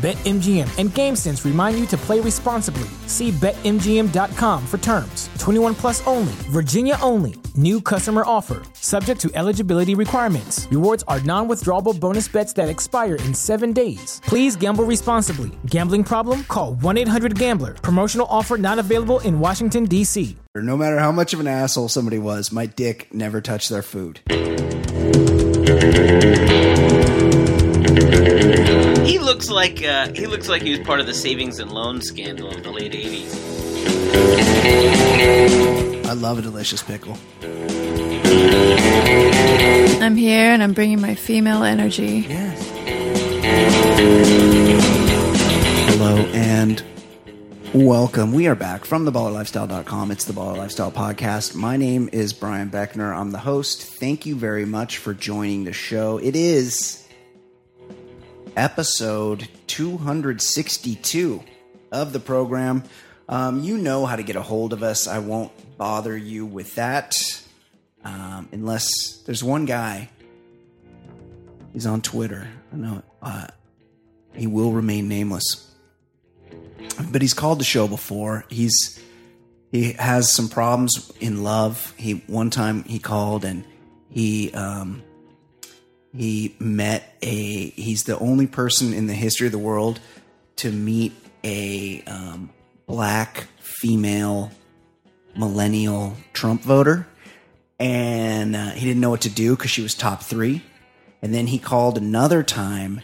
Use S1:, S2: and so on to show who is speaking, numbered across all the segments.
S1: BetMGM and GameSense remind you to play responsibly. See BetMGM.com for terms. 21 plus only, Virginia only. New customer offer, subject to eligibility requirements. Rewards are non withdrawable bonus bets that expire in seven days. Please gamble responsibly. Gambling problem? Call 1 800 Gambler. Promotional offer not available in Washington, D.C.
S2: No matter how much of an asshole somebody was, my dick never touched their food.
S3: He looks like uh, he looks like he was part of the savings and loan scandal of the late '80s.
S2: I love a delicious pickle.
S4: I'm here and I'm bringing my female energy.
S2: Yes. Hello and welcome. We are back from theballerlifestyle.com. It's the Baller Lifestyle Podcast. My name is Brian Beckner. I'm the host. Thank you very much for joining the show. It is episode 262 of the program. Um, you know how to get a hold of us. I won't bother you with that um, unless there's one guy He's on Twitter. I know it. Uh, he will remain nameless, but he's called the show before. He's he has some problems in love. He one time he called and he um, he met a. He's the only person in the history of the world to meet a um, black female millennial Trump voter, and uh, he didn't know what to do because she was top three. And then he called another time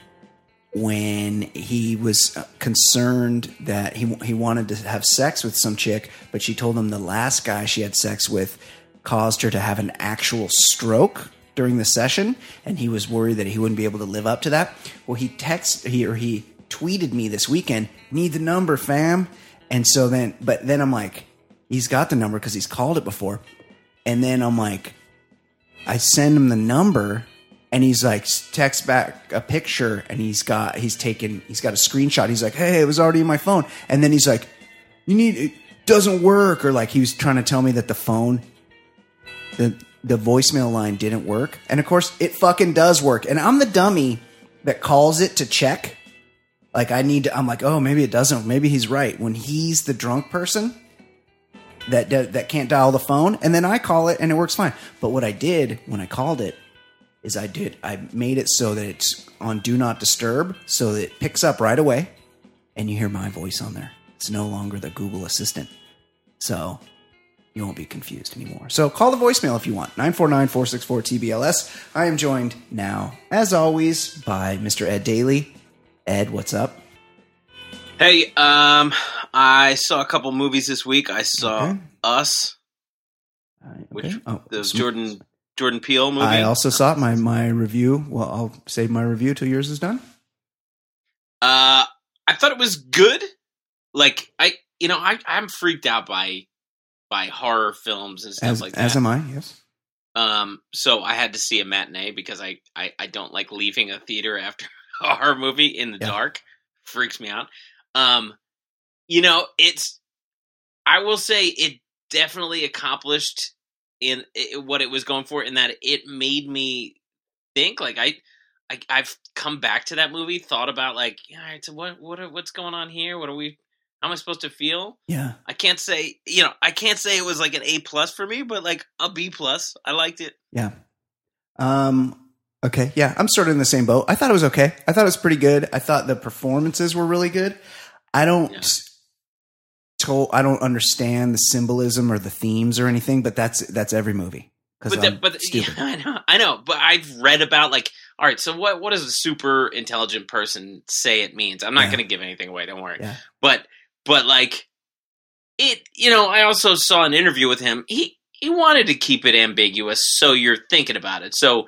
S2: when he was uh, concerned that he he wanted to have sex with some chick, but she told him the last guy she had sex with caused her to have an actual stroke during the session, and he was worried that he wouldn't be able to live up to that. Well, he texted he or he tweeted me this weekend, need the number, fam. And so then, but then I'm like, he's got the number because he's called it before. And then I'm like, I send him the number and he's like texts back a picture and he's got he's taken he's got a screenshot. He's like, "Hey, it was already in my phone." And then he's like, "You need it doesn't work." Or like he was trying to tell me that the phone the the voicemail line didn't work. And of course, it fucking does work. And I'm the dummy that calls it to check. Like I need to I'm like, "Oh, maybe it doesn't. Maybe he's right." When he's the drunk person, that that can't dial the phone and then I call it and it works fine. But what I did when I called it is I did I made it so that it's on do not disturb so that it picks up right away and you hear my voice on there. It's no longer the Google assistant. So you won't be confused anymore. So call the voicemail if you want. 949-464-TBLS. I am joined now as always by Mr. Ed Daly. Ed, what's up?
S3: Hey, um, I saw a couple movies this week. I saw
S2: Okay.
S3: Us,
S2: Uh,
S3: which
S2: okay. Oh,
S3: the
S2: some-
S3: Jordan Jordan Peele movie.
S2: I also saw it. My my review. Well, I'll save my review till yours is done.
S3: Uh, I thought it was good. Like I, you know, I I'm freaked out by by horror films and stuff
S2: As
S3: like that.
S2: as am I. Yes.
S3: Um, so I had to see a matinee because I, I, I don't like leaving a theater after a horror movie in the
S2: Yeah.
S3: dark. Freaks me out. Um, you know, it's, I will say it definitely accomplished in i what it was going for in that it made me think like I, I I've come back to that movie, thought about like, all right, so what, what, are, what's going on here? What are we, how am I supposed to feel?
S2: Yeah.
S3: I can't say you know I can't say it was like an A plus for me, but like a B plus. I liked it.
S2: Yeah. Um. Okay. Yeah. I'm sort of in the same boat. I thought it was okay. I thought it was pretty good. I thought the performances were really good. I don't.
S3: Yeah.
S2: Tol- I don't understand the symbolism or the themes or anything, but that's that's every movie. Because
S3: But that, but yeah,
S2: stupid.
S3: I know, I know. But I've read about like all right. So what what does a super intelligent person say it means? I'm not
S2: Yeah.
S3: going to give anything away. Don't worry.
S2: Yeah.
S3: But but like it you know i also saw an interview with him he he wanted to keep it ambiguous so you're thinking about it so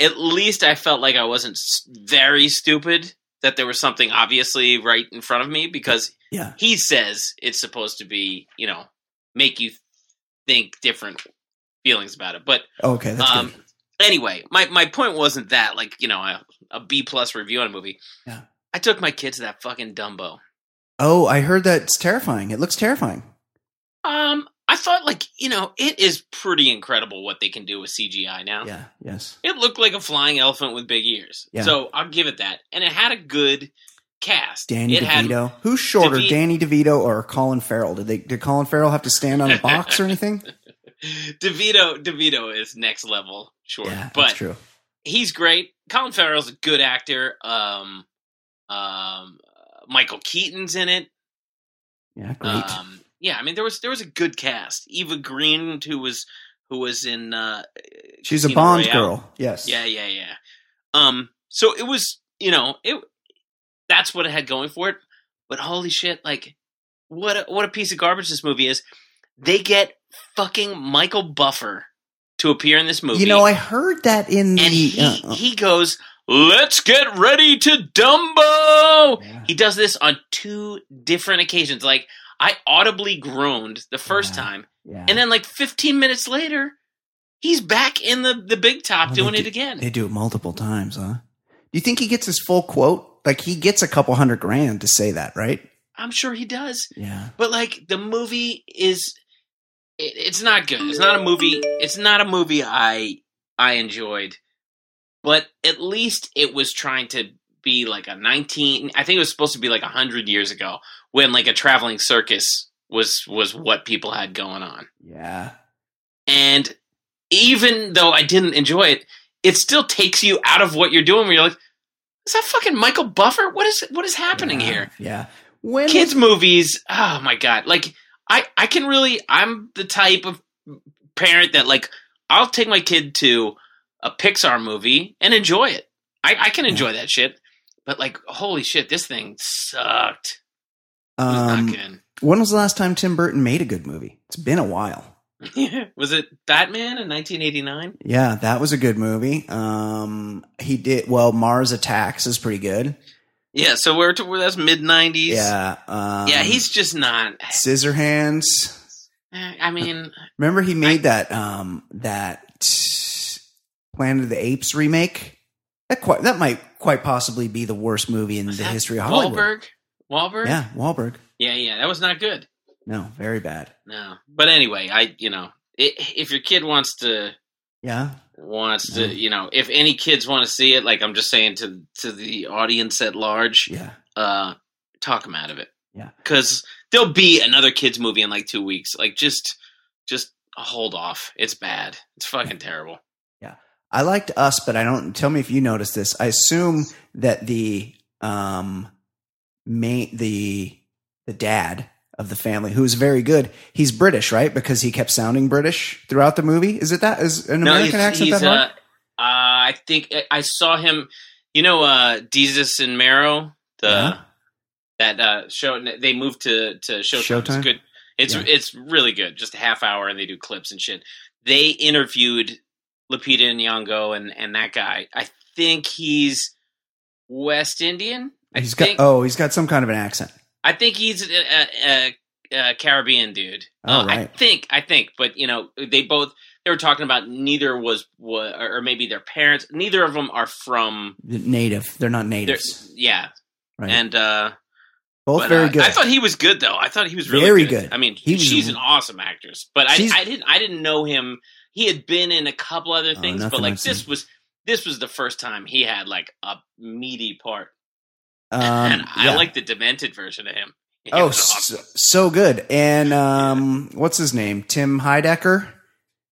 S3: at least i felt like i wasn't s- very stupid that there was something obviously right in front of me because
S2: Yeah.
S3: he says it's supposed to be you know make you think different feelings about it but
S2: Oh, Okay, that's
S3: um
S2: good.
S3: anyway my my point wasn't that like you know a, a b plus review on a movie
S2: Yeah.
S3: i took my kids to that fucking dumbo
S2: Oh, I heard that's terrifying. It looks terrifying.
S3: Um, I thought like you know it is pretty incredible what they can do with CGI now.
S2: Yeah. Yes.
S3: It looked like a flying elephant with big ears,
S2: Yeah.
S3: so I'll give it that. And it had a good cast.
S2: Danny
S3: it had
S2: DeVito. Who's shorter,
S3: DeVi-
S2: Danny DeVito or Colin Farrell? Did they? Did Colin Farrell have to stand on a box or anything?
S3: DeVito. DeVito is next level, sure,
S2: Yeah, that's
S3: but
S2: true.
S3: he's great. Colin Farrell's a good actor. Um, um, uh, Michael Keaton's in it.
S2: Yeah, great.
S3: Um, yeah, I mean there was there was a good cast. Eva Green, who was who was in uh,
S2: She's a
S3: Casino
S2: Bond
S3: Royale.
S2: girl. Yes.
S3: Yeah, yeah, yeah. Um, so it was, you know, it that's what it had going for it. But holy shit, like what a, what a piece of garbage this movie is. They get fucking Michael Buffer to appear in this movie.
S2: You know, I heard that in the.
S3: and he
S2: uh, uh,
S3: he goes, "Let's get ready to Dumbo."
S2: yeah.
S3: He does this on two different occasions. Like I audibly groaned the first
S2: Yeah.
S3: time,
S2: Yeah.
S3: and then like 15 minutes later, he's back in the the big top
S2: Well, they
S3: doing it
S2: do-
S3: again.
S2: They do it multiple times, huh? Do you think he gets his full quote? Like he gets a couple hundred grand to say that, right?
S3: I'm sure he does.
S2: Yeah.
S3: But like the movie is it, it's not good. It's not a movie it's not a movie I I enjoyed. But at least it was trying to be like a 19 I think it was supposed to be like 100 years ago when like a traveling circus was was what people had going on.
S2: Yeah.
S3: And even though I didn't enjoy it, it still takes you out of what you're doing where you're like is that fucking Michael Buffer? What is what is happening
S2: Yeah.
S3: here?
S2: Yeah. When
S3: kids movies oh my god like i i can really i'm the type of parent that like i'll take my kid to a pixar movie and enjoy it i i can enjoy that shit but like holy shit this thing sucked it was
S2: um,
S3: not
S2: when was the last time Tim Burton made a good movie? It's been a while.
S3: good was it batman in 1989
S2: Yeah, that was a good movie. Um, he did well. Mars Attacks is pretty good.
S3: yeah so we're, to, we're that's mid 90s
S2: yeah, um,
S3: yeah he's just not
S2: Scissorhands.
S3: eh, i mean
S2: Remember he made that um, that Planet of the Apes remake. That quite that might quite possibly be the worst movie in the
S3: was that
S2: history of Hollywood.
S3: uh, Wahlberg? Wahlberg?
S2: Yeah, Wahlberg.
S3: yeah yeah that was not good
S2: No, very bad.
S3: No, but anyway, I you know, i if your kid wants to
S2: Yeah,
S3: wants
S2: Yeah.
S3: to, you know, if any kids want to see it, like I'm just saying to to the audience at large,
S2: yeah,
S3: uh, talk them out of it.
S2: Yeah.
S3: because there'll be another kids movie in like two weeks. Like just just hold off. It's bad. It's fucking terrible.
S2: I liked Us, but I don't. Tell me if you noticed this. I assume that the um, main the the dad of the family, who's very good, he's British, right? Because he kept sounding British throughout the movie. Is it that is an American accent that
S3: uh,
S2: hard?
S3: uh, I think I- I saw him. You know, uh, Jesus and Marrow, the
S2: Yeah.
S3: that uh, show they moved to to Showtime.
S2: Showtime?
S3: It's good. It's
S2: Yeah.
S3: it's really good. Just a half hour, and they do clips and shit. They interviewed Lupita Nyong'o and and that guy. I think he's West Indian. I
S2: He's got
S3: think
S2: oh, he's got some kind of an accent.
S3: I think he's a, a, a Caribbean dude.
S2: Oh,
S3: Uh, I
S2: right.
S3: think I think, but you know, they both they were talking about neither was wa- or maybe their parents. Neither of them are from.
S2: Native. They're not
S3: They're,
S2: natives,
S3: yeah,
S2: right?
S3: and uh,
S2: Both
S3: but,
S2: very
S3: uh,
S2: good.
S3: I thought he was good though. I thought he was really
S2: Very good.
S3: I mean,
S2: He was-
S3: she's an awesome actress, but I,
S2: She's-
S3: I didn't I didn't know him. He had been in a couple other
S2: Oh,
S3: things, but
S2: nothing
S3: like
S2: I've
S3: this
S2: seen.
S3: was this was the first time he had like a meaty part,
S2: um,
S3: and I
S2: yeah.
S3: like the demented version of him. He
S2: oh,
S3: was awesome.
S2: so, so good. And um, what's his name? Tim Heidecker.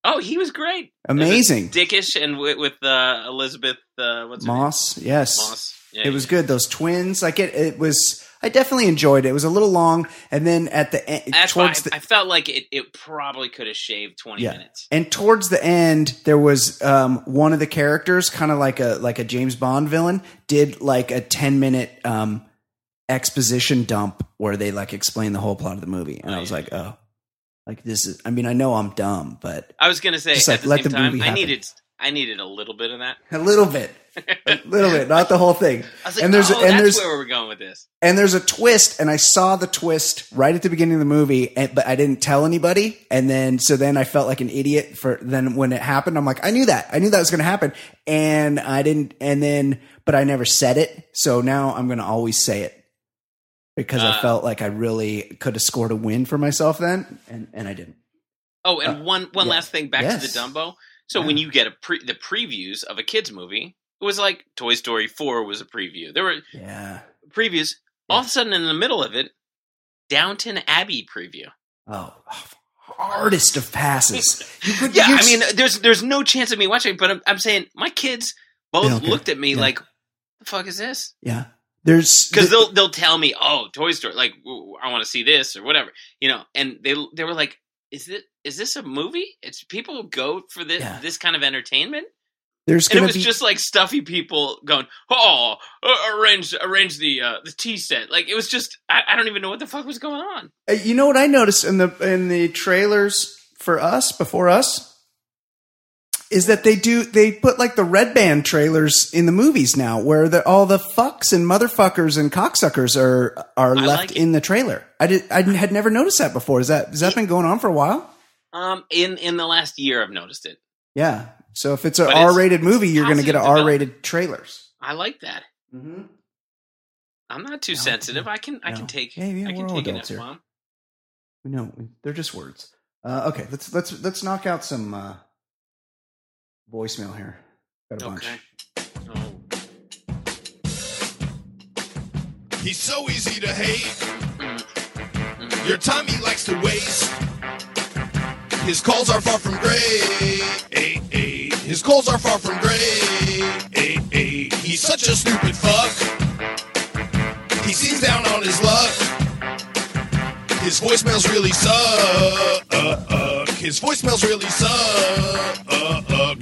S3: Oh, he was great.
S2: Amazing.
S3: Dickish and with, with uh, Elizabeth uh, what's her name?
S2: Moss. Yes.
S3: Moss. Yeah,
S2: it was good. Those twins, like it, it was. I definitely enjoyed it. It was a little long, and then at the end,
S3: That's why
S2: towards the
S3: I, I felt like it, it probably could have shaved twenty
S2: Yeah.
S3: minutes.
S2: and towards the end, there was um, one of the characters, kind of like a like a James Bond villain, did like a ten minute um, exposition dump where they like explain the whole plot of the movie, and I was like, oh, like this is. I mean, I know I'm dumb, but
S3: I was gonna say
S2: Just,
S3: at
S2: like,
S3: the
S2: let
S3: same
S2: the
S3: time,
S2: movie
S3: I
S2: happen.
S3: needed I needed a little bit of that.
S2: a little bit, a little bit, not the whole thing.
S3: I was like,
S2: And there's-
S3: oh,
S2: and
S3: that's
S2: there's-
S3: where we're going with this.
S2: And there's a twist, and I saw the twist right at the beginning of the movie, and, but I didn't tell anybody. And then, so then I felt like an idiot for then when it happened. I'm like, I knew that, I knew that was going to happen, and I didn't. And then, but I never said it, so now I'm going to always say it because I
S3: Uh.
S2: felt like I really could have scored a win for myself then, and and I didn't.
S3: Oh, and one one
S2: Uh, yeah.
S3: last thing back to
S2: Yes.
S3: the Dumbo. So
S2: Yeah.
S3: when you get a pre- the previews of a kids movie, it was like Toy Story 4 was a preview. There were
S2: Yeah.
S3: previews. All of a sudden in the middle of it, Downton Abbey preview.
S2: Oh, hardest of passes. You could,
S3: Yeah,
S2: you're
S3: I mean uh, there's there's no chance of me watching it, but I'm, I'm saying my kids both
S2: Yeah, okay.
S3: looked at me
S2: Yeah.
S3: like the fuck is this?
S2: Yeah. There's
S3: because they'll they'll tell me, "Oh, Toy Story, like w- I want to see this or whatever," you know. And they they were like, "Is this is this a movie? It's people go for this
S2: Yeah.
S3: this kind of entertainment."
S2: there's
S3: And it
S2: gonna
S3: was
S2: be
S3: just like stuffy people going, "Oh, uh, arrange arrange the uh, the tea set." Like it was just I, I don't even know what the fuck was going on.
S2: Uh, you know what I noticed in the in the trailers for us before us is that they do they put like the red band trailers in the movies now where the, all the fucks and motherfuckers and cocksuckers are are
S3: I
S2: left
S3: like it.
S2: in the trailer. I did I had never noticed that before. Is that has that been going on for a while?
S3: Um, in in the last year, I've noticed it.
S2: Yeah. So if it's an
S3: But it's-
S2: R-rated movie, you're going to
S3: how's
S2: get
S3: it
S2: an
S3: developed?
S2: R-rated trailers.
S3: I like that.
S2: Mm-hmm.
S3: I'm not too
S2: No,
S3: sensitive. I can I
S2: no.
S3: can take
S2: Yeah, yeah,
S3: I
S2: we're
S3: can
S2: all
S3: take an
S2: adults
S3: F
S2: here.
S3: bomb.
S2: No, they're just words. Uh, okay, let's let's let's knock out some uh, voicemail here. Got a bunch.
S3: Okay. Oh.
S5: He's so easy to hate. Your time he likes to waste. His calls are far from great. His calls are far from great. He's such a stupid fuck. He seems down on his luck. His voicemails really suck. His voicemails really suck.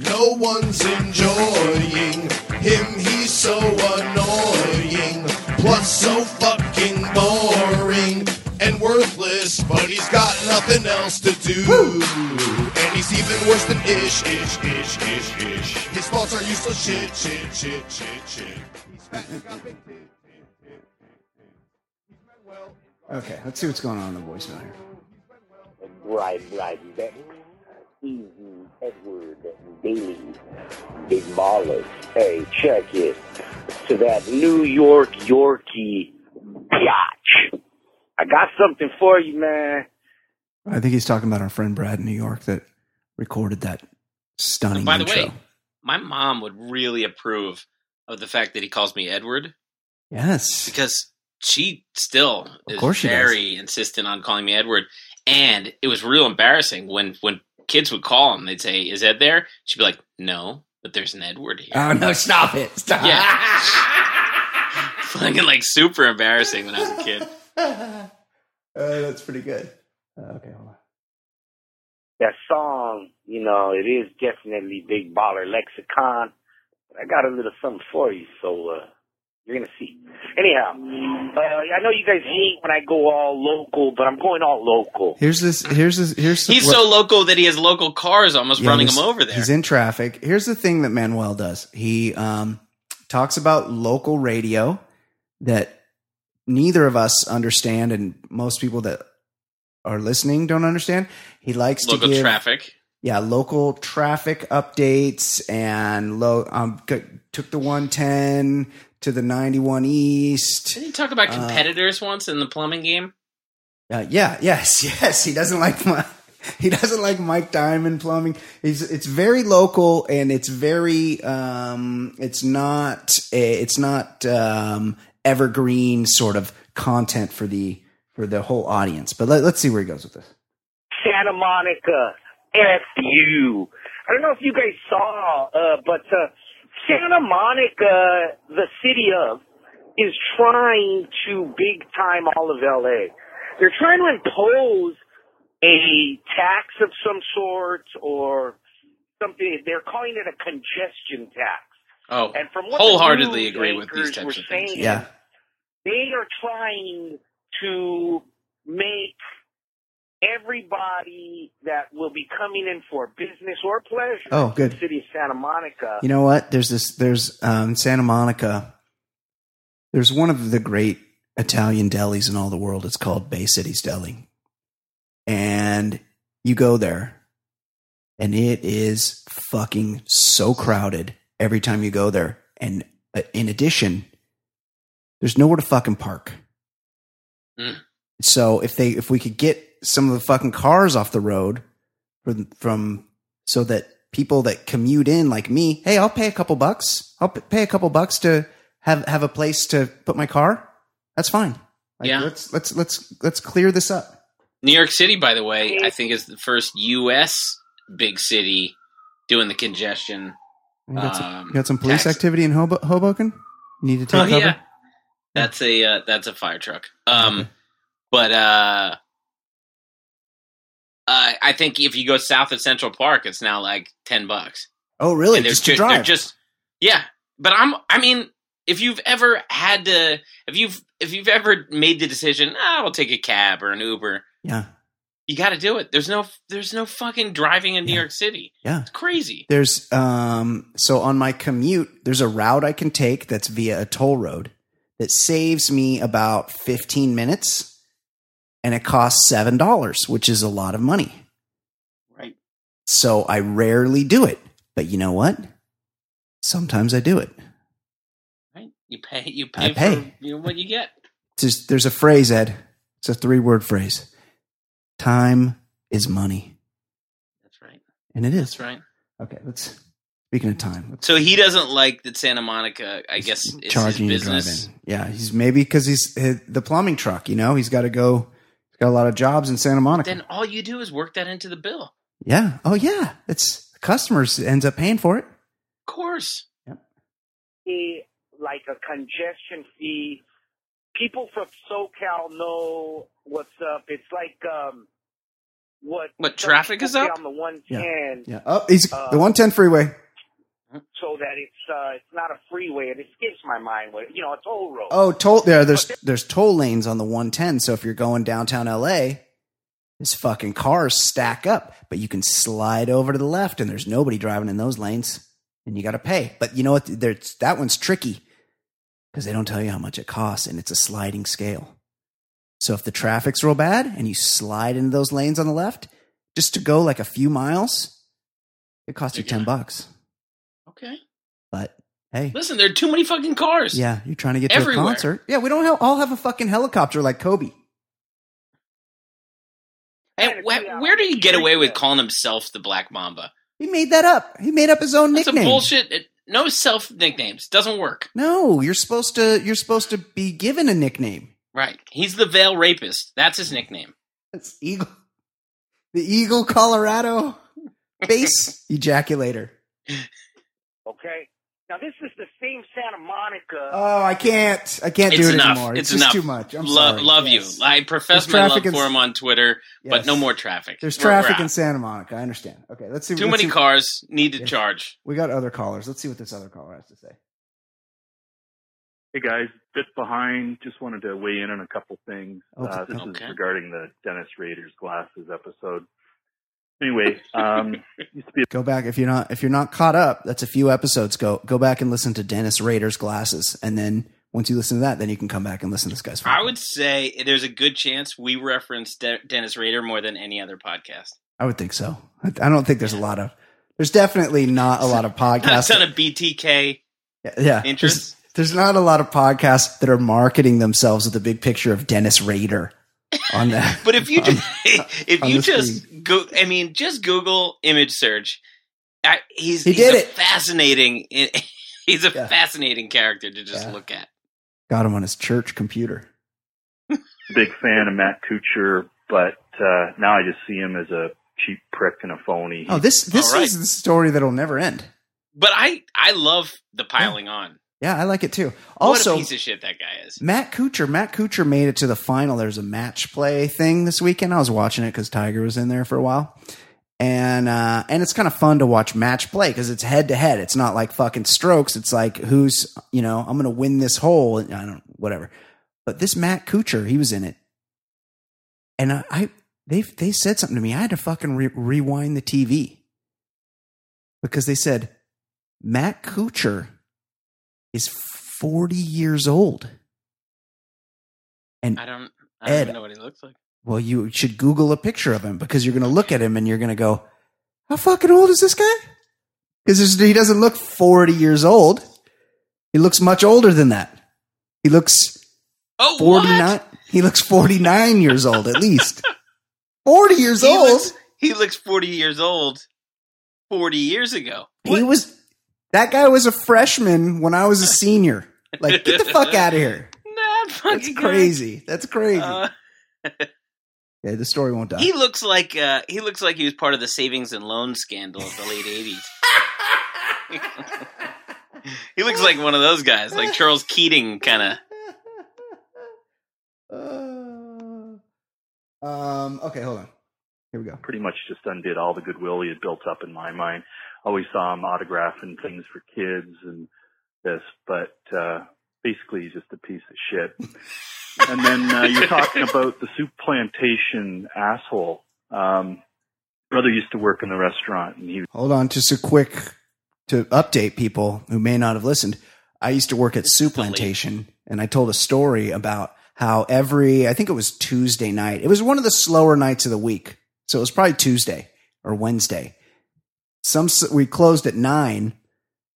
S5: No one's enjoying him. He's so annoying. Plus, so fucking boring and worthless. But he's got nothing else to do. And he's even worse than ish, ish, ish, ish, ish. His thoughts are useless shit, shit, shit, shit, shit. He's fat, he's got big tits.
S2: Okay, let's see what's going on in the voicemail here.
S6: Brian Brian Beck, Easy uh, Edward Bailey, Big Molly. Hey, check it. To that New York Yorkie biatch. I got something for you, man.
S2: I think he's talking about our friend Brad in New York that recorded that stunning.
S3: By the
S2: intro.
S3: way, my mom would really approve of the fact that he calls me Edward
S2: yes,
S3: because she still
S2: Of
S3: is
S2: course she does.
S3: very insistent on calling me Edward. And it was real embarrassing when when kids would call and they'd say, "Is Ed there?" She'd be like, "No, but there's an Edward here."
S2: oh no, stop it, stop.
S3: yeah, fucking like super embarrassing when I was a kid.
S2: uh, that's pretty good. Uh, okay, hold on.
S6: That song, you know, it is definitely Big Baller Lexicon. I got a little something for you, so uh you're gonna see. Anyhow, uh, I know you guys hate when I go all local, but I'm going all local.
S2: Here's this. Here's this. Here's
S3: He's
S2: what-
S3: so local that he has local cars almost
S2: Yeah,
S3: running
S2: he's-
S3: him over there.
S2: He's in traffic. Here's the thing that Manuel does. He um, talks about local radio that neither of us understand, and most people that are listening don't understand. He likes
S3: local
S2: to give
S3: traffic.
S2: yeah local traffic updates and low. Um, g- took the 110 to the 91 east.
S3: Didn't he talk about
S2: Uh,
S3: competitors once in the plumbing game?
S2: Uh, yeah, yes, yes. He doesn't like my, he doesn't like Mike Diamond plumbing. He's it's very local and it's very um it's not a, it's not um evergreen sort of content for the for the whole audience. But let, let's see where he goes with this.
S6: Santa Monica. F you. I don't know if you guys saw, uh, but uh, Santa Monica, the city of, is trying to big time all of LA. They're trying to impose a tax of some sort or something. They're calling it a congestion tax.
S3: Oh,
S6: And from what the
S3: wholeheartedly
S6: news
S3: agree with these types
S6: anchors were
S3: of things.
S6: saying,
S2: Yeah.
S6: They are trying to make everybody that will be coming in for business or pleasure
S2: Oh,
S6: in
S2: good.
S6: the city of Santa Monica.
S2: You know what? There's this. There's um, Santa Monica. There's one of the great Italian delis in all the world. It's called Bay City's Deli, and you go there, and it is fucking so crowded every time you go there. And uh, in addition, there's nowhere to fucking park.
S3: Mm.
S2: So if they if we could get some of the fucking cars off the road from from so that people that commute in like me, hey, I'll pay a couple bucks. I'll p- pay a couple bucks to have have a place to put my car. That's fine. Like,
S3: Yeah.
S2: Let's let's let's let's clear this up.
S3: New York City, by the way, I think is the first U.S. big city doing the congestion.
S2: You got, some,
S3: Um,
S2: you got some police
S3: tax-
S2: activity in Hobo- Hoboken. You need to take
S3: Oh,
S2: cover.
S3: yeah. That's a uh, that's a fire truck. Um, but uh, uh, I think if you go south of Central Park, it's now like ten bucks.
S2: Oh, really?
S3: And there's
S2: Just to
S3: ju- they're
S2: drive.
S3: just yeah. But I'm I mean, if you've ever had to, if you've if you've ever made the decision, ah, I'll take a cab or an Uber.
S2: yeah,
S3: You got to do it. There's no there's no fucking driving in New
S2: Yeah.
S3: York City.
S2: yeah.
S3: It's crazy.
S2: There's um so on my commute, there's a route I can take that's via a toll road that saves me about 15 minutes and it costs $7, which is a lot of money.
S3: Right.
S2: So I rarely do it. But you know what? Sometimes I do it.
S3: Right? You pay you pay,
S2: I
S3: for
S2: pay.
S3: you know, what you get.
S2: There's, there's a phrase, Ed. It's a three-word phrase. Time is money.
S3: That's right.
S2: And it is.
S3: That's right.
S2: Okay, let's speaking of time. Let's
S3: So he doesn't like that Santa Monica. I guess is
S2: charging
S3: his
S2: to drive
S3: business.
S2: in. Yeah, he's maybe because he's his, the plumbing truck. You know, he's got to go. He's got a lot of jobs in Santa Monica.
S3: Then all you do is work that into the bill. Of
S2: yeah. Oh yeah. It's the customers ends up paying for it.
S3: course.
S6: pay, like a congestion fee. People from SoCal know what's up. It's like um, what
S3: What,
S6: some
S3: traffic
S6: people
S3: is up?
S6: pay on the one ten,
S2: Yeah. Oh, he's
S6: Uh,
S2: the one ten freeway.
S6: so that it's uh, it's not a freeway. It escapes my mind. What you know, a toll road.
S2: Oh, toll. There, there's there's toll lanes on the one ten. So if you're going downtown L.A., this fucking cars stack up, but you can slide over to the left, and there's nobody driving in those lanes, and you got to pay. But you know what? There's that one's tricky because they don't tell you how much it costs, and it's a sliding scale. So if the traffic's real bad, and you slide into those lanes on the left, just to go like a few miles, it costs you
S3: Yeah.
S2: ten bucks.
S3: Okay.
S2: But hey,
S3: Listen, there are too many fucking cars.
S2: yeah, you're trying to get
S3: Everywhere.
S2: to a concert. Yeah, we don't ha- all have a fucking helicopter like Kobe.
S3: And wh- where did he get away with calling himself the Black Mamba?
S2: He made that up. He made up his own
S3: That's a
S2: nickname.
S3: bullshit. It, no self nicknames. Doesn't work.
S2: No, you're supposed to. You're supposed to be given a nickname.
S3: Right. He's the Veil Rapist. That's his nickname.
S2: That's Eagle, the Eagle, Colorado base ejaculator.
S6: Okay. Now this is the same Santa Monica.
S2: Oh, I can't. I can't
S3: It's
S2: do it
S3: enough.
S2: anymore.
S3: It's
S2: just
S3: enough.
S2: too much. I'm
S3: Lo-
S2: sorry.
S3: Love
S2: Yes.
S3: you. I profess
S2: There's
S3: my love
S2: traffic in-
S3: for him on Twitter, but
S2: Yes.
S3: no more traffic.
S2: There's
S3: We're- we're
S2: traffic
S3: out.
S2: in Santa Monica. I understand. Okay, let's see.
S3: Too
S2: let's
S3: many
S2: see-
S3: cars need to
S2: Yeah.
S3: charge.
S2: We got other callers. Let's see what this other caller has to say.
S7: Hey guys, bit behind. Just wanted to weigh in on a couple things.
S2: Okay.
S7: Uh, this
S3: Okay.
S7: is regarding the Dennis Rader's glasses episode. Anyway, um, used to be
S2: Go back if you're not if you're not caught up. That's a few episodes. Go go back and listen to Dennis Rader's glasses, and then once you listen to that, then you can come back and listen to this guy's.
S3: I would say there's a good chance we reference De- Dennis Rader more than any other podcast.
S2: I would think so. I I don't think there's a lot of. There's definitely not a lot of
S3: Not a
S2: podcasts.
S3: ton of BTK
S2: yeah, there's,
S3: interest.
S2: there's not a lot of podcasts that are marketing themselves with a big picture of Dennis Rader on that.
S3: But if you
S2: on-
S3: just, if
S2: on
S3: you
S2: the
S3: just go, I mean, just Google image search. I, he's
S2: He
S3: he's
S2: did
S3: a
S2: it.
S3: fascinating. He's a
S2: Yeah.
S3: fascinating character to just
S2: Yeah.
S3: look at.
S2: got him on his church computer.
S7: a big fan of Matt Kuchar, but uh, now I just see him as a cheap prick and a phony.
S2: Oh, this this
S3: All right.
S2: is the story that'll never end.
S3: But I I love the piling on.
S2: Yeah, I like it too.
S3: what
S2: Also,
S3: a piece of shit that guy is.
S2: Matt Kuchar. Matt Kuchar made it to the final. There's a match play thing this weekend. I was watching it because Tiger was in there for a while, and uh, and it's kind of fun to watch match play because it's head to head. It's not like fucking strokes. It's like who's you know I'm gonna win this hole. And I don't whatever. But this Matt Kuchar, he was in it, and I, I they they said something to me. I had to fucking re- rewind the TV because they said Matt Kuchar is forty years old. And
S3: I don't. I don't
S2: Ed.
S3: even know what he looks like.
S2: well, you should Google a picture of him because you're going to look at him and you're going to go, "How fucking old is this guy?" Because he doesn't look 40 years old. He looks much older than that. He looks
S3: Oh,
S2: 49.
S3: what?
S2: He looks 49 years old at least. 40 years
S3: He
S2: old.
S3: looks, he looks forty years old. Forty years ago.
S2: he was. That guy was a freshman when I was a senior. Like, get the fuck out of here.
S3: Not fucking
S2: That's
S3: good.
S2: crazy. That's crazy.
S3: Uh,
S2: yeah, the story won't die.
S3: he looks like uh, he looks like he was part of the savings and loan scandal of the late eighties. he looks like one of those guys, like Charles Keating, kind of.
S2: Uh, um. Okay, hold on. Here we go.
S7: pretty much just undid all the goodwill he had built up in my mind. Always saw him autographing things for kids and this, but uh, basically he's just a piece of shit. and then uh, you're talking about the soup plantation asshole. Um, brother used to work in the restaurant, and he
S2: Hold on. Just a quick to update people who may not have listened. I used to work at Soup Plantation, and I told a story about how every I think it was Tuesday night. It was one of the slower nights of the week, so it was probably Tuesday or Wednesday. Some s- we closed at nine,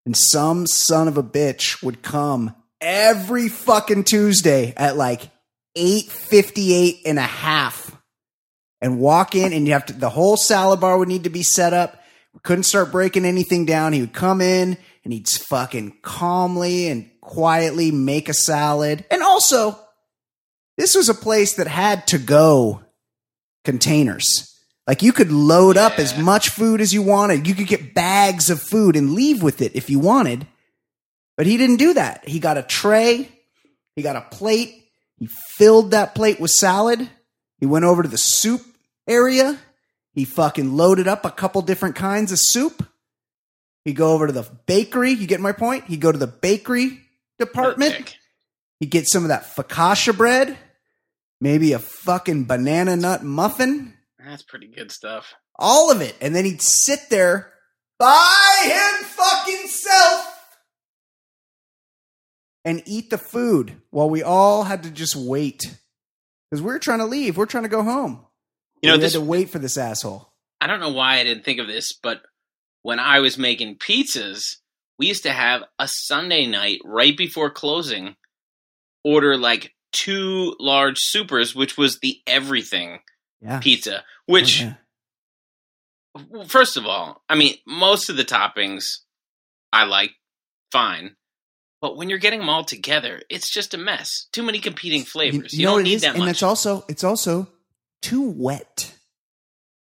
S2: and some son of a bitch would come every fucking Tuesday at like 858 and a half and walk in and you have to the whole salad bar would need to be set up. We couldn't start breaking anything down. He would come in and he'd fucking calmly and quietly make a salad. And also, this was a place that had to go containers. Like you could load up as much food as you wanted. You could get bags of food and leave with it if you wanted. But he didn't do that. He got a tray, he got a plate, he filled that plate with salad. He went over to the soup area. He fucking loaded up a couple different kinds of soup. He go over to the bakery. You get my point? He go to the bakery department.
S3: dick.
S2: He get some of that focaccia bread, maybe a fucking banana nut muffin,
S3: That's pretty good stuff.
S2: all of it, and then he'd sit there by him fucking self and eat the food while we all had to just wait because we are trying to leave. We're trying to go home.
S3: You know,
S2: we
S3: this
S2: had to wait for this asshole.
S3: I don't know why I didn't think of this, but when I was making pizzas, we used to have a Sunday night right before closing order like two large supers, which was the everything
S2: Yeah. Oh,
S3: pizza, which
S2: Yeah.
S3: well, first of all, I mean, most of the toppings I like fine. But when you're getting them all together, it's just a mess. Too many competing flavors. You,
S2: know what
S3: don't
S2: it
S3: need
S2: is?
S3: that
S2: and
S3: much.
S2: it's also it's also too wet.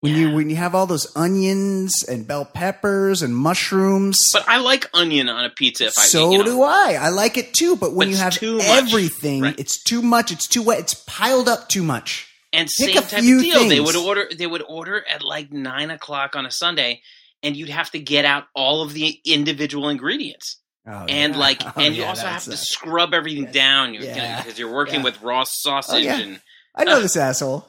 S2: When
S3: Yeah.
S2: you when you have all those onions and bell peppers and mushrooms.
S3: but I like onion on a pizza. If I
S2: so
S3: you know,
S2: do I. I like it too, but
S3: But
S2: when you
S3: it's
S2: have
S3: too much.
S2: everything,
S3: Right.
S2: it's too much. It's too wet. It's piled up too much.
S3: and
S2: Pick
S3: same
S2: a
S3: type of
S2: few
S3: deal. They would
S2: things.
S3: order. They would order at like nine o'clock on a Sunday, and you'd have to get out all of the individual ingredients,
S2: Oh,
S3: and
S2: yeah.
S3: like,
S2: Oh,
S3: and you
S2: yeah,
S3: also
S2: that
S3: have to
S2: sucks.
S3: scrub everything down. You're
S2: Yeah.
S3: because you're working
S2: Yeah.
S3: with raw sausage,
S2: yeah.
S3: and
S2: I know this asshole.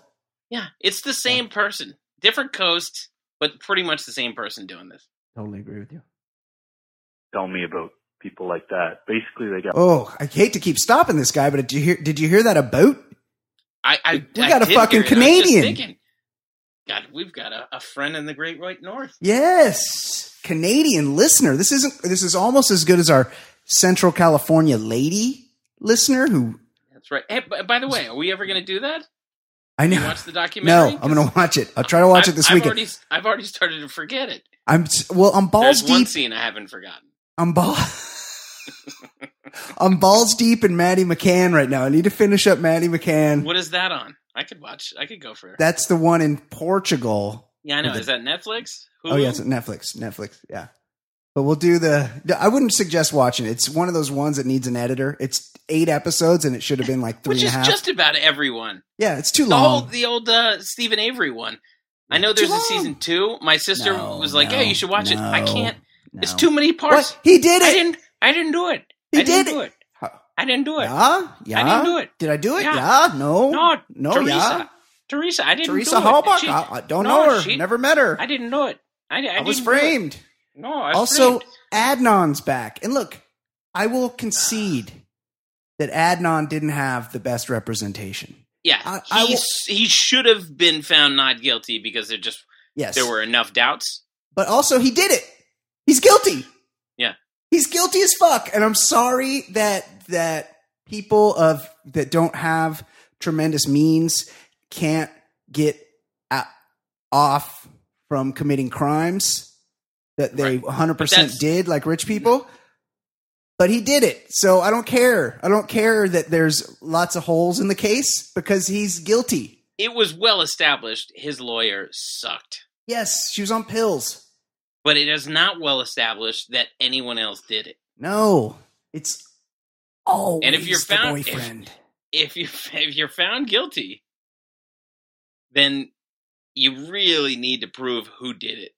S3: yeah, it's the same person, different coast, but pretty much the same person doing this.
S2: Totally agree with you.
S7: tell me about people like that. Basically, they got
S2: Oh, I hate to keep stopping this guy, but did you hear? Did you hear that a boat?
S3: I, I
S2: We
S3: I
S2: got a
S3: did
S2: fucking
S3: hear it. I was just
S2: Canadian.
S3: thinking, God, we've got a, a friend in the Great White North.
S2: Yes, Canadian listener. This isn't. This is almost as good as our Central California lady listener who
S3: That's right. Hey, b- by the way, are we ever going to do that?
S2: I know.
S3: You watch the documentary?
S2: no, I'm gonna watch it. I'll try to watch
S3: I've-
S2: it this
S3: I've
S2: weekend.
S3: Already, I've already started to forget it.
S2: I'm s- well. I'm balls
S3: There's one
S2: deep.
S3: scene I haven't forgotten.
S2: I'm ball. I'm balls deep in Maddie McCann right now. I need to finish up Maddie McCann.
S3: What is that on? I could watch. I could go for it.
S2: That's the one in Portugal.
S3: yeah, I know.
S2: the-
S3: Is that Netflix?
S2: Oh
S3: Hulu?
S2: yeah, it's Netflix. Netflix. Yeah. But we'll do the. I wouldn't suggest watching it. It's one of those ones that needs an editor. It's eight episodes, and it should have been like three
S3: which
S2: and a
S3: is
S2: half.
S3: just about everyone.
S2: yeah, it's too
S3: The whole
S2: long.
S3: the old uh, Stephen Avery one. I know
S2: Too
S3: there's a
S2: long.
S3: season two. My sister
S2: No,
S3: was like,
S2: no,
S3: "Yeah, you should watch it." I
S2: no,
S3: can't. It's
S2: no.
S3: too many parts.
S2: What? He did
S3: I
S2: it.
S3: didn't. I didn't do it.
S2: He
S3: I didn't
S2: did
S3: do
S2: it.
S3: it.
S2: How-
S3: I didn't do it.
S2: Yeah, yeah.
S3: didn't do it.
S2: Did I do it?
S3: Yeah.
S2: Yeah, no,
S3: No,
S2: no,
S3: Teresa.
S2: yeah.
S3: Teresa, I didn't do
S2: Teresa
S3: it.
S2: Halbach.
S3: She-
S2: I, I don't
S3: no,
S2: know her.
S3: she-
S2: Never met her.
S3: I didn't do it. I, I,
S2: I was
S3: didn't do it.
S2: framed.
S3: No, I was
S2: Also,
S3: framed.
S2: Adnan's back, and look, I will concede that Adnan didn't have the best representation.
S3: yeah,
S2: I-
S3: he's
S2: I will-
S3: he should have been found not guilty because there just
S2: Yes,
S3: there were enough doubts.
S2: but also he did it. He's guilty.
S3: Yeah.
S2: He's guilty as fuck. And I'm sorry that that people of that don't have tremendous means can't get o- off from committing crimes that they
S3: Right.
S2: 100%
S3: that's-
S2: did like rich people. But he did it. So I don't care. I don't care that there's lots of holes in the case because he's guilty.
S3: It was well established his lawyer sucked,
S2: Yes, she was on pills.
S3: but it is not well established that anyone else did it.
S2: No, it's always
S3: And if you're
S2: the
S3: found- if-
S2: boyfriend.
S3: If you if you're found guilty, then you really need to prove who did it,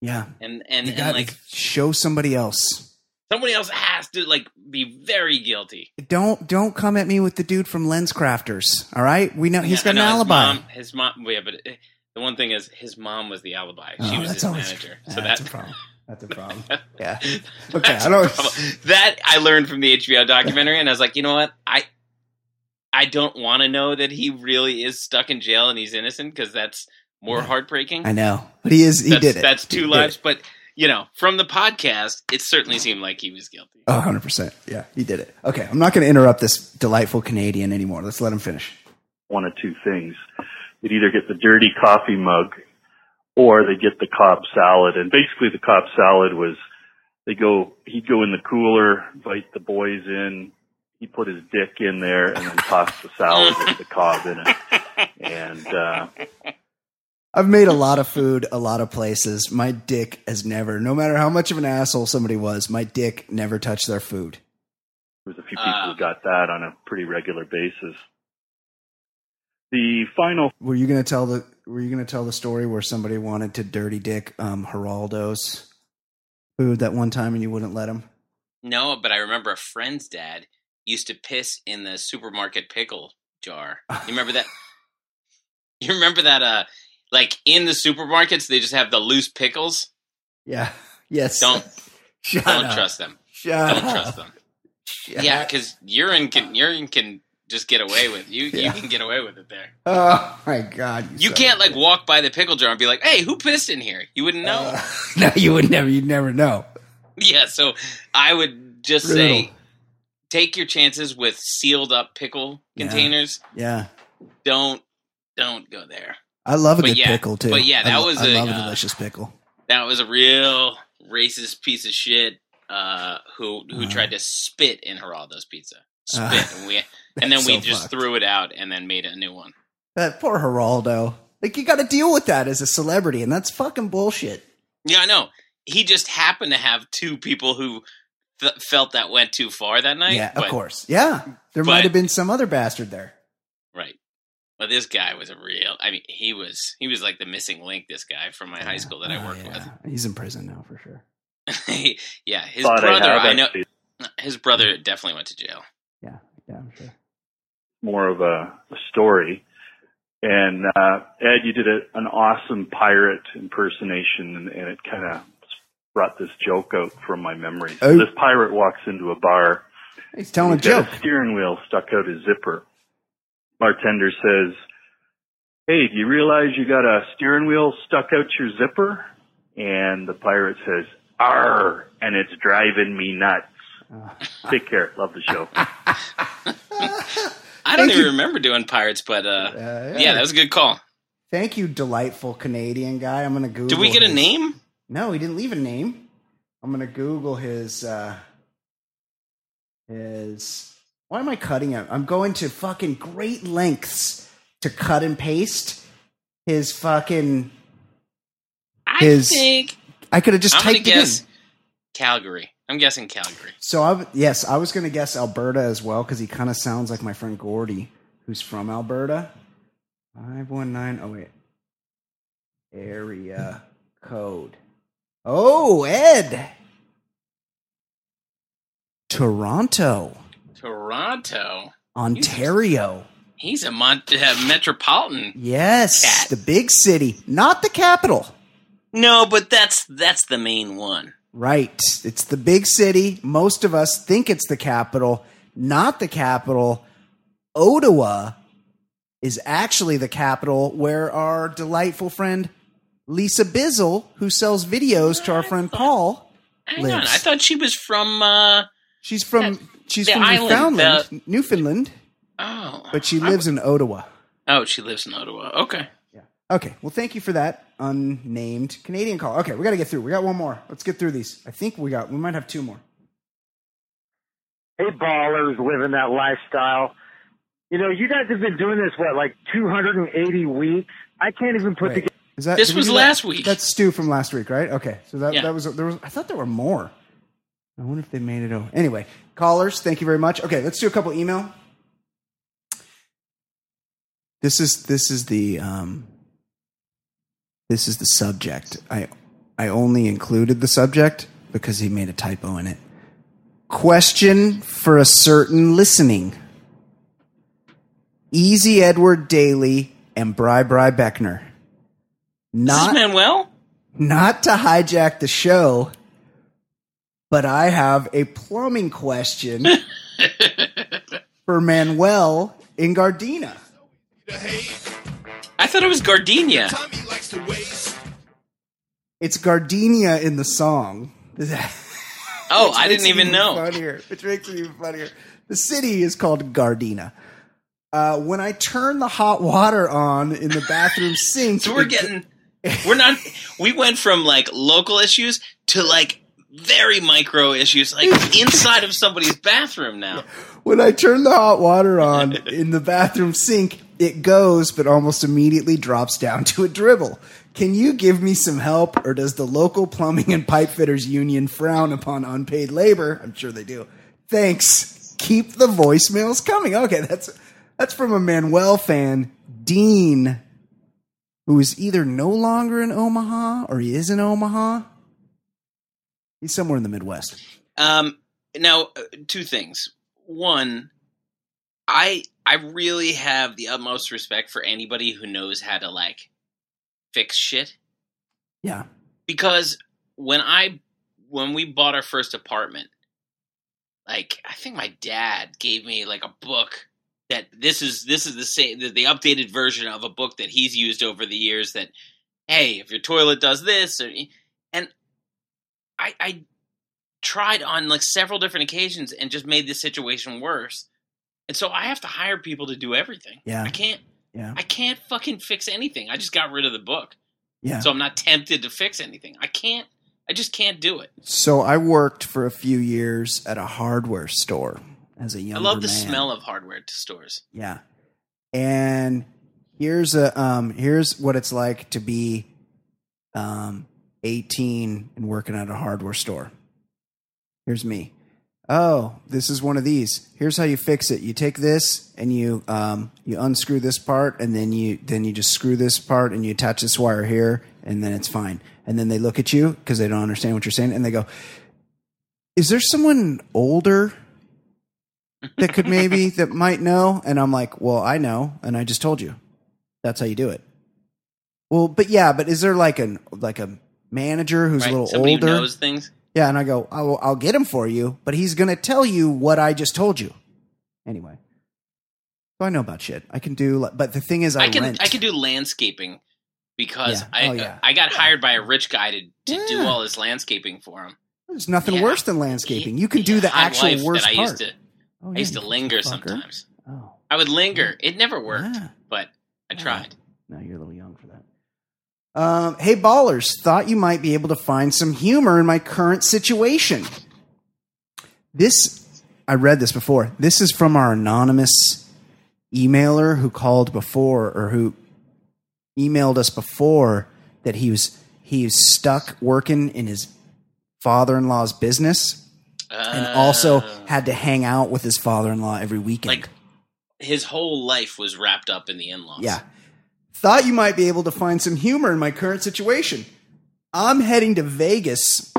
S2: yeah,
S3: and and,
S2: you
S3: and
S2: gotta
S3: like
S2: show somebody else.
S3: somebody else has to like be very guilty.
S2: Don't don't come at me with the dude from Lens Crafters. All right, we know he's
S3: Yeah,
S2: got an
S3: I know, his
S2: alibi.
S3: Mom, his mom, yeah, but eh, the one thing is, his mom was the alibi.
S2: Oh,
S3: she was his
S2: always-
S3: manager.
S2: Ah,
S3: So
S2: that's
S3: that
S2: a problem. That's a problem. yeah. Okay,
S3: that's
S2: I don't.
S3: a problem. that I learned from the HBO documentary, and I was like, you know what, I I don't want to know that he really is stuck in jail and he's innocent because that's more
S2: Yeah.
S3: heartbreaking.
S2: I know, but he is. He
S3: that's,
S2: did it.
S3: That's two
S2: He did
S3: lives,
S2: it.
S3: but you know, from the podcast, it certainly seemed like he was guilty.
S2: Oh, 100 percent. Yeah, he did it. Okay, I'm not going to interrupt this delightful Canadian anymore. Let's let him finish.
S7: one of two things. They'd either get the dirty coffee mug or they get the cob salad. And basically the cob salad was they go, he'd go in the cooler, invite the boys in. He put his dick in there and then toss the salad with the cob in it. And, uh,
S2: I've made a lot of food, a lot of places. My dick has never, no matter how much of an asshole somebody was, my dick never touched their food.
S7: There was a few people
S3: Ah.
S7: who got that on a pretty regular basis. The final
S2: Were you gonna tell the Were you gonna tell the story where somebody wanted to dirty dick um, Geraldo's food that one time and you wouldn't let him?
S3: No, but I remember a friend's dad used to piss in the supermarket pickle jar. You remember that? you remember that? Uh, like in the supermarkets, they just have the loose pickles.
S2: Yeah. Yes.
S3: Don't
S2: Shut
S3: don't
S2: up.
S3: trust them.
S2: Shut
S3: Don't
S2: up.
S3: trust them.
S2: Shut
S3: Yeah, because urine can urine can just get away with you. You
S2: Yeah.
S3: can get away with it there.
S2: Oh my god.
S3: You
S2: son
S3: can't
S2: of a
S3: like walk by the pickle jar and be like, "Hey, who pissed in here?" You wouldn't know.
S2: Uh, no, you would never. You'd never know.
S3: yeah, so I would just say
S2: Brutal.
S3: take your chances with sealed up pickle
S2: Yeah.
S3: containers.
S2: Yeah.
S3: Don't don't go there.
S2: I love a
S3: But
S2: good
S3: yeah,
S2: pickle too.
S3: but yeah, that
S2: I, lo-
S3: was
S2: I
S3: a,
S2: love a
S3: uh,
S2: delicious pickle.
S3: That was a real racist piece of shit uh, who who
S2: Uh.
S3: tried to spit in Geraldo's pizza. Spit,
S2: Uh,
S3: and we and then
S2: that's
S3: we
S2: so
S3: just
S2: fucked.
S3: threw it out and then made a new one.
S2: That Uh, poor Geraldo. Like you got to deal with that as a celebrity, and that's fucking bullshit.
S3: Yeah, I know. He just happened to have two people who th- felt that went too far that night.
S2: yeah,
S3: but-
S2: of course. Yeah, there
S3: but-
S2: might have been some other bastard there.
S3: Right. But this guy was a real. I mean, he was he was like the missing link. This guy from my high school that I
S2: Oh,
S3: worked
S2: yeah. He's in prison now for sure.
S3: with. yeah, his
S7: thought
S3: brother.
S7: I had
S3: I know
S7: actually
S3: his brother
S2: Mm-hmm.
S3: definitely went to jail.
S2: Yeah, yeah, I'm sure.
S7: more of a, a story. And uh, Ed, you did a, an awesome pirate impersonation, and, and it kind of brought this joke out from my memory. So
S2: Oh.
S7: this pirate walks into a bar.
S2: He's telling a
S7: He's got
S2: joke.
S7: a steering wheel stuck out his zipper. Bartender says, "Hey, do you realize you got a steering wheel stuck out your zipper?" And the pirate says, "Arr!" And it's driving me nuts.
S2: Uh.
S7: Take care. Love the show.
S3: I don't
S2: Thank
S3: even
S2: you.
S3: remember doing pirates, but uh,
S2: yeah.
S3: yeah. that was a good call.
S2: Thank you, delightful Canadian guy. I'm gonna Google.
S3: Did we get a
S2: his-
S3: name?
S2: No, he didn't leave a name. I'm gonna Google his. uh His. Why am I cutting him? I'm going to fucking great lengths to cut and paste his fucking.
S3: I
S2: His-
S3: think
S2: I could have just
S3: I'm gonna
S2: typed it in.
S3: guess Calgary. I'm guessing Calgary.
S2: So I yes, I was going to guess Alberta as well because he kind of sounds like my friend Gordy, who's from Alberta. Five one nine. Oh wait, area code. Oh Ed, Toronto,
S3: Toronto.
S2: Ontario.
S3: He's a mon- uh, metropolitan.
S2: Yes,
S3: Cat.
S2: the big city, not the capital.
S3: No, but that's that's the main one.
S2: Right. It's the big city. Most of us think it's the capital, not the capital. Ottawa is actually the capital where our delightful friend Lisa Bizzle, who sells videos to our friend Paul,
S3: Hang on,
S2: lives.
S3: I thought she was from. uh
S2: she's from she's
S3: the
S2: from
S3: island, uh,
S2: Newfoundland, Newfoundland,
S3: Oh,
S2: but she lives in Ottawa.
S3: oh, she lives in Ottawa. Okay,
S2: Okay. Well, thank you for that unnamed Canadian call. Okay, we got to get through. We got one more. Let's get through these. I think we got. We might have two more.
S8: Hey, ballers living that lifestyle. You know, you guys have been doing this, what, like 280 weeks? I can't even put
S2: Wait,
S8: together.
S2: is that,
S3: This
S2: did we
S3: was
S2: do that?
S3: last week.
S2: That's Stu from last week, right? Okay, so that
S3: Yeah.
S2: that was there was. I thought there were more. I wonder if they made it over. Anyway, callers, thank you very much. Okay, let's do a couple email. This is this is the um, this is the subject. I I only included the subject because he made a typo in it. Question for a certain listening. Easy Edward Daly and Bry Bry Beckner.
S3: this is
S2: Not
S3: Manuel.
S2: not to hijack the show, but I have a plumbing question for Manuel in Gardena.
S5: The hate,
S3: I thought it was Gardenia.
S5: Tommy likes to waste.
S2: It's Gardenia in the song.
S3: Oh,
S2: Which
S3: I
S2: makes
S3: didn't
S2: it
S3: even know.
S2: Funnier, which makes it even funnier. The city is called Gardena. Uh, when I turn the hot water on in the bathroom sink,
S3: So we're
S2: it-
S3: getting we're not we went from like local issues to like very micro issues like inside of somebody's bathroom now.
S2: when I turn the hot water on in the bathroom sink, it goes, but almost immediately drops down to a dribble. Can you give me some help, or does the local plumbing and pipe fitters union frown upon unpaid labor? I'm sure they do. Thanks. Keep the voicemails coming. Okay, that's that's from a Manuel fan, Dean, who is either no longer in Omaha or he is in Omaha. He's somewhere in the Midwest.
S3: Um now uh, two things. One I I really have the utmost respect for anybody who knows how to like fix shit
S2: Yeah.
S3: because when I when we bought our first apartment, like I think my dad gave me like a book that this is this is the same the, the updated version of a book that he's used over the years that hey if your toilet does this or, and I I tried on like several different occasions and just made the situation worse. And so I have to hire people to do everything.
S2: Yeah.
S3: I can't
S2: Yeah.
S3: I can't fucking fix anything. I just got rid of the book.
S2: Yeah.
S3: So I'm not tempted to fix anything. I can't. I just can't do it.
S2: So I worked for a few years at a hardware store as a young.
S3: I love the smell of hardware to stores.
S2: Yeah, and here's a um here's what it's like to be um 18 and working at a hardware store. Here's me. Oh, this is one of these. Here's how you fix it. You take this and you um you unscrew this part and then you then you just screw this part and you attach this wire here and then it's fine. And then they look at you because they don't understand what you're saying and they go, is there someone older that could maybe that might know and i'm like well i know and i just told you that's how you do it well but yeah but is there like an like a manager who's
S3: right?
S2: a little
S3: Somebody
S2: older
S3: who knows things.
S2: yeah and i go I'll, I'll get him for you but he's gonna tell you what i just told you anyway so i know about shit i can do like- but the thing is i,
S3: I can.
S2: rent.
S3: I can do landscaping because
S2: Yeah.
S3: I
S2: Oh, yeah.
S3: I got hired by a rich guy to, to do
S2: Yeah.
S3: all his landscaping for him.
S2: there's nothing
S3: yeah.
S2: worse than landscaping
S3: He-
S2: you can do the
S3: hot
S2: actual
S3: wife
S2: worst
S3: that I
S2: part
S3: used to.
S2: Oh,
S3: I
S2: yeah,
S3: used to
S2: you
S3: linger
S2: fucker.
S3: sometimes.
S2: oh
S3: I would linger. It never worked,
S2: Yeah.
S3: but I
S2: Yeah.
S3: tried.
S2: No, you're a little young for that. Um, hey, ballers, thought you might be able to find some humor in my current situation. This, I read this before. This is from our anonymous emailer who called before or who emailed us before that he was he was stuck working in his father-in-law's business and also
S3: Uh,
S2: had to hang out with his father-in-law every weekend.
S3: like his whole life was wrapped up in the in-laws.
S2: Yeah. Thought you might be able to find some humor in my current situation. I'm heading to Vegas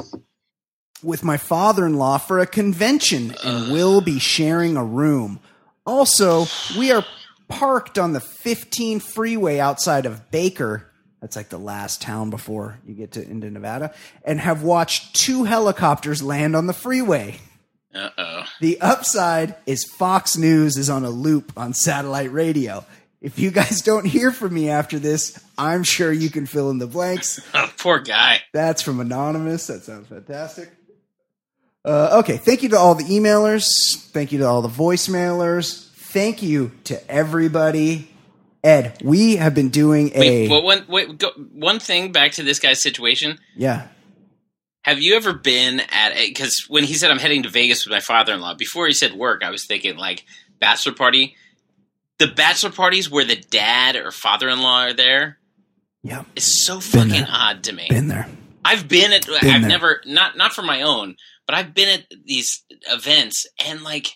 S2: with my father in law for a convention and we'll be sharing a room. Also, we are parked on the 15 freeway outside of Baker. That's like the last town before you get to into Nevada, and have watched two helicopters land on the freeway.
S3: Uh oh.
S2: The upside is Fox News is on a loop on satellite radio. If you guys don't hear from me after this, I'm sure you can fill in the blanks.
S3: Oh, Poor guy.
S2: That's from Anonymous. That sounds fantastic. Uh, okay. Thank you to all the emailers. Thank you to all the voicemailers. Thank you to everybody. Ed, we have been doing a.
S3: Wait, well, one wait, go, one thing back to this guy's situation.
S2: yeah.
S3: Have you ever been at a because when he said I'm heading to Vegas with my father in law, before he said work, I was thinking like bachelor party. The bachelor parties where the dad or father in law are there
S2: Yeah.
S3: is so
S2: Been
S3: fucking
S2: there.
S3: odd to me.
S2: Been there.
S3: I've been at
S2: Been
S3: I've
S2: there.
S3: never not not for my own, but I've been at these events and like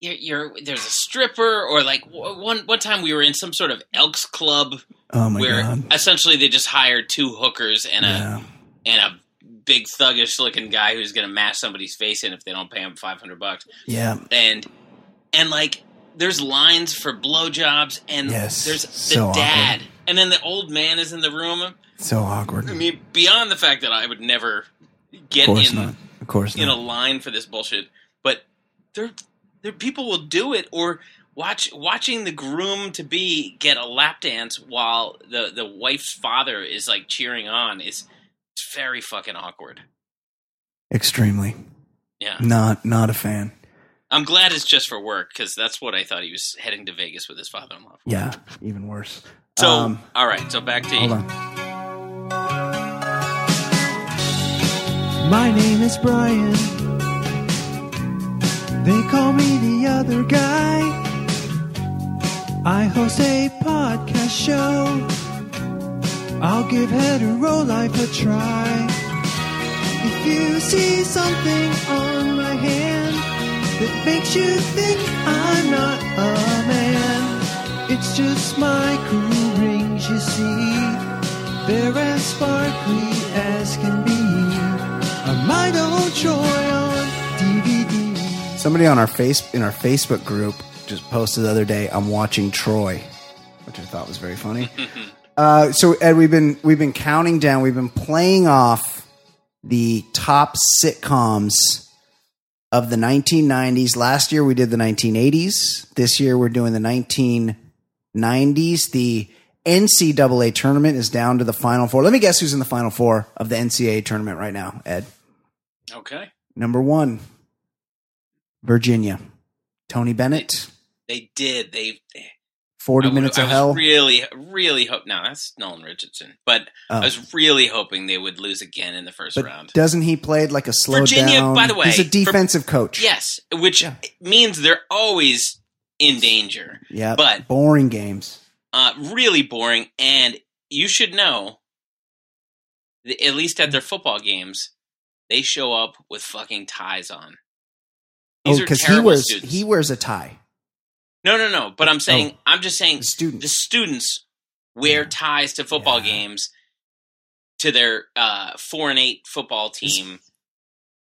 S3: you're, you're there's a stripper or like w- one one time we were in some sort of Elks Club
S2: Oh, my
S3: where
S2: God.
S3: essentially they just hired two hookers and a
S2: Yeah.
S3: and a big thuggish looking guy who's going to mash somebody's face in if they don't pay him 500 bucks
S2: Yeah.
S3: and and like there's lines for blowjobs and
S2: Yes,
S3: there's the
S2: so
S3: dad
S2: awkward.
S3: and then the old man is in the room
S2: So awkward.
S3: i mean beyond the fact that i would never
S2: of
S3: get
S2: course
S3: in
S2: not. Of course
S3: in a
S2: not.
S3: line for this bullshit but there there people will do it or watch watching the groom to be get a lap dance while the the wife's father is like cheering on is it's very fucking awkward
S2: Extremely.
S3: yeah
S2: Not not a fan.
S3: I'm glad it's just for work because that's what I thought he was heading to Vegas with his father-in-law. For.
S2: Yeah. Even worse.
S3: So,
S2: Um,
S3: all right, so back to
S2: hold
S3: you.
S2: on.
S9: My name is Brian. They call me the other guy. I host a podcast show. I'll give hetero life a try. If you see something on my hand that makes you think I'm not a man, it's just my cool rings you see. They're as sparkly as can be. A my old joy on DVD.
S2: Somebody on our face in our Facebook group just posted the other day, "I'm watching Troy," which I thought was very funny. uh, so Ed, we've been we've been counting down. We've been playing off the top sitcoms of the 1990s. Last year we did the 1980s. This year we're doing the 1990s. The NCAA tournament is down to the final four. Let me guess who's in the final four of the NCAA tournament right now, Ed.
S3: Okay,
S2: Number one, Virginia. Tony Bennett,
S3: they did. They I
S2: 40
S3: would-
S2: Minutes
S3: I
S2: of
S3: was
S2: Hell.
S3: Really, really hope. No, that's Nolan Richardson. But
S2: Oh.
S3: I was really hoping they would lose again in the first
S2: but
S3: round.
S2: doesn't he played like a slow
S3: Virginia,
S2: down?
S3: by the way,
S2: He's a
S3: for-
S2: defensive coach.
S3: yes, which
S2: Yeah.
S3: means they're always in danger.
S2: Yeah.
S3: But-
S2: boring games.
S3: Uh, really boring. And you should know, that at least at their football games, they show up with fucking ties on. These
S2: oh,
S3: are
S2: because he
S3: terrible
S2: wears
S3: students.
S2: he wears a tie.
S3: No, no, no. But I'm saying, I'm just saying,
S2: The students.
S3: the students wear ties to football
S2: Yeah.
S3: games to their uh, four and eight football team.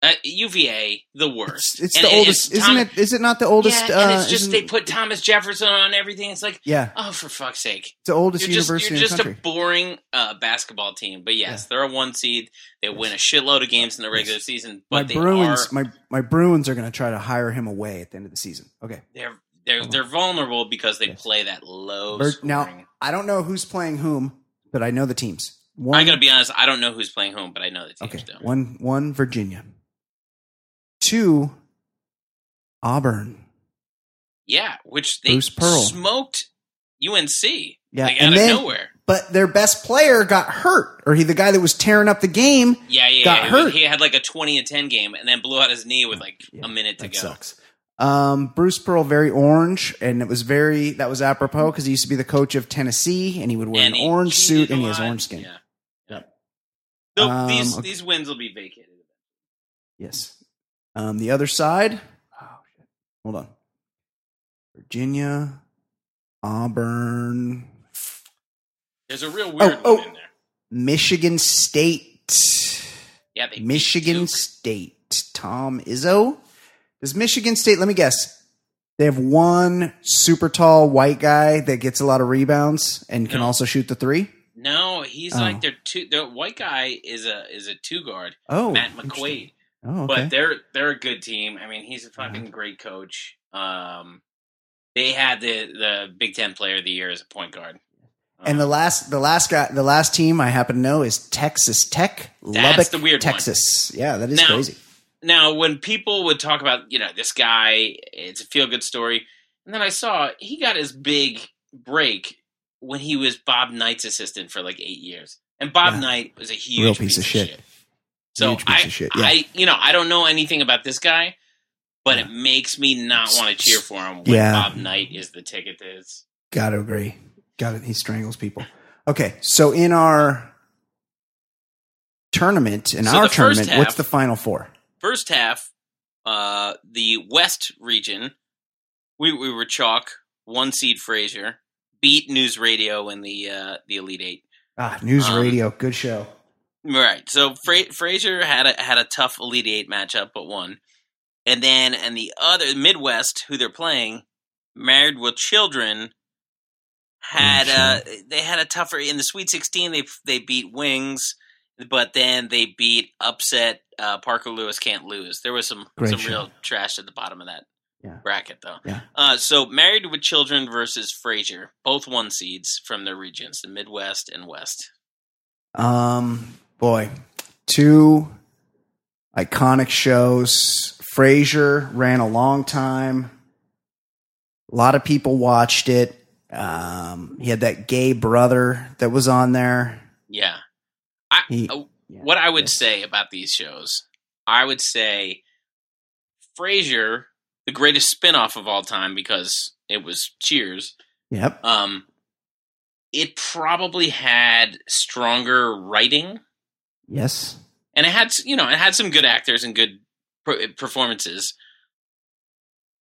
S3: Uh, UVA, the worst.
S2: It's, it's
S3: And
S2: the
S3: it-
S2: oldest,
S3: it's
S2: isn't
S3: Tom-
S2: it? Is it not the oldest?
S3: Yeah, and
S2: uh,
S3: it's just
S2: isn't-
S3: they put Thomas Jefferson on everything. It's like,
S2: yeah,
S3: oh, for fuck's sake!
S2: it's the oldest
S3: You're just
S2: university
S3: you're just
S2: in the country.
S3: a boring uh, basketball team. But yes,
S2: Yeah.
S3: they're a one seed. They win a shitload of games in the regular season, but
S2: my
S3: they
S2: Bruins,
S3: are
S2: my my Bruins are going to try to hire him away at the end of the season. Okay,
S3: they're they're they're vulnerable because they play that low.
S2: Vir- now
S3: scoring-
S2: I don't know who's playing whom, but I know the teams. One,
S3: I gotta be honest. I don't know who's playing home, but I know the teams
S2: Okay.
S3: do.
S2: One one Virginia. Two Auburn.
S3: Yeah, which they
S2: Bruce Pearl.
S3: smoked UNC.
S2: Yeah,
S3: like, out
S2: and
S3: of
S2: then-
S3: nowhere.
S2: But their best player got hurt, or he the guy that was tearing up the game.
S3: Yeah, yeah,
S2: got
S3: yeah.
S2: hurt. Oh,
S3: He had like a twenty to ten game, and then blew out his knee with like
S2: Yeah,
S3: a minute to
S2: That
S3: go.
S2: sucks. Um, Bruce Pearl, very orange, and it was very that was apropos because he used to be the coach of Tennessee, and he would wear
S3: And
S2: an
S3: he
S2: orange
S3: cheated
S2: suit and
S3: a
S2: he has
S3: lot.
S2: orange skin.
S3: Yeah,
S2: Yep.
S3: Though
S2: Um,
S3: these
S2: okay.
S3: these wins will be vacated.
S2: Yes. Um, the other side. Oh, shit. Hold on. Virginia, Auburn,
S3: There's a real weird
S2: oh.
S3: one in there.
S2: Michigan State.
S3: Yeah, they beat
S2: Michigan
S3: Duke.
S2: State. Tom Izzo. Does Michigan State, let me guess, they have one super tall white guy that gets a lot of rebounds and can
S3: No.
S2: also shoot the three?
S3: No, he's
S2: Oh.
S3: like their two. The white guy is a is a two guard.
S2: Oh,
S3: Matt
S2: interesting.
S3: McQuaid.
S2: Oh, okay.
S3: But they're they're a good team. I mean, he's a fucking great coach. Um, they had the the Big Ten Player of the Year as a point guard. uh,
S2: and the last, the last guy, the last team I happen to know is Texas Tech, Lubbock,
S3: the weird one.
S2: Texas. Yeah, that is
S3: Now-
S2: crazy.
S3: now when people would talk about you know this guy it's a feel good story and then i saw he got his big break when he was bob knight's assistant for like eight years and bob
S2: Yeah.
S3: knight was a huge
S2: Real piece of shit.
S3: so
S2: Huge
S3: I,
S2: piece of shit, yeah.
S3: I you know i don't know anything about this guy but it makes me not want to cheer for him when
S2: Yeah.
S3: bob knight is the ticket to his
S2: Got to agree. Got it. He strangles people. Okay, so in our tournament, in
S3: So
S2: our
S3: the first
S2: tournament,
S3: half-
S2: what's the final four?
S3: first half, uh, the West region, we we were chalk one seed Frazier beat News Radio in the uh, the Elite Eight.
S2: Ah, news
S3: Um,
S2: radio, good show.
S3: Right, so Fra- Frazier had a had a tough Elite Eight matchup, but won. And then and the other Midwest, who they're playing, Married with Children, had uh they had a tougher in the Sweet Sixteen. They they beat Wings. But then they beat upset uh, Parker Lewis can't lose. There was some
S2: Great
S3: some
S2: show.
S3: real trash at the bottom of that
S2: Yeah.
S3: bracket though.
S2: Yeah.
S3: Uh, so Married with Children versus Frasier, both one seeds from their regions, the Midwest and West.
S2: Um, boy, two iconic shows. Frasier ran a long time. A lot of people watched it. Um, he had that gay brother that was on there.
S3: Yeah. I
S2: He-
S3: uh,
S2: yeah,
S3: what I would
S2: yes.
S3: say about these shows, I would say Frasier, the greatest spinoff of all time because it was Cheers.
S2: Yep.
S3: Um, it probably had stronger writing,
S2: Yes.
S3: and it had s- you know it had some good actors and good per- performances.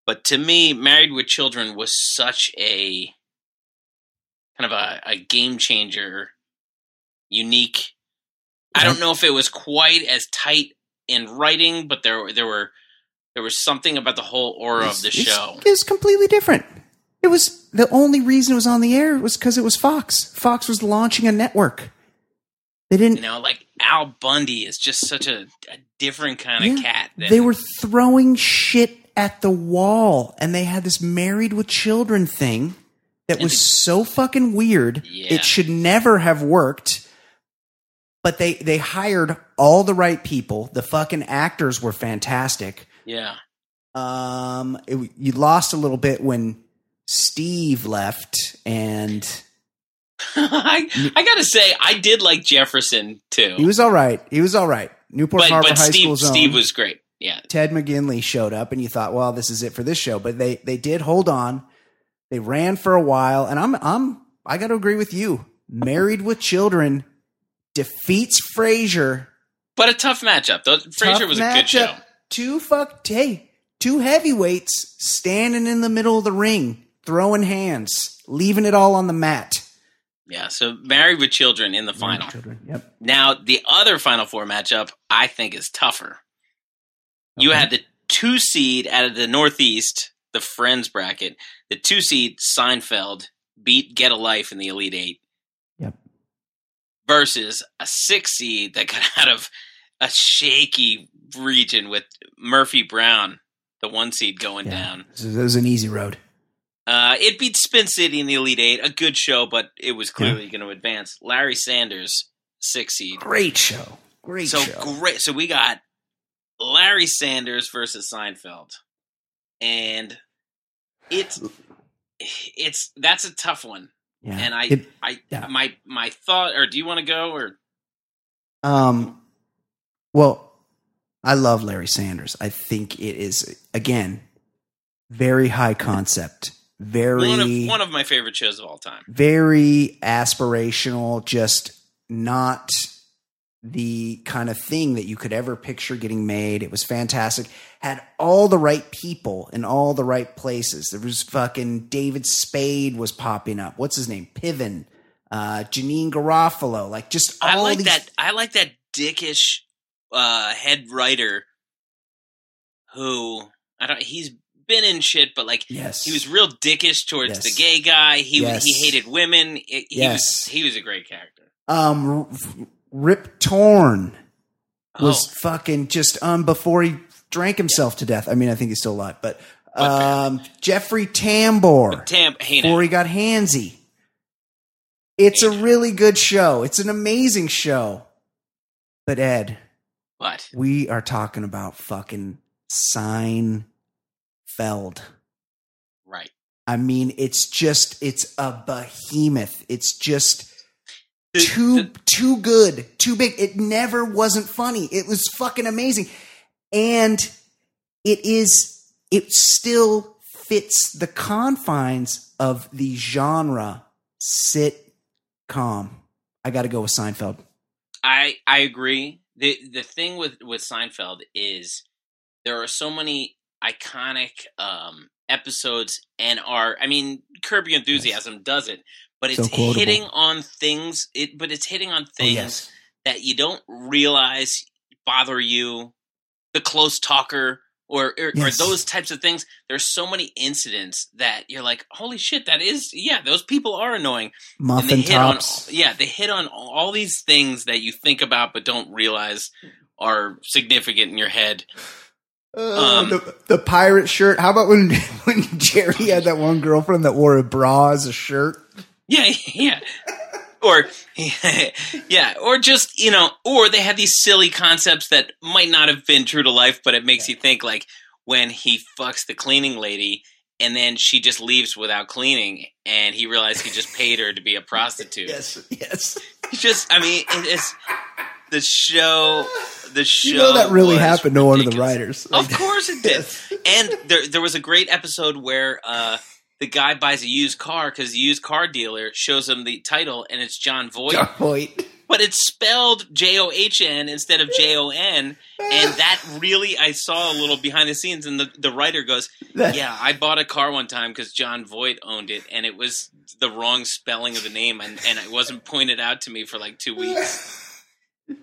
S3: But to me, Married with Children was such a kind of a, a game changer, unique. I don't know if it was quite as tight in writing, but there there were there was something about the whole aura of the
S2: It's- it's-
S3: show.
S2: It was completely different. It was the only reason it was on the air was because it was Fox. Fox was launching a network. They didn't.
S3: You know, like Al Bundy is just such a, a different kind of
S2: Yeah.
S3: cat. than-
S2: They were throwing shit at the wall, and they had this married with children thing that
S3: And
S2: was
S3: the-
S2: so fucking weird.
S3: Yeah.
S2: It should never have worked. But they they hired all the right people. The fucking actors were fantastic.
S3: yeah,
S2: Um, it, you lost a little bit when Steve left, and
S3: I, I gotta say I did like Jefferson too,
S2: he was all right. He was all right.
S3: Oh.
S2: Newport
S3: but
S2: Harbor
S3: but
S2: High
S3: Steve
S2: School zone.
S3: Steve was great. Yeah,
S2: Ted McGinley showed up and you thought, well, this is it for this show. But they they did hold on. They ran for a while, and I'm I'm I gotta agree with you. Married with children defeats Frasier.
S3: but a tough matchup. Though Frasier
S2: Tough
S3: was a good show.
S2: matchup. Two fuck hey, two heavyweights standing in the middle of the ring, throwing hands, leaving it all on the mat.
S3: Yeah, so Married with Children in the final.
S2: Children. Yep.
S3: Now the other Final Four matchup I think is tougher. You
S2: Okay.
S3: had the two seed out of the Northeast, the Friends bracket. The two seed Seinfeld beat Get a Life in the Elite Eight.
S2: Yep.
S3: Versus a six seed that got out of a shaky region with Murphy Brown, the one seed going
S2: Yeah.
S3: down.
S2: So that was an easy road.
S3: Uh, it beat Spin City in the Elite Eight, a good show, but it was clearly going to advance. Larry Sanders, six seed.
S2: Great show. Great
S3: so
S2: show.
S3: great. So we got Larry Sanders versus Seinfeld, and it's it's that's a tough one.
S2: yeah.
S3: And I
S2: It-
S3: I
S2: yeah.
S3: my my thought, or do you want to go or
S2: Um, well, I love Larry Sanders. I think it is again very high concept, very
S3: one of one of my favorite shows of all time?
S2: very aspirational, just not the kind of thing that you could ever picture getting made. It was fantastic. Had all the right people in all the right places. There was fucking David Spade was popping up. What's his name? Piven. Uh, Janine Garofalo, like just all
S3: I like
S2: these
S3: that. I like that dickish uh, head writer who I don't. He's been in shit, but like
S2: Yes.
S3: he was real dickish towards
S2: Yes.
S3: the gay guy. He
S2: Yes.
S3: he hated women. It- he
S2: Yes.
S3: was, he was a great character.
S2: Um, R- Rip Torn was
S3: Oh.
S2: fucking just um before he drank himself to death. I mean, I think he's still alive, but um Jeffrey Tambor
S3: Oh, Tam, hate
S2: before he got handsy. It's a really good show. It's an amazing show. But Ed,
S3: What?
S2: we are talking about fucking Seinfeld.
S3: Right.
S2: I mean, it's just it's a behemoth. It's just
S3: The-
S2: too
S3: the-
S2: too good, too big. It never wasn't funny. It was fucking amazing. And it is it still fits the confines of the genre sitcom. I got to go with Seinfeld. Oh,
S3: I I agree. the The thing with with Seinfeld is there are so many iconic um episodes and are I mean Curb Your Enthusiasm does it, but
S2: So
S3: it's
S2: quotable.
S3: hitting on things. It but it's hitting on
S2: Oh,
S3: things that you don't realize bother you. The close talker. Or, or,
S2: Yes.
S3: or those types of things. There's so many incidents that you're like, holy shit, that is, yeah, those people are annoying and they
S2: Muffin
S3: hit on
S2: Tops.
S3: yeah they hit on all these things that you think about but don't realize are significant in your head
S2: Uh,
S3: Um,
S2: the, the pirate shirt. How about when when Jerry had that one girlfriend that wore a bra as a shirt?
S3: yeah yeah or yeah or just you know or they had these silly concepts that might not have been true to life but it makes you think like when he fucks the cleaning lady and then she just leaves without cleaning and he realized he just paid her to be a prostitute
S2: Yes, yes.
S3: It's just i mean it- it's the show the show
S2: You know that really
S3: was
S2: happened to one of the
S3: ridiculous.
S2: writers.
S3: Of course it did. And there there was a great episode where uh, the guy buys a used car because the used car dealer shows him the title and it's John Voight,
S2: Voight.
S3: but it's spelled J O H N instead of J O N. And that really, I saw a little behind the scenes, and the, the writer goes,
S2: That-
S3: "Yeah, I bought a car one time because John Voight owned it, and it was the wrong spelling of the name, and, and it wasn't pointed out to me for like two weeks."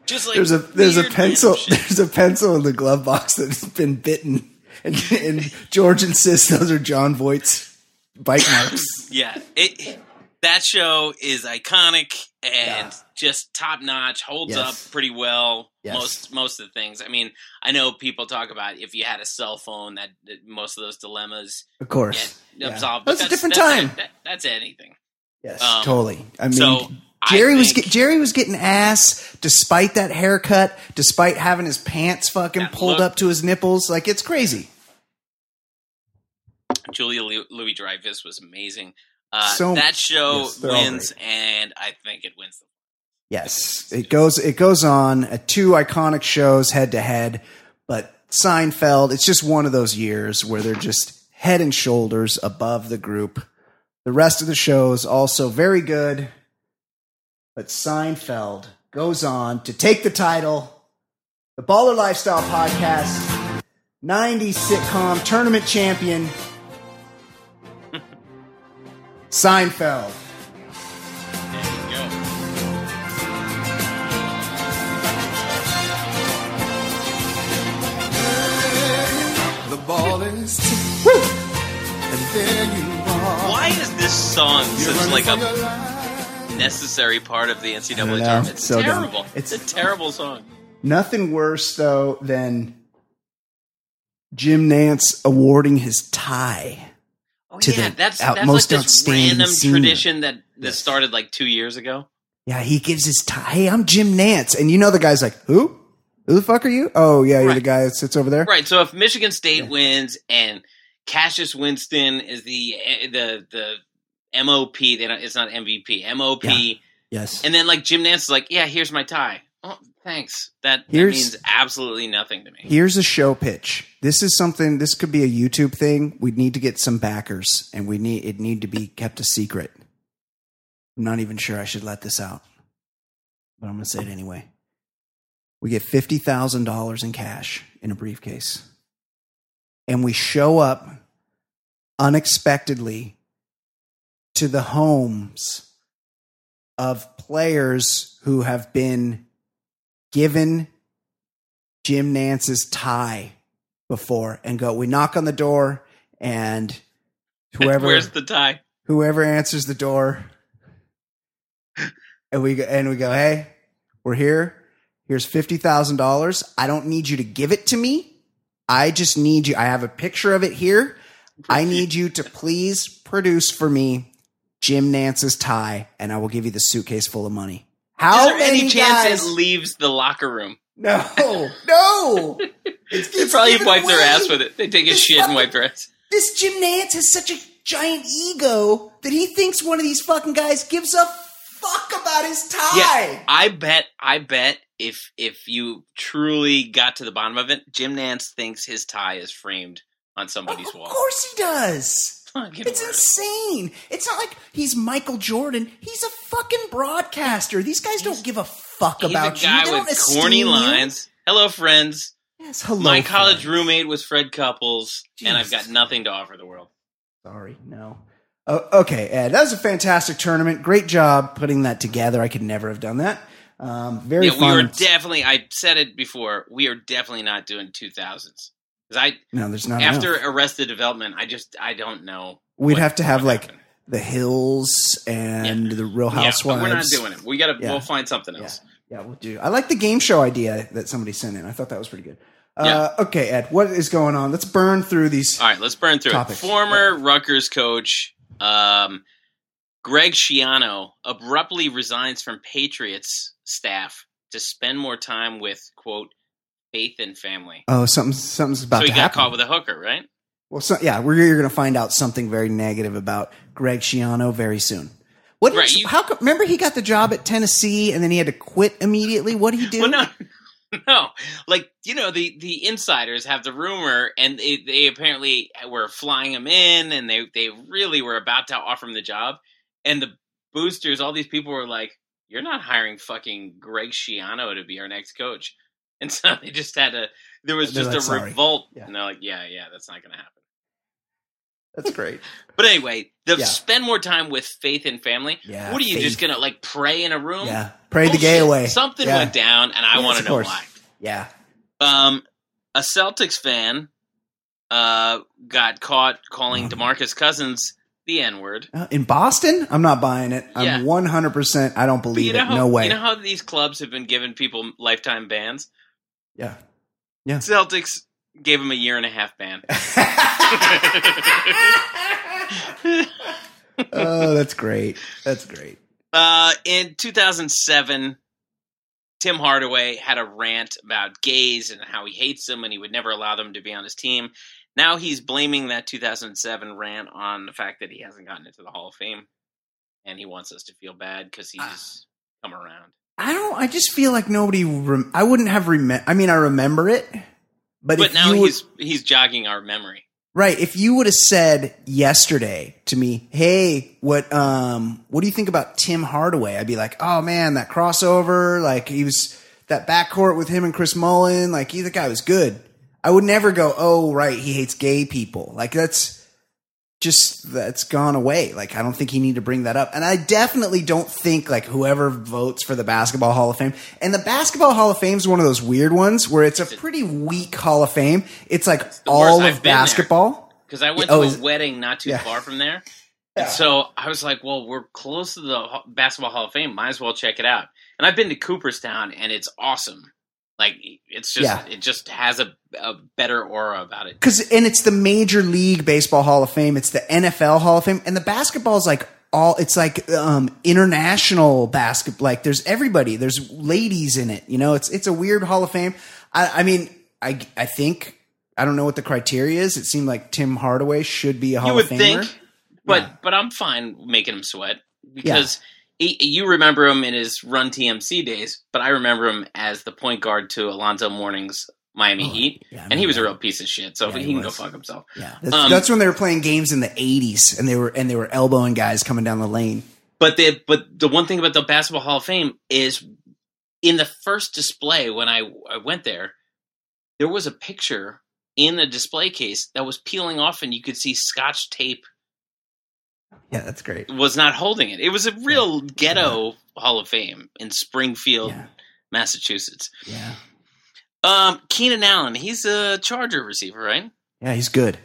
S3: Just like
S2: There's a there's a
S3: weird random
S2: pencil
S3: shit.
S2: there's a pencil in the glove box that's been bitten, and, and George insists those are John Voight's bite marks.
S3: yeah it that show is iconic and
S2: Yeah.
S3: just top notch holds
S2: Yes.
S3: up pretty well
S2: Yes.
S3: most most of the things i mean i know people talk about if you had a cell phone that, that most of those dilemmas
S2: Of
S3: get
S2: course, Yeah.
S3: absolved but
S2: That's, a different
S3: that's-
S2: time.
S3: that- that's anything
S2: yes,
S3: um,
S2: totally. I mean,
S3: so I
S2: Jerry was
S3: think-
S2: get, Jerry was getting ass despite that haircut, despite having his pants fucking
S3: That
S2: pulled
S3: look.
S2: up to his nipples. Like it's crazy.
S3: julia Lu- louis dreyfus was amazing uh,
S2: So-
S3: that show
S2: yes, they're all
S3: wins and i think it wins
S2: Yes, it goes it goes on uh, two iconic shows head to head, but Seinfeld. It's just one of those years where they're just head and shoulders above the group. The rest of the shows also very good, but Seinfeld goes on to take the title, the Baller Lifestyle Podcast, 90s sitcom tournament champion, Seinfeld.
S3: there you go
S5: The ball is and there you are.
S3: why is this song such like a necessary part of the NCAA
S2: know.
S3: tournament. It's
S2: So dumb.
S3: terrible. It's,
S2: It's-
S3: a terrible song.
S2: Nothing worse though than Jim Nance awarding his tie.
S3: Oh
S2: To
S3: yeah,
S2: the
S3: that's
S2: out-
S3: that's
S2: most
S3: like this
S2: outstanding
S3: random
S2: senior.
S3: tradition that that started like two years ago.
S2: Yeah, he gives his tie. Hey, I'm Jim Nance, and you know the guy's like, who? Who the fuck are you? Oh yeah, you're the
S3: Right.
S2: guy that sits over there.
S3: Right. So if Michigan State wins and Cassius Winston is the eh, the the MOP, they don't, it's not MVP, MOP,
S2: Yes.
S3: and then like Jim Nance is like, yeah, here's my tie. Oh, thanks. That, that
S2: Here's-
S3: means absolutely nothing to me.
S2: Here's a show pitch. This is something. This could be a YouTube thing. We'd need to get some backers, and we need it need to be kept a secret. I'm not even sure I should let this out, but I'm going to say it anyway. We get fifty thousand dollars in cash in a briefcase, and we show up unexpectedly to the homes of players who have been given Jim Nance's tie before and go, we knock on the door and whoever
S3: Where's the tie?
S2: whoever answers the door and we go, and we go hey we're here here's $50000 i don't need you to give it to me i just need you i have a picture of it here i need you to please produce for me jim nance's tie and i will give you the suitcase full of money
S3: Is
S2: how
S3: there
S2: many
S3: any chance
S2: guys
S3: it leaves the locker room?
S2: no no
S3: They probably wipe their ass with it. They take a
S2: It's
S3: shit and
S2: fucking-
S3: wipe their ass.
S2: This Jim Nance has such a giant ego that he thinks one of these fucking guys gives a fuck about his tie.
S3: Yeah, I bet. I bet if if you truly got to the bottom of it, Jim Nance thinks his tie is framed on somebody's
S2: of
S3: wall.
S2: course he does.
S3: Fucking
S2: It's
S3: word.
S2: insane. It's not like he's Michael Jordan. He's a fucking broadcaster. These guys don't give a fuck
S3: He's
S2: about
S3: a guy
S2: you. They don't
S3: with corny
S2: esteem you.
S3: lines. Hello, friends.
S2: Yes, hello.
S3: My college
S2: friends.
S3: roommate was Fred Couples, and I've
S2: Jesus.
S3: got nothing to offer the world.
S2: Sorry, no. Oh, okay, Ed, that was a fantastic tournament. Great job putting that together. I could never have done that. Um, very
S3: yeah,
S2: fun.
S3: we are definitely. I said it before. We are definitely not doing two thousands because I
S2: no, there's not enough.
S3: after Arrested Development, I just I don't know.
S2: We'd
S3: what-
S2: have to have
S3: what
S2: like
S3: happened.
S2: the Hills and the Real
S3: Yeah,
S2: Housewives.
S3: but we're not doing it. We gotta.
S2: Yeah.
S3: We'll find something
S2: Yeah,
S3: else.
S2: yeah, we'll do. I like the game show idea that somebody sent in. I thought that was pretty good. Uh, okay, Ed, what is going on? Let's burn through these.
S3: All right, let's burn through
S2: Topics.
S3: it. Former Rutgers coach um, Greg Schiano abruptly resigns from Patriots staff to spend more time with quote faith and family.
S2: Oh, something, something's about
S3: so he
S2: to
S3: got
S2: happen.
S3: caught with a hooker, right?
S2: well, so, yeah, we're you're going to find out something very negative about Greg Schiano very soon. What?
S3: Right,
S2: did-
S3: you-
S2: how? come- Remember, he got the job at Tennessee, and then he had to quit immediately. What did he do?
S3: Well, no, no. Like you know, the the insiders have the rumor, and they, they apparently were flying him in, and they they really were about to offer him the job, and the boosters, all these people were like, "You're not hiring fucking Greg Schiano to be our next coach," and so they just had to. There was
S2: They're
S3: just
S2: like,
S3: a
S2: "Sorry."
S3: revolt,
S2: Yeah.
S3: and they're like, "Yeah, yeah, that's not going to happen."
S2: That's great.
S3: But anyway, the
S2: Yeah.
S3: spend more time with faith and family.
S2: Yeah,
S3: what are you just
S2: faith.
S3: gonna like pray in a room?
S2: Yeah, pray the gay
S3: Bullshit.
S2: away.
S3: Something
S2: Yeah.
S3: went down, and I
S2: Yes,
S3: want to
S2: of
S3: know
S2: course.
S3: why.
S2: Yeah,
S3: Um, a Celtics fan uh, got caught calling
S2: Mm.
S3: DeMarcus Cousins the N word.
S2: Uh, In Boston? I'm not buying it. I'm
S3: Yeah.
S2: 100%. I don't believe it.
S3: how,
S2: no way.
S3: You know how these clubs have been giving people lifetime bans?
S2: yeah.
S3: Celtics gave him a year and a half ban.
S2: oh, that's great. That's great.
S3: uh, in 2007, Tim Hardaway had a rant about gays and how he hates them and he would never allow them to be on his team. Now he's blaming that 2007 rant on the fact that he hasn't gotten into the Hall of Fame, and he wants us to feel bad because
S2: Ah.
S3: he's come around.
S2: I don't, I just feel like nobody, rem- I wouldn't have, rem- I mean, I remember it, but,
S3: But
S2: if
S3: now
S2: you would-
S3: he's he's jogging our memory.
S2: Right. If you would have said yesterday to me, "Hey, what um what do you think about Tim Hardaway?" I'd be like, "Oh man, that crossover, like he was that backcourt with him and Chris Mullen, like he the guy was good." I would never go, "Oh, right, he hates gay people." Like that's just that's gone away. Like I don't think he need to bring that up. And I definitely don't think like whoever votes for the Basketball Hall of Fame. And the Basketball Hall of Fame is one of those weird ones where it's a pretty weak Hall of Fame. It's like
S3: the worst.
S2: all
S3: I've
S2: of
S3: been there.
S2: basketball.
S3: because I went
S2: Yeah, oh,
S3: to a
S2: is it-
S3: wedding not too
S2: Yeah.
S3: far from there,
S2: Yeah.
S3: and so I was like, "Well, we're close to the Ho- basketball Hall of Fame. Might as well check it out." And I've been to Cooperstown, and it's awesome. Like it's just
S2: Yeah.
S3: it just has a a better aura about it.
S2: Cause, and it's the Major League Baseball Hall of Fame. It's the NFL Hall of Fame. And the basketball is like all, it's like, um, international basketball. Like there's everybody, there's ladies in it. You know, it's, it's a weird Hall of Fame. I, I mean, I, I think, I don't know what the criteria is. It seemed like Tim Hardaway should be a Hall
S3: you would
S2: of Famer.
S3: think, but
S2: Yeah.
S3: but I'm fine making him sweat because he, you remember him in his Run TMC days, but I remember him as the point guard to Alonzo Mourning's Miami
S2: Oh,
S3: Heat,
S2: yeah, I
S3: and he was a
S2: remember
S3: real piece of shit. So
S2: Yeah,
S3: he,
S2: he
S3: can go
S2: was.
S3: fuck himself.
S2: Yeah. That's,
S3: Um,
S2: that's when they were playing games in the eighties and they were, and they were elbowing guys coming down the lane.
S3: But the but the one thing about the Basketball Hall of Fame is in the first display when I, I went there, there was a picture in a display case that was peeling off, and you could see Scotch tape
S2: Yeah. That's great.
S3: was not holding it. It was a real ghetto Hall of Fame in Springfield,
S2: Yeah.
S3: Massachusetts.
S2: Yeah.
S3: Um, Keenan Allen, he's a Charger receiver, right?
S2: Yeah, he's good.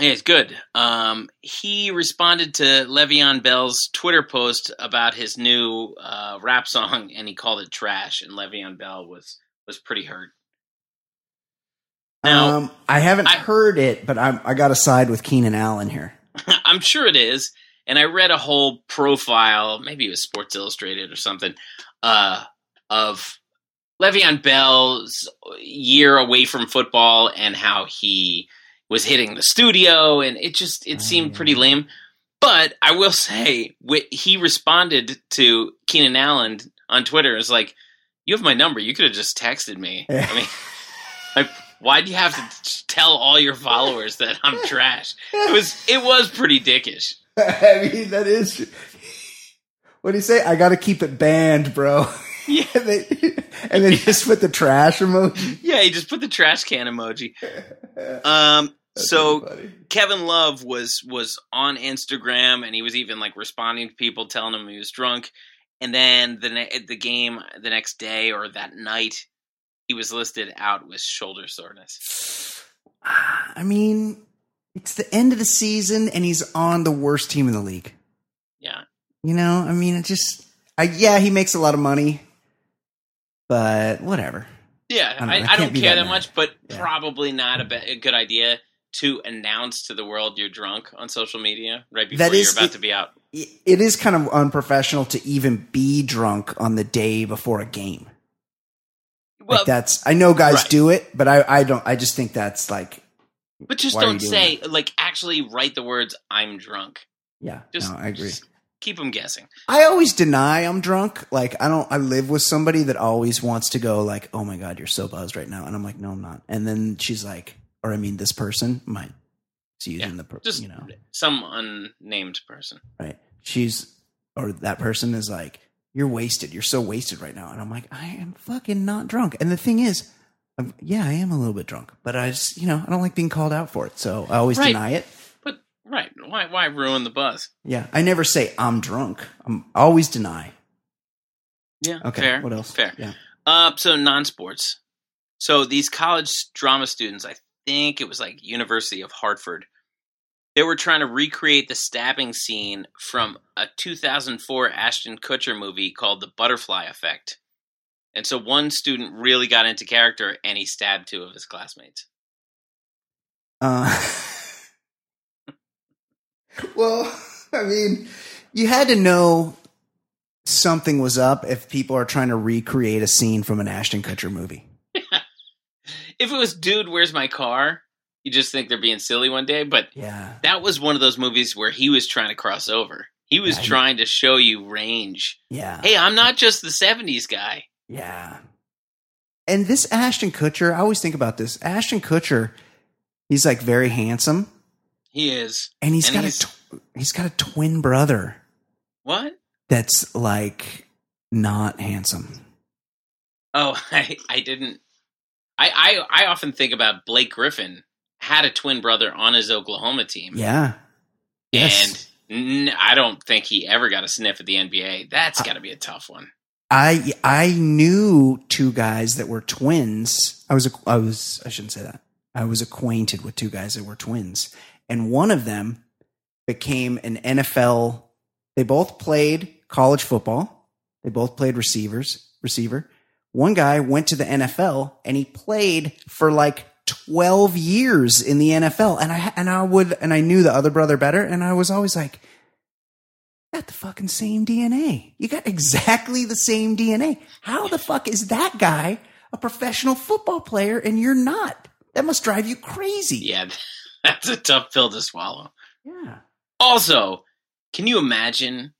S3: Yeah, he's good. Um, he responded to Le'Veon Bell's Twitter post about his new uh, rap song, and he called it trash. And Le'Veon Bell was was pretty hurt. Now,
S2: um, I haven't
S3: I-
S2: heard it, but I'm, I got to side with Keenan Allen here.
S3: I'm sure it is. And I read a whole profile, maybe it was Sports Illustrated or something, uh, of Le'Veon Bell's year away from football and how he was hitting the studio, and it just it seemed pretty lame. But I will say, wh- he responded to Keenan Allen on Twitter. It's like, you have my number. You could have just texted me. I mean, like, why do you have to t- tell all your followers that I'm trash? It was it was pretty dickish.
S2: I mean, that is. What do you say? I got to keep it banned, bro.
S3: Yeah.
S2: and, then, and then just put the trash emoji.
S3: Yeah, he just put the trash can emoji. Um, so Kevin Love was was on Instagram, and he was even like responding to people telling him he was drunk. And then the ne- the game the next day or that night, he was listed out with shoulder soreness.
S2: I mean, it's the end of the season, and he's on the worst team in the league.
S3: Yeah,
S2: You know, I mean, it just. I, yeah, he makes a lot of money, but whatever.
S3: yeah.
S2: I
S3: I,
S2: don't
S3: I,
S2: know,
S3: don't,
S2: I can't be
S3: care
S2: that
S3: that
S2: mad.
S3: much, but
S2: Yeah.
S3: probably not a, be- a good idea to announce to the world you're drunk on social media right before
S2: That is-
S3: you're about
S2: it-
S3: to be out.
S2: It it is kind of unprofessional to even be drunk on the day before a game.
S3: Well,
S2: like that's I know guys
S3: right.
S2: do it, but I I don't I just think that's like
S3: but just
S2: why are you
S3: don't
S2: doing
S3: say like actually write the words "I'm drunk."
S2: yeah.
S3: Just
S2: no, I agree.
S3: just keep them guessing.
S2: I always deny I'm drunk. Like I don't I live with somebody that always wants to go like, "Oh my god, you're so buzzed right now." And I'm like, "No, I'm not." And then she's like, or I mean this person might it's using
S3: Yeah,
S2: the per-
S3: Just
S2: you know,
S3: some unnamed person.
S2: right. She's or that person is like, "You're wasted. You're so wasted right now." And I'm like, "I am fucking not drunk." And the thing is, I'm, yeah, I am a little bit drunk, but I just, you know, I don't like being called out for it. So I always
S3: Right.
S2: deny it.
S3: But right, why why ruin the buzz?
S2: Yeah, I never say I'm drunk. I'm I always deny.
S3: Yeah.
S2: Okay,
S3: Fair.
S2: what else?
S3: Fair.
S2: Yeah.
S3: Uh, so non-sports. So these college drama students, I think it was like University of Hartford, they were trying to recreate the stabbing scene from a 2004 Ashton Kutcher movie called The Butterfly Effect. And so one student really got into character and he stabbed two of his classmates.
S2: Uh, well, I mean, you had to know something was up if people are trying to recreate a scene from an Ashton Kutcher movie.
S3: If it was Dude, Where's My Car? You just think they're being silly one day, but
S2: Yeah.
S3: that was one of those movies where he was trying to cross over. He was
S2: Yeah, he-
S3: trying to show you range.
S2: Yeah.
S3: Hey, I'm not just the 70s guy.
S2: Yeah. And this Ashton Kutcher, I always think about this. Ashton Kutcher, he's like very handsome
S3: He is.
S2: and he's
S3: And
S2: got
S3: he's-
S2: a tw- he's got a twin brother
S3: What?
S2: that's like not handsome.
S3: Oh, I, I didn't. I, I, I often think about Blake Griffin had a twin brother on his Oklahoma team.
S2: Yeah. Yes.
S3: And n- I don't think he ever got a sniff at the NBA. That's got to be a tough one.
S2: I I knew two guys that were twins. I was ac- I was I shouldn't say that. I was acquainted with two guys that were twins, and one of them became an NFL. They both played college football. They both played receivers receiver. One guy went to the NFL and he played for like twelve years in the NFL. And I and I would and I knew the other brother better, and I was always like, got the fucking same DNA. You got exactly the same DNA. How the fuck is that guy a professional football player and you're not? That must drive you crazy.
S3: Yeah, that's a tough pill to swallow.
S2: Yeah.
S3: Also, can you imagine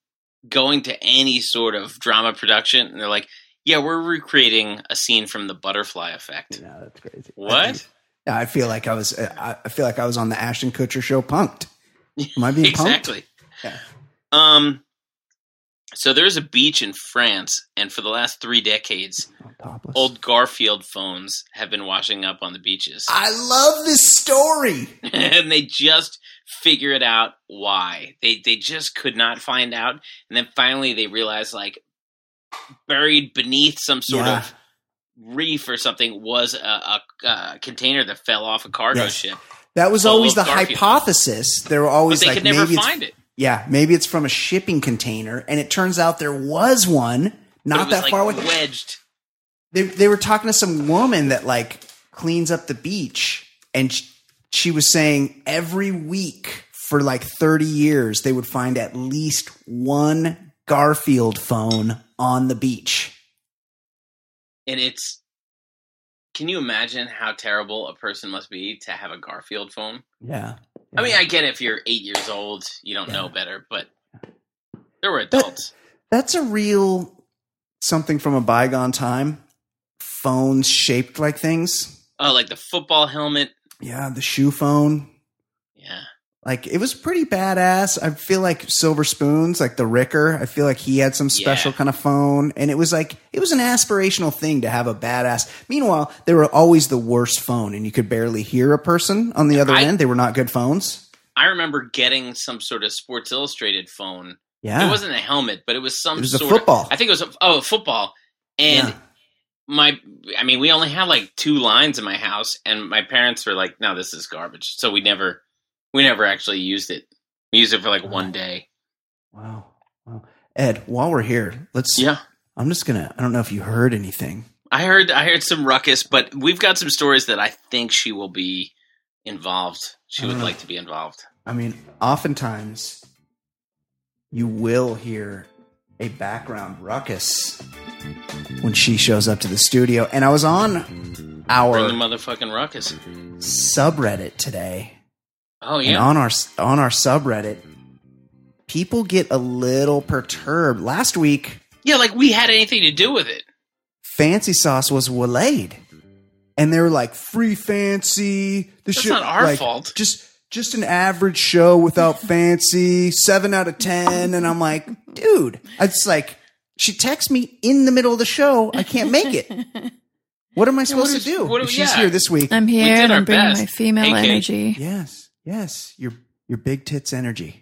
S3: going to any sort of drama production and they're like, yeah, we're recreating a scene from the butterfly effect?
S2: No, that's crazy. I,
S3: What?
S2: think- yeah, I feel like I was. uh, I I feel like I was on the Ashton Kutcher show, punked. Am I being punked?
S3: Exactly.
S2: Yeah.
S3: Um, so there's a beach in France, and for the last three decades,
S2: I'm Oh, topless.
S3: old Garfield phones have been washing up on the beaches.
S2: I love this story.
S3: and they just figure it out why. They they just could not find out. And then finally they realized like buried beneath some sort
S2: Yeah.
S3: of reef or something was a, a, a container that fell off a cargo
S2: Yes.
S3: ship.
S2: That was
S3: Oh,
S2: always the
S3: those Garfield.
S2: hypothesis. There were always
S3: But they
S2: like
S3: could never
S2: maybe it's-
S3: find it.
S2: Yeah, maybe it's from a shipping container, and it turns out there was one
S3: But
S2: not
S3: it was,
S2: that
S3: like,
S2: far away.
S3: Wedged.
S2: they they were talking to some woman that like cleans up the beach, and sh- she was saying every week for like thirty years they would find at least one Garfield phone on the beach.
S3: And it's. Can you imagine how terrible a person must be to have a Garfield phone?
S2: Yeah,
S3: I mean, I get if you're eight years old, you don't know better, but there were adults.
S2: that's a real something from a bygone time. Phones shaped like things.
S3: Oh, like the football helmet.
S2: Yeah, the shoe phone.
S3: Yeah.
S2: Like it was pretty badass. I feel like Silver Spoons, like the Ricker, I feel like he had some special
S3: Yeah.
S2: kind of phone. And it was like it was an aspirational thing to have a badass. Meanwhile, they were always the worst phone and you could barely hear a person on the other
S3: I-
S2: end. They were not good phones.
S3: I remember getting some sort of Sports Illustrated phone.
S2: Yeah.
S3: It wasn't a helmet, but it was some
S2: It was a
S3: sort
S2: football.
S3: Of, I think it was a, oh, football. And
S2: Yeah.
S3: my I mean, we only had like two lines in my house and my parents were like, "No, this is garbage." So we never we never actually used it. We used it for like one day.
S2: Wow. Wow. Ed, while we're here, let's
S3: Yeah.
S2: I'm just gonna I don't know if you heard anything.
S3: I heard I heard some ruckus, but we've got some stories that I think she will be involved. She would
S2: Uh.
S3: like to be involved.
S2: I mean, oftentimes you will hear a background ruckus when she shows up to the studio. And I was on
S3: Bring the
S2: our
S3: motherfucking ruckus.
S2: subreddit today,
S3: Oh
S2: and
S3: yeah.
S2: on our on our subreddit, people get a little perturbed. Last week,
S3: Yeah, like we had anything to do with it.
S2: fancy sauce was waylaid, and they were like, "Free fancy." This
S3: That's
S2: shit-
S3: not our
S2: like,
S3: fault.
S2: Just just an average show without fancy. Seven out of ten, and I'm like, dude, it's like she texts me in the middle of the show. I can't make it. What am I supposed
S3: is-
S2: to do?
S3: what do-
S2: If she's
S3: yeah.
S2: here this week.
S4: I'm
S3: We
S4: here
S3: did
S4: and
S3: our
S4: I'm bringing
S3: best.
S4: my female
S3: Hey, Kate.
S4: energy.
S2: yes, yes, your your big tits energy.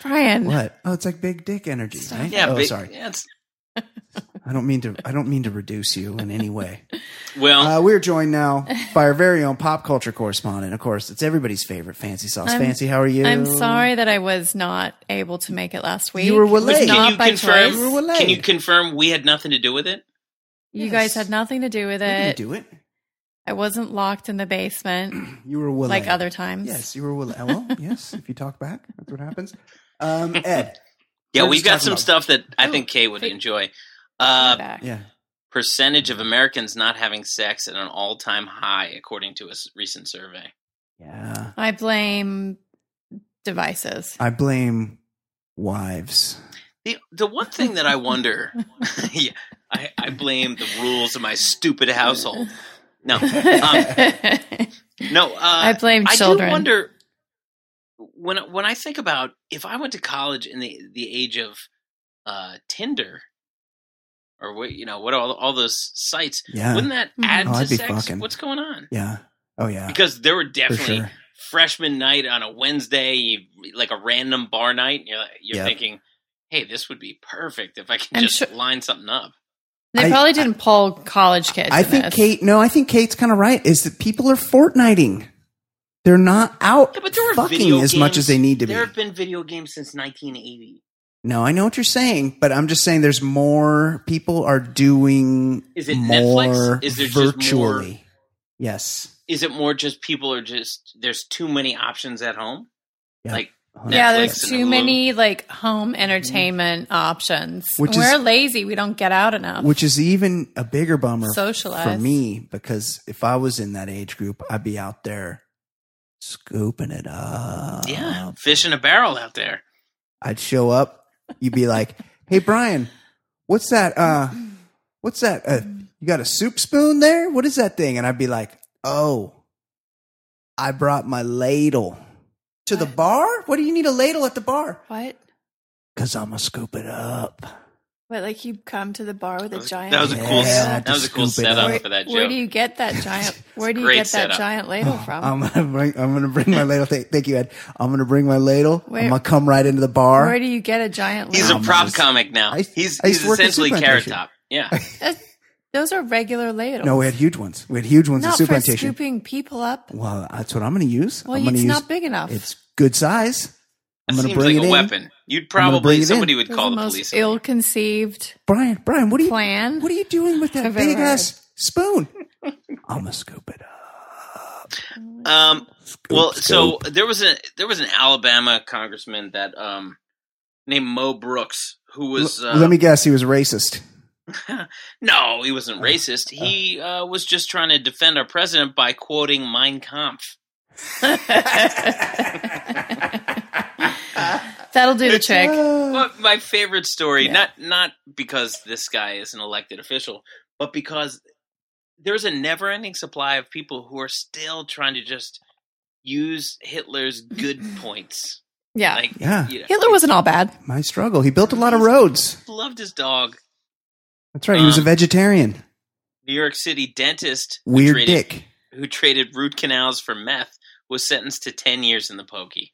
S4: Brian,
S2: What? Oh, it's like big dick energy, right?
S3: Yeah,
S2: oh,
S3: but-
S2: sorry.
S3: yeah, it's-
S2: I don't mean to. I don't mean to reduce you in any way.
S3: well,
S2: Uh, we're joined now by our very own pop culture correspondent. Of course, it's everybody's favorite, Fancy Sauce.
S4: I'm-
S2: Fancy, how are you?
S4: I'm sorry that I was not able to make it last week.
S2: You were
S4: It was
S2: late.
S4: Not
S3: Can you
S4: by
S3: confirm-
S4: choice.
S2: You were late.
S3: Can you confirm we had nothing to do with it?
S4: You
S2: Yes.
S4: guys had nothing to do with
S2: I didn't
S4: it.
S2: do it.
S4: I wasn't locked in the basement
S2: You were willing.
S4: like other times.
S2: Yes, you were willing. Oh, Well, yes, if you talk back, that's what happens. Um, Ed.
S3: Yeah,
S2: We're
S3: we've
S2: just
S3: got
S2: talking
S3: some
S2: about-
S3: stuff that I
S4: Oh,
S3: think Kay would
S4: great.
S3: enjoy. Uh,
S4: Back.
S2: Yeah.
S3: percentage of Americans not having sex at an all-time high, according to a s- recent survey.
S2: Yeah.
S4: I blame devices.
S2: I blame wives.
S3: The the one thing that I wonder, yeah, I, I blame the rules of my stupid household. No, um, no, uh,
S4: I blame
S3: I
S4: children.
S3: do wonder when when I think about if I went to college in the the age of uh, Tinder or what you know what all all those sites
S2: Yeah.
S3: wouldn't that
S4: Mhm.
S3: add
S2: Oh,
S3: to
S2: I'd be
S3: sex?
S2: fucking.
S3: What's going on?
S2: yeah. Oh, yeah.
S3: Because there were
S2: For
S3: definitely
S2: sure.
S3: freshman night on a Wednesday, you, like a random bar night. And you're like- you're
S2: Yep.
S3: thinking, hey, this would be perfect if I can
S4: I'm
S3: just
S4: sure-
S3: line something up.
S4: they
S2: I-
S4: probably didn't poll college kids.
S2: I
S4: in
S2: think
S4: this.
S2: Kate, no, I think Kate's kind of right. Is that people are fortniting. They're not out
S3: Yeah, but there were
S2: fucking
S3: video
S2: as much
S3: games-
S2: as they need to be.
S3: there have been video games since 1980.
S2: No, I know what you're saying, but I'm just saying there's more people are doing
S3: Is it
S2: more
S3: Netflix? Is there just more-
S2: virtually. Yes.
S3: Is it more just people are just there's too many options at home?
S2: Yeah.
S3: Like
S4: Yeah,
S3: Netflix
S4: there's
S3: and
S4: too
S3: Hulu.
S4: many like home entertainment options.
S2: Which
S4: We're
S2: is-
S4: lazy. We don't get out
S3: uh,
S4: enough.
S2: Which is even a bigger bummer
S4: Socialize.
S2: for me because if I was in that age group, I'd be out there scooping it up.
S3: yeah, fish in a barrel out there.
S2: I'd show up. You'd be like, "Hey, Brian, what's that? Uh, what's that? Uh, you got a soup spoon there? What is that thing?" And I'd be like, "Oh, I brought my ladle to the bar. What do you need a ladle at the bar?
S4: what?
S2: Cause I'm gonna scoop it up."
S4: What? Like you come to the bar with a giant.
S3: That was a
S2: Yeah,
S3: cool
S2: I had
S3: that
S2: to
S3: was a cool
S2: scoop it
S3: setup
S2: up.
S3: for that
S4: Where
S3: joke.
S4: do you get that giant? Where do you
S3: Great
S4: get that
S3: setup. Oh,
S4: giant ladle from?
S2: I'm gonna bring. I'm gonna bring my ladle. Thank, thank you, Ed. I'm gonna bring my ladle. I'm
S4: Where-
S2: gonna come right into the bar.
S4: Where do you get a giant
S3: he's
S4: ladle?
S3: a
S2: Um,
S3: prop
S2: I-
S3: comic now.
S2: I-
S3: he's
S2: I used
S3: he's
S2: to work in
S3: essentially carrot
S2: superannuation.
S3: top. Yeah.
S4: Those are regular ladles.
S2: No, we had huge ones. We had huge ones
S4: Not
S2: at Soup
S4: for
S2: Plantation.
S4: scooping people up.
S2: Well, that's what I'm going to use.
S4: Well,
S2: I'm gonna
S4: it's
S2: use,
S4: not big enough.
S2: It's good size. I'm
S3: That seems
S2: going to
S3: like
S2: bring it
S3: a
S2: in.
S3: weapon. You'd
S2: gonna bring it
S3: probably
S2: in.
S3: somebody would
S4: Those are
S3: call
S4: the
S3: the
S4: most
S3: police.
S4: ill-conceived.
S2: Brian, Brian, what are you
S4: Plan.
S2: What are you doing with that
S4: I've ever
S2: big ass spoon? I'm gonna scoop it up.
S3: Um, well, so
S2: scoop.
S3: there was a there was an Alabama congressman that um named Mo Brooks who was uh,
S2: Let me guess, he was racist.
S3: no, he
S2: Oh.
S3: wasn't racist. He uh, was just trying to defend our president by quoting Mein Kampf.
S4: That'll do the trick.
S2: Ah,
S3: But my favorite story, not not because this guy is an elected official, but because there's a never-ending supply of people who are still trying to just use Hitler's good points.
S4: Yeah.
S3: Like
S2: Yeah.
S3: you know,
S4: Hitler wasn't all bad.
S2: My struggle. He built a lot of roads.
S3: loved his dog.
S2: That's right. He was a
S3: Um,
S2: vegetarian.
S3: New York City dentist who
S2: Weird
S3: traded,
S2: dick.
S3: who traded root canals for meth was sentenced to 10 years in the pokey.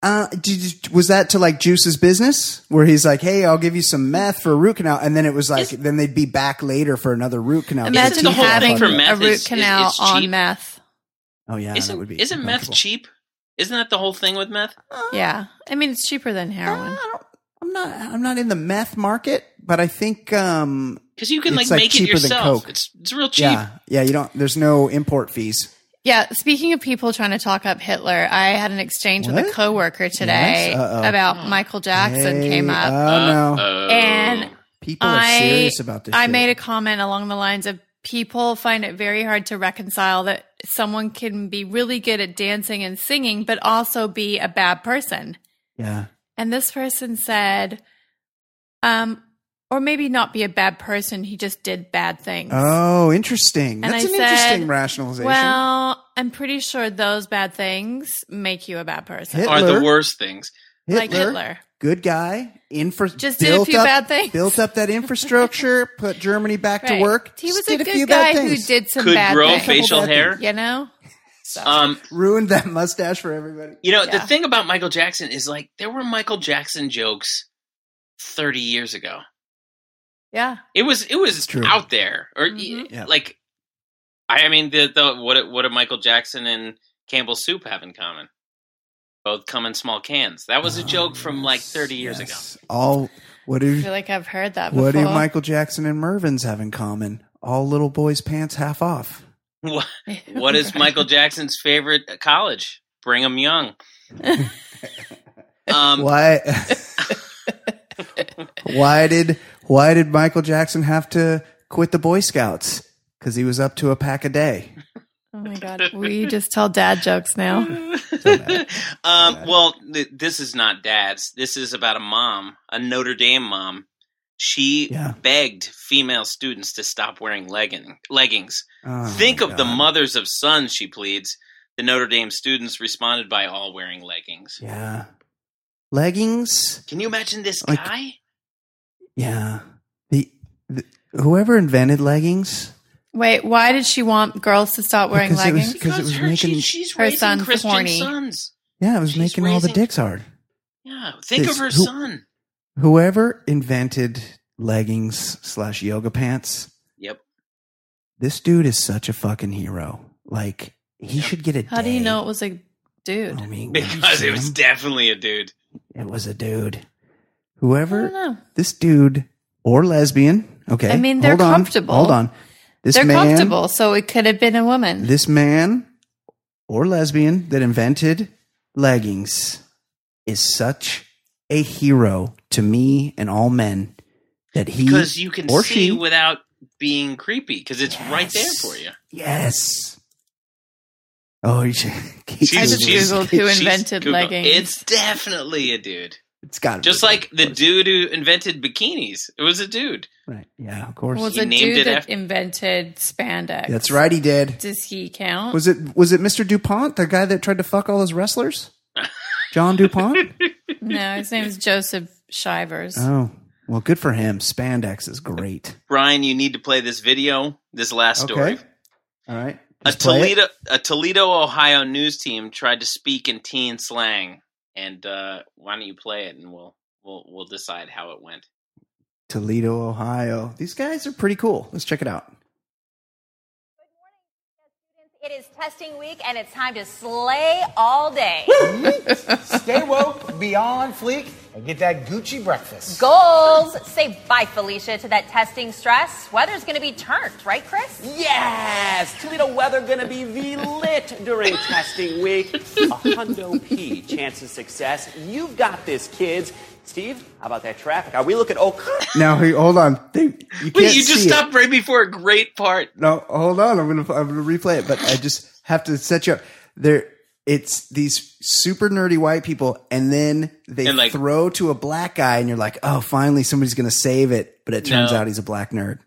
S2: Uh, did, you- was that to like Juice's business where he's like, "Hey, I'll give you some meth for a root canal," and then it was like,
S3: Is-
S2: then they'd be back later for another root canal.
S4: Imagine
S3: the whole
S4: having
S3: thing for
S4: a
S3: meth
S4: root
S3: is- is-
S4: canal
S3: is cheap.
S4: on meth.
S2: Oh yeah, that
S3: Isn't,
S2: would be.
S3: isn't meth
S2: uncomfortable.
S3: cheap? Isn't that the whole thing with meth?
S4: Yeah. I mean, it's cheaper than
S2: Uh,
S4: heroin.
S2: I don't, I'm not. I'm not in the meth market, but I think. um
S3: Because you can
S2: It's,
S3: like,
S2: like,
S3: make it
S2: cheaper than
S3: yourself.
S2: Coke.
S3: It's it's real cheap.
S2: Yeah, yeah. You don't. There's no import fees.
S4: Yeah, speaking of people trying to talk up Hitler, I had an exchange with
S2: What?
S4: a coworker today
S2: Yes? Uh-oh.
S4: about Michael Jackson
S2: Hey,
S4: came up.
S2: Oh no,
S3: Uh-oh.
S4: And
S2: people are
S4: I-
S2: serious about this.
S4: I
S2: shit.
S4: made a comment along the lines of people find it very hard to reconcile that someone can be really good at dancing and singing, but also be a bad person.
S2: Yeah,
S4: And this person said, um, or maybe not be a bad person, he just did bad things.
S2: Oh,
S4: And
S2: interesting. That's
S4: I
S2: an
S4: said,
S2: interesting rationalization.
S4: Well, I'm pretty sure those bad things make you a bad person.
S2: Hit-
S3: are the
S2: Hitler.
S3: worst things.
S2: Hitler,
S4: like Hitler.
S2: good guy. Infra-
S4: Just did a few
S2: up,
S4: bad things.
S2: Built up that infrastructure, put Germany back
S4: Right.
S2: to work.
S4: He was
S2: just
S4: a
S2: did
S4: good
S2: few
S4: guy
S2: bad
S4: who
S2: things.
S4: did some
S3: Could
S4: bad
S3: grow
S4: things.
S3: facial
S2: Couple bad
S3: hair.
S4: You know?
S3: Um,
S2: ruined that mustache for everybody.
S3: you know the
S4: Yeah.
S3: thing about Michael Jackson is like there were Michael Jackson jokes 30 years ago.
S4: Yeah.
S3: It was it was
S2: true.
S3: out there, or
S4: Mhm.
S2: Yeah.
S3: like, I I mean, the, the what do- what do Michael Jackson and Campbell Soup have in common? Both come in small cans. That was a joke from like thirty years ago.
S2: Yes. All what
S4: I
S2: do
S4: feel like I've heard that before.
S2: what do Michael Jackson and Mervin's have in common? All little boys' pants half off.
S4: Oh
S3: What, what is Michael Jackson's favorite uh, college? Brigham Young. um,
S2: why? why did why did Michael Jackson have to quit the Boy Scouts? Because he was up to a pack a day.
S4: Oh my god, we just tell dad jokes now.
S3: um, well, th- this is not dad's. This is about a mom, a Notre Dame mom. She
S2: Yeah.
S3: begged female students to stop wearing legging, leggings.
S2: Oh,
S3: Think
S2: my
S3: of the
S2: God.
S3: mothers of sons, she pleads. The Notre Dame students responded by all wearing leggings.
S2: Yeah. Leggings.
S3: Can you imagine this
S2: Like-
S3: guy?
S2: Yeah. The, the whoever invented leggings
S4: Wait, why did she want girls to stop wearing
S2: Because it was-
S4: leggings?
S2: because it was
S3: her,
S2: making-
S3: she, she's
S4: Her
S3: raising
S4: son's
S3: Christian
S4: horny.
S3: sons.
S2: Yeah, it was
S3: She's
S2: making all the
S3: raising-
S2: dicks hard.
S3: Yeah, think
S2: This-
S3: of her
S2: who-
S3: son.
S2: Whoever invented leggings slash yoga pants,
S3: Yep.
S2: this dude is such a fucking hero. Like he should get a
S4: How do you
S2: day.
S4: know it was a dude?
S2: I mean, would you
S3: Because
S2: see
S3: it was
S2: him?
S3: definitely a dude.
S2: it was a dude.
S4: I don't
S2: Whoever
S4: know.
S2: this dude or lesbian, okay.
S4: I mean, they're
S2: hold on,
S4: comfortable.
S2: Hold on. This
S4: They're
S2: man,
S4: comfortable, so it could have been a woman.
S2: this man or lesbian that invented leggings is such a hero to me and all men that he
S3: Because you can
S2: or
S3: see
S2: she,
S3: without being creepy, because it's right there
S2: Yes.
S3: for you.
S2: Yes. Oh, you should, Kate
S4: I just
S2: Google's-
S4: Googled who
S3: she's
S4: invented
S3: Googled.
S4: leggings.
S3: It's definitely a dude.
S2: It's got
S3: Just like the dude who invented bikinis. It was a dude.
S2: Right. Yeah, of course.
S4: was
S3: he
S4: a
S3: named
S4: dude
S3: it
S4: that
S3: after-
S4: invented spandex.
S2: That's right. He did.
S4: Does he count?
S2: Was it was it Mr. Dupont, the guy that tried to fuck all those wrestlers? John Dupont.
S4: no, his name is Joseph Shivers.
S2: Oh, well, good for him. Spandex is great.
S3: Brian, you need to play this video, this last story.
S2: Okay. All right.
S3: A
S2: Just play it.
S3: Toledo a Toledo, Ohio news team tried to speak in teen slang. And uh, why don't you play it and we'll we'll we'll decide how it went.
S2: Toledo, Ohio. These guys are pretty cool. Let's check it out.
S10: It is testing week, and it's time to slay all day.
S11: Stay woke, be on fleek, and get that Gucci breakfast.
S10: Goals! Say bye, Felicia, to that testing stress. Weather's going to be turned, right, Chris?
S12: Yes! Toledo weather gonna be V-lit during testing week. A hundo P chance of success. You've got this, kids. Steve, how about that traffic? Are we looking okay?
S2: Now, hey, hold on. They, you
S3: Wait,
S2: can't
S3: you just
S2: see it.
S3: stopped right before a great part.
S2: No, hold on. I'm gonna I'm gonna replay it, but I just have to set you up. There, it's these super nerdy white people, and then they
S3: And, like-
S2: throw to a black guy, and you're like, oh, finally somebody's gonna save it. But it turns
S3: No.
S2: out he's a black nerd.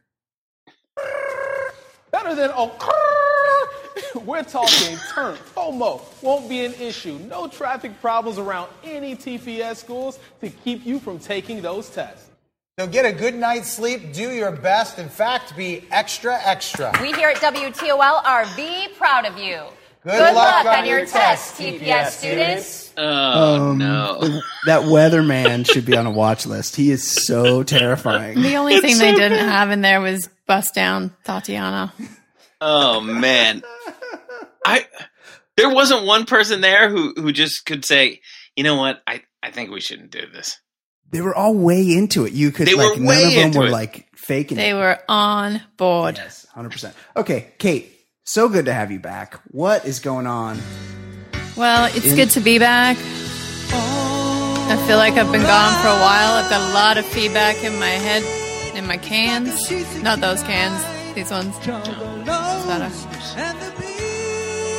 S13: Better than occur. We're talking turn. FOMO won't be an issue. No traffic problems around any TPS schools to keep you from taking those tests.
S11: So get a good night's sleep, do your best, in fact, be extra, extra.
S10: We here at WTOL are V proud of you.
S11: Good luck
S10: on your test, TPS students.
S3: Oh, no.
S2: That weatherman should be on a watch list. He is so terrifying.
S4: The only
S3: It's
S4: thing
S3: so
S4: they didn't
S3: good.
S4: have in there was bust down Tatiana.
S3: Oh man, I there wasn't one person there who who just could say, you know what, I I think we shouldn't do this.
S2: They were all way into it. You could
S3: They were
S2: like none
S3: way
S2: of them
S3: into
S2: were
S3: it.
S2: like faking
S4: They
S2: it.
S4: were on board.
S2: Yes, hundred percent. Okay, Kate. So good to have you back. What is going on?
S4: Well, it's
S2: In-
S4: good to be back. I feel like I've been gone for a while. I've got a lot of feedback in my head, in my cans. Not those cans, these ones. That's better.
S9: And the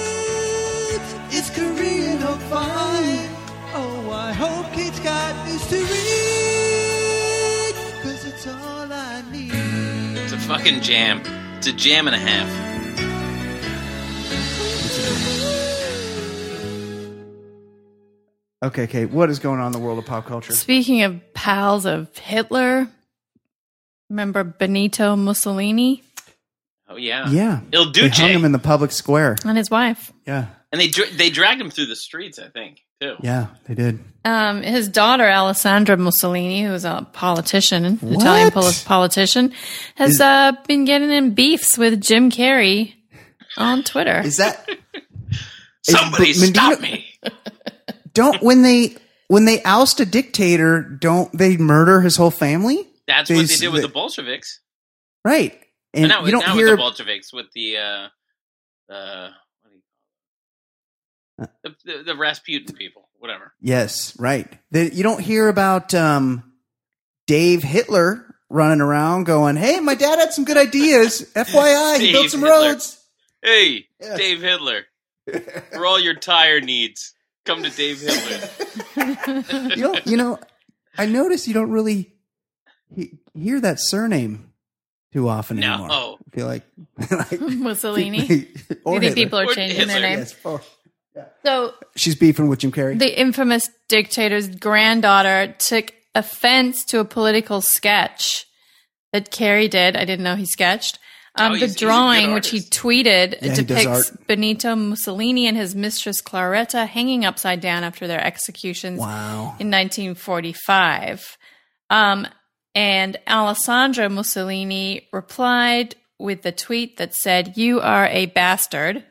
S9: beat is Korean oak fine. Oh, I hope Kate's got news to read. 'cause it's all I need.
S3: It's a fucking jam. It's a jam and a half.
S2: Okay, Kate. What is going on in the world of pop culture?
S4: Speaking of pals of Hitler, remember Benito Mussolini
S3: Oh yeah,
S2: Yeah,
S3: Il
S2: they
S3: Duce,
S2: hung him in the public square.
S4: and his wife?
S2: Yeah,
S3: and they dra- they dragged him through the streets. I think too.
S2: yeah, they did.
S4: Um, his daughter Alessandra Mussolini, who is a politician, an Italian pol- politician, has uh, been getting in beefs with Jim Carrey on Twitter.
S2: Is that Is-
S3: Somebody
S2: but Medina-
S3: stop me!
S2: don't when they when they oust a dictator? Don't they murder his whole family?
S3: That's what they
S2: These-
S3: did with
S2: the-
S3: the Bolsheviks.
S2: Right, and
S3: no,
S2: you don't
S3: not
S2: hear.
S3: with the Bolsheviks with the uh, uh, what do you call
S2: Uh
S3: it? the, the the Rasputin people, whatever.
S2: yes, right. They, you don't hear about um, Dave Hitler running around going, "Hey, my dad had some good ideas. FYI, he built
S3: Dave
S2: some
S3: Hitler.
S2: roads."
S3: Hey,
S2: Yeah.
S3: Dave Hitler, for all your tire needs, come to Dave Hitler.
S2: You don't, you know, I notice you don't really he, hear that surname too often
S3: No.
S2: anymore. I feel like, like
S4: Mussolini.
S2: or
S4: you think
S2: Hitler.
S4: people are
S3: Or
S4: changing their
S3: Hitler.
S4: name?
S2: Yes, or-
S4: So
S2: she's beefing with Jim Carrey.
S4: the infamous dictator's granddaughter took offense to a political sketch that Carey did. I didn't know he sketched. Um,
S3: Oh,
S4: the
S3: he's- he's a good
S4: drawing, which he
S3: artist.
S4: tweeted,
S2: Yeah, he does
S4: depicts
S2: art.
S4: Benito Mussolini and his mistress Claretta hanging upside down after their executions
S2: wow.
S4: in 1945. Um, and Alessandra Mussolini replied with the tweet that said, You are a bastard.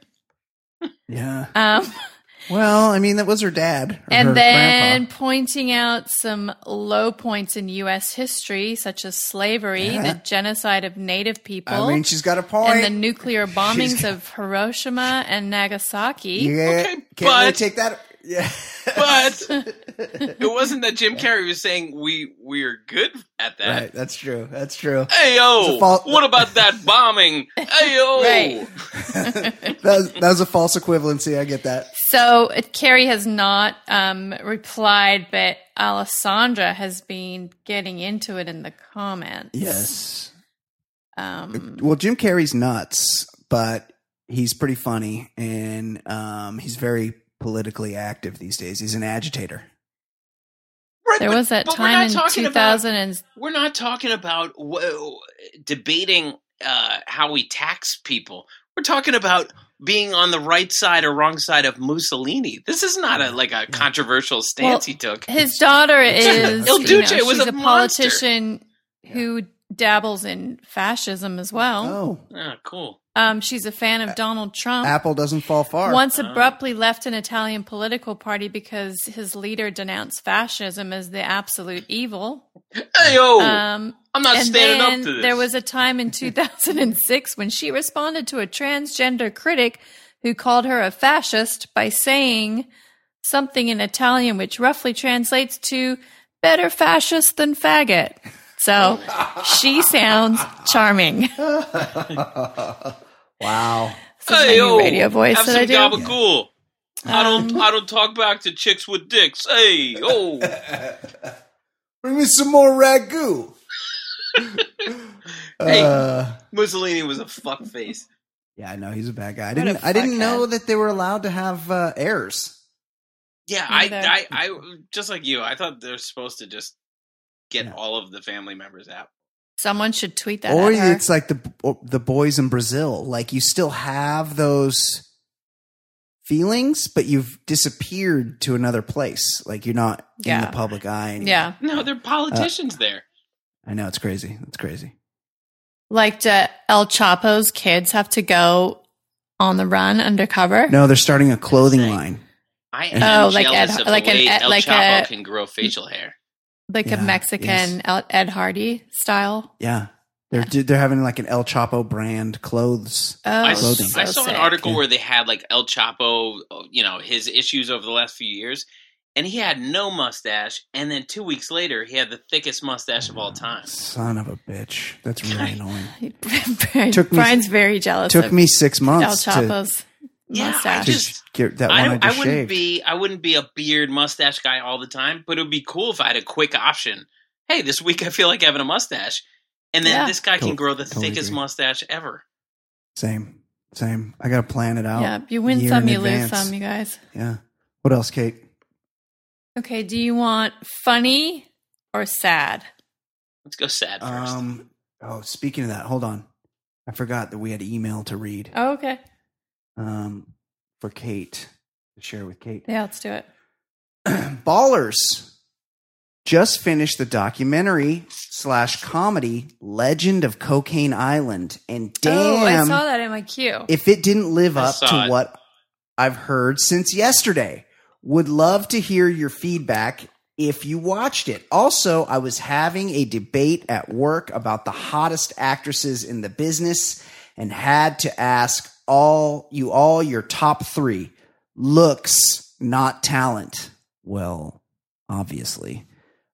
S2: Yeah.
S4: Um,
S2: Well, I mean, that was her dad. or her
S4: and then
S2: grandpa.
S4: pointing out some low points in U.S. history, such as slavery,
S2: Yeah.
S4: the genocide of Native people,
S2: I mean, she's got a point.
S4: and the nuclear bombings
S2: got-
S4: of Hiroshima and Nagasaki.
S2: yeah,
S3: Okay,
S2: can't really
S3: but-
S2: take that. Yeah.
S3: But it wasn't that Jim Carrey was saying we we're good at that.
S2: right. That's true. That's true.
S3: Hey
S2: It's a
S3: yo,
S2: fault-
S3: what about that bombing? Hey yo,
S4: Right.
S2: That was, that was a false equivalency. I get that.
S4: So uh, Carrie has not um, replied, but Alessandra has been getting into it in the comments.
S2: Yes.
S4: Um,
S2: Well, Jim Carrey's nuts, but he's pretty funny and um, he's very politically active these days. He's an agitator.
S3: Right,
S4: there
S3: but-
S4: was that
S3: but we're not
S4: time in
S3: talking
S4: 2000
S3: about-
S4: and
S3: we're not talking about whoa, debating uh, how we tax people. We're talking about being on the right side or wrong side of Mussolini. This is not
S2: Mm.
S3: a like a controversial stance
S4: Well,
S3: he took.
S4: his daughter is
S2: Il
S4: you know,
S3: Duce was
S4: she's
S3: a
S4: a politician who dabbles in fascism as well.
S2: Oh.
S3: Ah, cool.
S4: Um, she's a fan of Donald Trump.
S2: Apple doesn't fall far.
S4: Once
S3: Oh.
S4: abruptly left an Italian political party because his leader denounced fascism as the absolute evil.
S3: Hey, yo! I'm
S4: Um,
S3: not
S4: and
S3: standing up
S4: then
S3: to this.
S4: There was a time in 2006 when she responded to a transgender critic who called her a fascist by saying something in Italian, which roughly translates to better fascist than faggot. So she sounds charming.
S2: wow.
S4: This is my new radio voice
S3: have
S4: that
S3: some
S4: I do.
S3: gabagool. I don't.
S4: Um,
S3: I don't talk back to chicks with dicks. Hey, oh,
S2: Bring me some more ragu.
S3: hey,
S2: Uh,
S3: Mussolini was a fuck face.
S2: yeah, I know he's a bad guy. I
S3: What a
S2: didn't. I didn't
S3: fuckhead.
S2: know that they were allowed to have uh, heirs.
S3: Yeah,
S4: Me
S3: I,
S4: neither.
S3: I, I, just like you. I thought they're supposed to just get all of the family members out.
S4: Someone should tweet that.
S2: or
S4: at her.
S2: it's like the or the boys in Brazil. Like you still have those feelings, but you've disappeared to another place. Like you're not in
S4: Yeah.
S2: the public eye. anymore.
S4: yeah.
S3: No, they're politicians there.
S2: I know it's crazy. It's crazy.
S4: Like do El Chapo's kids have to go on the run undercover.
S2: No, they're starting a clothing line.
S3: I
S2: am
S4: oh, like Ed,
S3: Jealous of
S4: like
S3: the
S4: an
S3: way
S4: Ed,
S3: El
S4: like
S3: Chapo
S4: a
S3: can grow facial hair.
S4: like
S2: Yeah,
S4: a Mexican
S2: yes.
S4: El- Ed Hardy style.
S2: Yeah, they're they're having like an El Chapo brand clothes.
S4: Oh,
S3: I, s-
S2: clothing.
S3: I saw an article where they had like El Chapo, you know, his issues over the last few years, and he had no mustache. And then two weeks later, he had the thickest mustache of all time.
S2: Son of a bitch. That's really annoying.
S4: Brian,
S2: Took me-
S4: Brian's very jealous.
S2: took
S4: of
S2: me six months
S4: El
S2: to-
S4: Chapo's
S3: Yeah, I
S4: mustache.
S2: To get that one I,
S3: I, don't, I,
S2: just
S3: wouldn't
S2: shaved.
S3: be I wouldn't be a beard mustache guy all the time, but it would be cool if I had a quick option. Hey, this week I feel like having a mustache, and then
S4: Yeah.
S3: this guy
S2: To-
S3: can grow the
S2: totally
S3: thickest
S2: agree.
S3: mustache ever.
S2: Same, same. I gotta plan it out.
S4: yeah, you win
S2: year
S4: some,
S2: in
S4: you
S2: advance.
S4: lose some, you guys.
S2: Yeah. What else, Kate?
S4: Okay, do you want funny or sad?
S3: Let's go sad first.
S2: Um. Oh, speaking of that, hold on. I forgot that we had email to read.
S4: Oh, okay.
S2: Um, for Kate to share with Kate.
S4: Oh. Yeah, let's do it.
S2: Ballers just finished the documentary slash comedy Legend of Cocaine Island, and
S4: Oh, I
S2: damn,
S4: saw that in my queue.
S2: if it didn't live
S4: I
S2: up to
S4: saw it.
S2: what I've heard since yesterday. Would love to hear your feedback if you watched it. Also, I was having a debate at work about the hottest actresses in the business and had to ask all you all your top 3 looks, not talent. Well, obviously.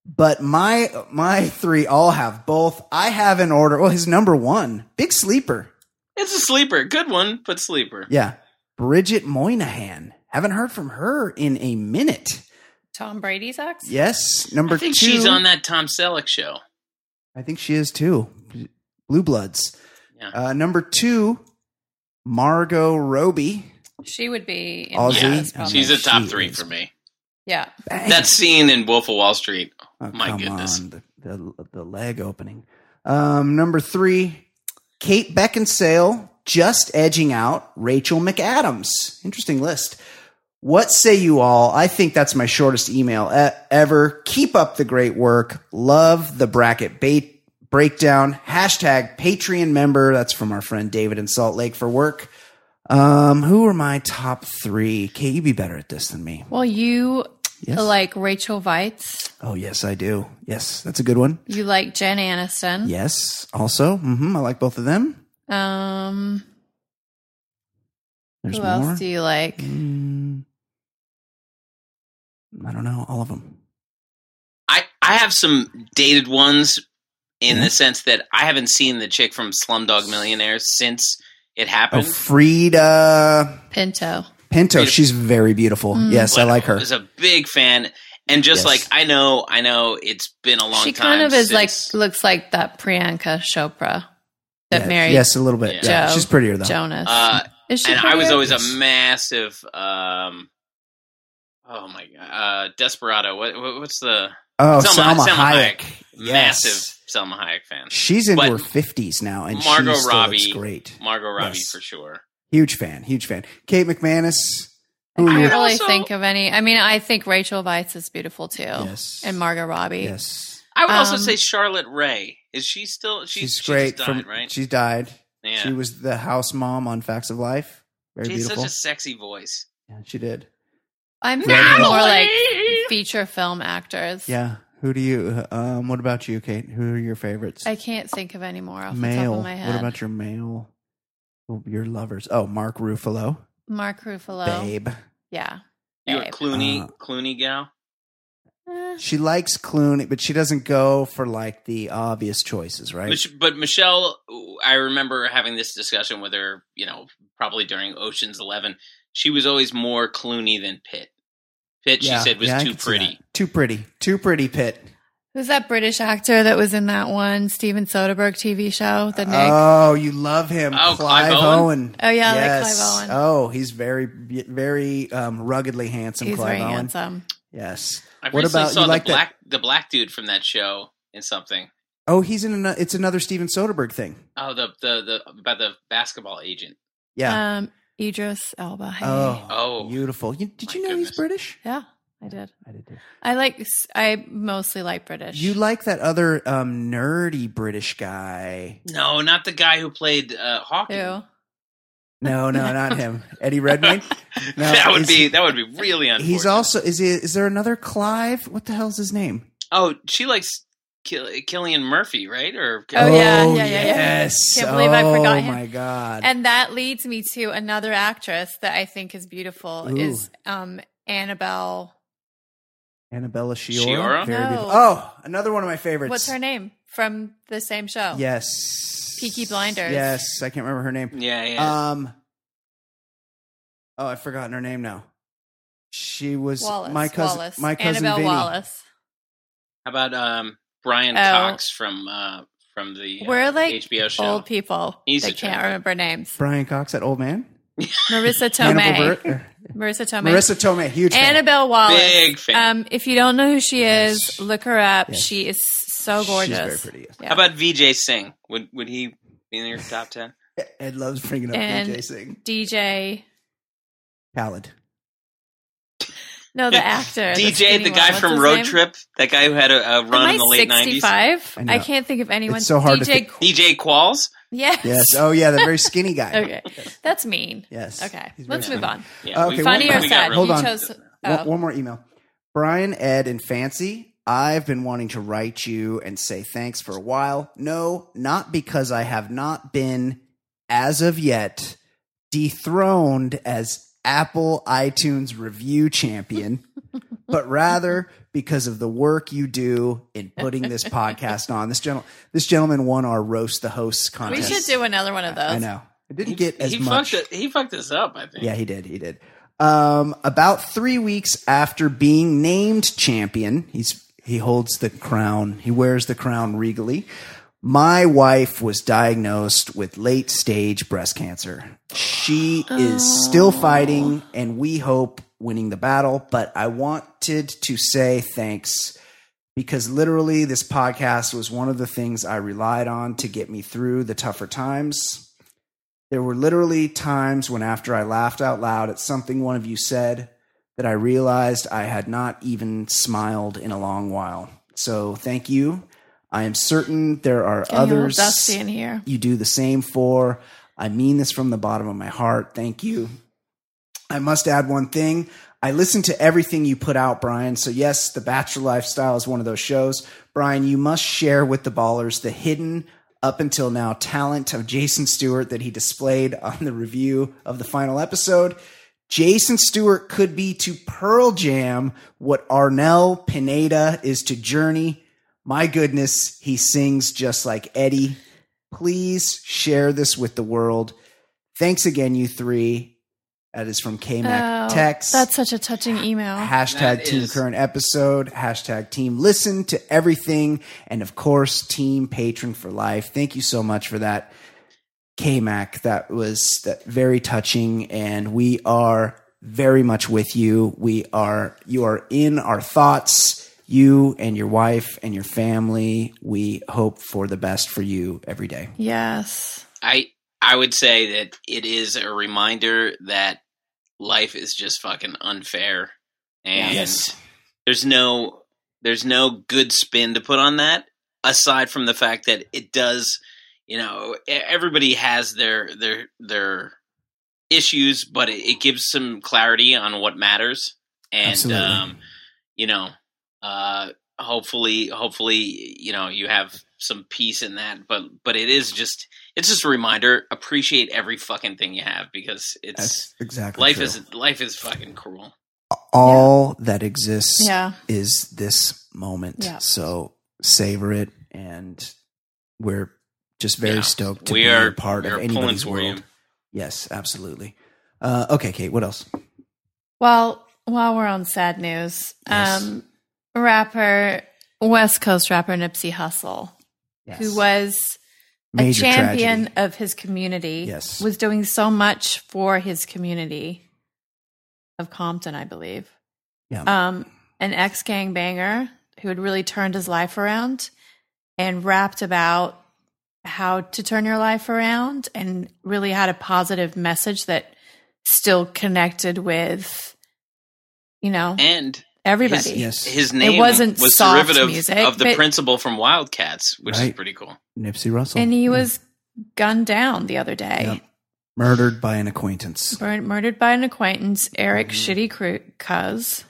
S2: But my my 3 all have both. I have an order. Well, his number 1, big sleeper.
S3: It's a sleeper, good one, but sleeper.
S2: Yeah. Bridget Moynihan. Haven't heard from her in a minute.
S4: Tom Brady's ex?
S2: Yes. Number
S3: I think
S2: two.
S3: she's on that Tom Selleck show.
S2: I think she is too. Blue Bloods.
S3: Yeah.
S2: Uh, number two, Margot Robbie.
S4: She would be. In
S2: Aussie?
S4: yeah, that's
S2: Yeah,
S4: probably-
S3: She's a top
S2: she
S3: three
S2: is.
S3: for me.
S4: Yeah.
S3: That scene in Wolf of Wall Street.
S2: Oh,
S3: my
S2: come
S3: goodness.
S2: on. The, the, the leg opening. Um, number three, Kate Beckinsale just edging out Rachel McAdams. Interesting list. What say you all? I think that's my shortest email e- ever. Keep up the great work. Love the bracket bait breakdown. Hashtag Patreon member. That's from our friend David in Salt Lake for work. Um, who are my top three? Kate, you be better at this than me.
S4: Well, you
S2: Yes.
S4: like Rachel Weitz.
S2: Oh, yes, I do. Yes, that's a good one.
S4: You like Jen Aniston.
S2: Yes. Also, hmm I like both of them.
S4: Um,
S2: There's
S4: who
S2: more.
S4: else do you like?
S2: Mm. I don't know. All of them.
S3: I, I have some dated ones in the sense that I haven't seen the chick from Slumdog Millionaire since it
S2: Oh,
S3: happened.
S2: Frida
S4: Pinto.
S2: Pinto.
S3: Frida-
S2: She's very beautiful.
S4: Mm.
S2: Yes, I like her.
S3: Is a big fan, and just
S2: Yes.
S3: like I know, I know it's been a long
S4: She
S3: time.
S4: kind of is
S3: since-
S4: like looks like that Priyanka Chopra that
S2: Yeah,
S4: married.
S2: Yes, a little bit.
S4: Joe
S2: Yeah, she's prettier though.
S4: Jonas.
S3: Uh,
S4: Is she
S3: and I was
S4: prettier?
S3: always a massive. um Oh my god, uh, Desperado. What, what what's the?
S2: Oh, Salma Hayek.
S3: Massive Selma Hayek fan.
S2: She's into
S3: But
S2: her fifties now, and
S3: Margot
S2: she still
S3: Robbie.
S2: looks great.
S3: Margot Robbie
S2: Yes.
S3: for sure.
S2: Huge fan. Huge fan. Kate McManus.
S4: I
S2: Who are
S4: can't
S2: your-
S4: really
S3: also-
S4: think of any. I mean, I think Rachel Weisz is beautiful too,
S2: Yes.
S4: and Margot Robbie.
S2: Yes.
S3: I would also
S4: Um,
S3: say Charlotte Ray. Is she still? She's,
S2: She's
S3: she
S2: great.
S3: Just died,
S2: from,
S3: right?
S2: She's died.
S3: Yeah.
S2: She was the house mom on Facts of Life. Very
S3: she has
S2: beautiful.
S3: such a sexy voice.
S2: Yeah, she did.
S4: I'm
S2: Red
S4: thinking more
S3: hair.
S4: like feature film actors.
S2: Yeah. Who do you? Um, what about you, Kate? Who are your favorites?
S4: I can't think of any more off the
S2: male.
S4: top of my head.
S2: What about your male? well, Your lovers? Oh, Mark Ruffalo,
S4: Mark Ruffalo?
S2: babe.
S4: Yeah.
S3: You're a
S4: Babe.
S3: Clooney,
S2: Uh,
S3: Clooney gal.
S4: Eh.
S2: She likes Clooney, but she doesn't go for like the obvious choices, right?
S3: Mich- but Michelle, I remember having this discussion with her. You know, probably during Ocean's Eleven, she was always more Clooney than Pitt. Pitt,
S2: Yeah,
S3: she said, was
S2: yeah, I
S3: too
S2: could see that.
S3: pretty.
S2: Too pretty. Too pretty, Pitt.
S4: Who's that British actor that was in that one Steven Soderbergh TV show? The Nick.
S2: Oh, you love him,
S4: Oh,
S2: Clive,
S4: Clive
S2: Owen.
S4: Owen? Oh, yeah, I like Clive Owen.
S2: Oh, he's very, very um, ruggedly handsome.
S4: He's
S2: Clive
S4: very
S2: Owen.
S4: handsome.
S2: Yes.
S3: I
S2: what
S3: recently
S2: about
S3: saw
S2: you?
S3: the
S2: Like that?
S3: black the black dude from that show in something.
S2: Oh, he's in. An, it's another Steven Soderbergh thing.
S3: Oh, the the the about the basketball agent.
S2: Yeah.
S4: Um, Idris Elba. Hey.
S2: oh, beautiful. You, did you know he's British?
S4: Yeah, I did. I
S2: did.
S4: I like. s- I mostly like British.
S2: You like that other um, nerdy British guy?
S3: No, not the guy who played uh, Hawking.
S2: No, no, not him. Eddie Redmayne. No,
S3: that would
S2: is
S3: be
S2: he-
S3: that would be really unfortunate.
S2: He's also is he, is there another Clive? What the hell's his name?
S3: oh, she likes Kill- Killian Murphy, right? Or
S4: Oh, yeah, yeah, yeah, yeah.
S2: Yes.
S4: Can't believe I forgot
S2: Oh
S4: him.
S2: my god.
S4: and that leads me to another actress that I think is beautiful
S2: Ooh.
S4: is um Annabelle.
S2: Annabella Shiora.
S3: Shiora?
S2: Very
S4: No.
S2: beautiful. Oh, another one of my favorites.
S4: What's her name from the same show?
S2: Yes.
S4: Peaky Blinders.
S2: Yes, I can't remember her name.
S3: Yeah, yeah.
S2: Um. Oh, I've forgotten her name now. She was
S4: Wallace.
S2: my cousin.
S4: Wallace.
S2: My cousin
S4: Annabelle
S2: Vinny.
S4: Wallace.
S3: How about um, Brian
S4: Oh.
S3: Cox from uh, from the uh,
S4: We're like
S3: HBO show?
S4: old people
S3: He's
S4: that
S3: attractive.
S4: can't remember names.
S2: Brian Cox, that old man.
S4: Marissa
S2: Hannibal
S4: Tomei.
S2: Burt-
S4: Marissa Tomei.
S2: Marissa Tomei, huge fan.
S4: Annabelle Wallace.
S3: Big fan.
S4: Um, if you don't know who she is, look her up.
S3: Yes.
S4: She is so
S2: She's
S4: gorgeous.
S2: very pretty, yes.
S4: Yeah.
S3: How about VJ Singh? Would would he be in your top ten?
S2: Ed loves bringing up
S4: and
S2: DJ Singh.
S4: DJ?
S2: Khaled.
S4: No, the actor. that's
S3: DJ, the
S4: skinny
S3: guy
S4: one. What's
S3: from
S4: his
S3: Road
S4: name?
S3: Trip, that guy who had a, a
S4: Am
S3: run
S4: I
S3: in the late nineties.
S4: 65?
S2: I
S4: I,
S2: know.
S4: can't think of anyone.
S2: It's so hard to
S4: DJ
S2: think.
S4: Qu-
S3: DJ Qualls.
S4: Yes.
S2: Yes. Oh yeah, the very skinny guy.
S4: Okay. That's mean.
S2: Yes.
S4: Okay.
S2: He's
S4: Let's
S2: very
S4: move on.
S3: Yeah, we-
S2: okay,
S4: Funny
S2: one-
S4: or
S3: we got
S4: sad?
S3: room.
S2: Hold
S4: you
S2: on.
S4: chose.
S2: One,
S4: oh.
S2: one more email. Brian, Ed, and Fancy, I've been wanting to write you and say thanks for a while. No, not because I have not been, as of yet, dethroned as Apple iTunes review champion, but rather because of the work you do in putting this podcast on. This gentle, this gentleman won our roast the hosts
S4: we
S2: contest.
S4: should do another one of those.
S2: I know. I didn't get as
S3: he
S2: much.
S3: fucked it, he fucked us up, I think.
S2: Yeah, he did. He did. Um, about three weeks after being named champion, he's he holds the crown. He wears the crown regally. My wife was diagnosed with late stage breast cancer. She is still fighting, and we hope winning the battle. But I wanted to say thanks because literally this podcast was one of the things I relied on to get me through the tougher times. There were literally times when, after I laughed out loud at something one of you said, that I realized I had not even smiled in a long while. So, thank you. I am certain there are
S4: Getting a little
S2: others
S4: dusty in here.
S2: you do the same for. I mean this from the bottom of my heart. Thank you. I must add one thing. I listen to everything you put out, Brian. So, yes, The Bachelor Lifestyle is one of those shows. Brian, you must share with the ballers the hidden, up until now, talent of Jason Stewart that he displayed on the review of the final episode. Jason Stewart could be to Pearl Jam what Arnell Pineda is to Journey. My goodness, he sings just like Eddie. Please share this with the world. Thanks again, you three. That is from KMAC
S4: Oh,
S2: Text.
S4: That's such a touching email.
S2: Hashtag
S3: That
S2: team
S3: is-
S2: current episode, hashtag team listen to everything, and of course, team patron for life. Thank you so much for that, KMAC. That was that very touching, and we are very much with you. We are, you are in our thoughts, you and your wife and your family. We hope for the best for you every day.
S4: Yes.
S3: I I would say that it is a reminder that life is just fucking unfair, and
S2: Yes.
S3: there's no There's no good spin to put on that aside from the fact that it does, you know, e- everybody has their their their issues, but it, it gives some clarity on what matters. And
S14: Absolutely.
S3: um, you know, uh hopefully hopefully you know you have some peace in that but but it is just it's just a reminder appreciate every fucking thing you have because it's
S2: That's exactly
S3: life
S2: true.
S3: is life is fucking cruel
S2: all that exists
S3: Yeah.
S2: is this moment.
S3: Yeah.
S2: So savor it, and we're just very stoked to
S3: We
S2: be
S3: are-
S2: a part
S3: we
S2: of
S3: are pulling
S2: anybody's
S3: for
S2: world.
S3: you.
S2: Yes, absolutely. Uh, okay, Kate. What else?
S4: While while we're on sad news,
S2: Yes.
S4: um, rapper West Coast rapper Nipsey Hussle,
S2: Yes.
S4: who was
S2: Major
S4: a champion of his community,
S2: Yes.
S4: was doing so much for his community of Compton, I believe.
S2: Yeah.
S4: Um, an ex gangbanger who had really turned his life around and rapped about how to turn your life around and really had a positive message that still connected with you know
S3: and
S4: everybody
S3: his, his name
S4: it wasn't
S3: was
S4: soft
S3: derivative
S4: music,
S3: of the
S4: but-
S3: principal from wildcats which is
S2: Right.
S3: pretty cool
S2: Nipsey Russell.
S4: and he was gunned down the other
S2: Yeah.
S4: day
S2: murdered by an acquaintance.
S4: burned, murdered by an acquaintance eric shitty Cru- cuz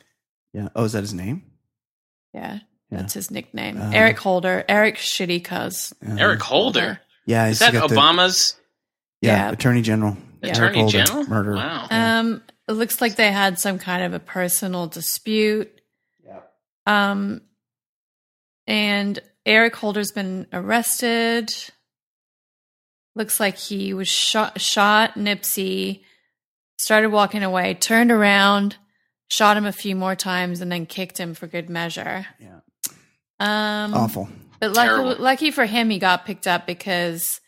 S2: Yeah. Oh, is that his name?
S4: yeah that's his nickname
S2: Uh,
S4: eric holder eric shitty cuz Uh-huh.
S3: eric holder
S2: Yeah,
S3: is
S2: Uh, he's
S3: that
S2: got the-
S3: obama's
S2: Yeah,
S4: Yeah.
S2: Attorney General. Eric
S3: Attorney
S2: Holder,
S3: General?
S2: Murder.
S3: Wow.
S4: Um, it looks like they had some kind of a personal dispute. Yeah. Um, and Eric Holder's been arrested. Looks like he was shot. Shot Nipsey. Started walking away, turned around, shot him a few more times, and then kicked him for good measure.
S2: Yeah.
S4: Um.
S2: Awful.
S4: But lucky,
S2: Terrible.
S4: lucky for him, he got picked up because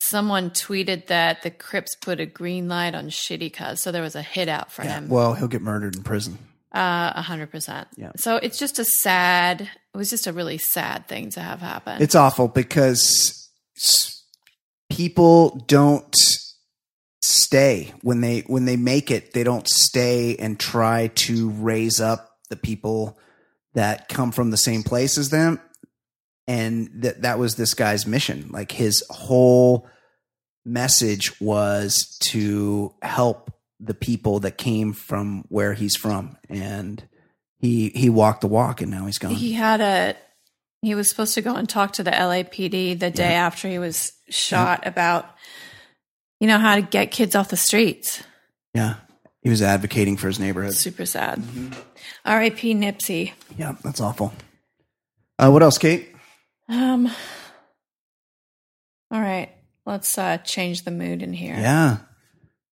S4: someone tweeted that the Crips put a green light on Shitty Cuz, so there was a hit out for him. Uh,
S2: Well, he'll get murdered in prison.
S4: A hundred percent.
S2: Yeah.
S4: So it's just a sad. It was just a really sad thing to have happen.
S2: It's awful because s- people don't stay when they when they make it. They don't stay and try to raise up the people that come from the same place as them. And that that was this guy's mission. Like his whole message was to help the people that came from where he's from and he he walked the walk and now he's gone.
S4: He had a. He was supposed to go and talk to the LAPD the day after he was shot about, you know, how to get kids off the streets.
S2: Yeah. He was advocating for his neighborhood.
S4: Super sad.
S2: Mm-hmm.
S4: R.I.P. Nipsey.
S2: Yeah, that's awful. Uh, what else, Kate?
S4: Um. All right, let's uh change the mood in here.
S2: Yeah.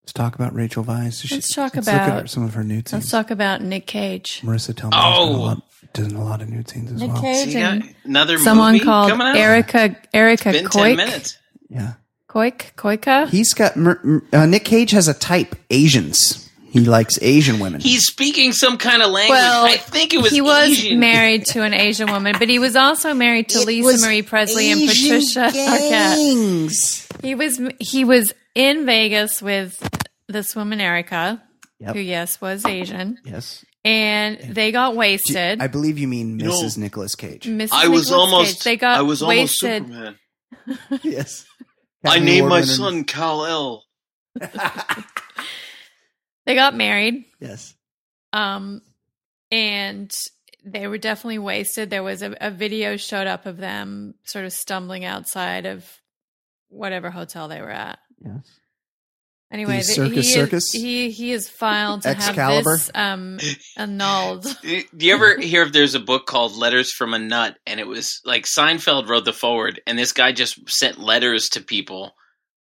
S2: Let's talk about Rachel Vise.
S4: Let's talk
S2: let's
S4: about
S2: look at her- some of her nude
S4: Let's
S2: scenes.
S4: talk about Nick Cage.
S2: Marissa Tomei
S3: Oh.
S2: does a lot of nude scenes as
S4: Nick
S2: well.
S4: Cage
S3: See,
S4: and
S3: uh, another
S4: someone
S3: movie
S4: called
S3: coming out?
S4: Erica Erica
S3: been 10
S4: Koik
S3: minutes
S4: Koik Koika.
S2: He's got mer- m- uh, Nick Cage has a type Asians. He likes Asian women.
S3: he's speaking some kind of language
S4: Well,
S3: i think it was
S4: he was
S3: Asian.
S4: married to an Asian woman, but he was also married to Lisa
S2: was
S4: Marie Presley and
S2: Asian
S4: Patricia Arquette.
S2: gangs.
S4: He was he was in Vegas with this woman Erica,
S2: Yep.
S4: who yes was Asian,
S2: Yes.
S4: and they got wasted.
S2: I believe you mean
S4: You know-
S2: Mrs. Nicolas Cage.
S4: Mrs.
S3: I was
S4: Nicolas
S3: almost.
S4: Cage. They got
S3: I was almost
S4: wasted.
S3: Superman.
S2: yes.
S3: I
S2: Academy
S3: named my
S2: Award-winning-
S3: son Kal El.
S4: They got married.
S2: Yes.
S4: Um, and they were definitely wasted. There was a, a video showed up of them sort of stumbling outside of whatever hotel they were at.
S2: Yes.
S4: Anyway,
S2: The
S4: th-
S2: Circus
S4: he is,
S2: Circus?
S4: He he is filed to
S2: Excalibur?
S4: have this um annulled.
S3: Do you ever hear if there's a book called Letters from a Nut? And it was like Seinfeld wrote the forward, and this guy just sent letters to people,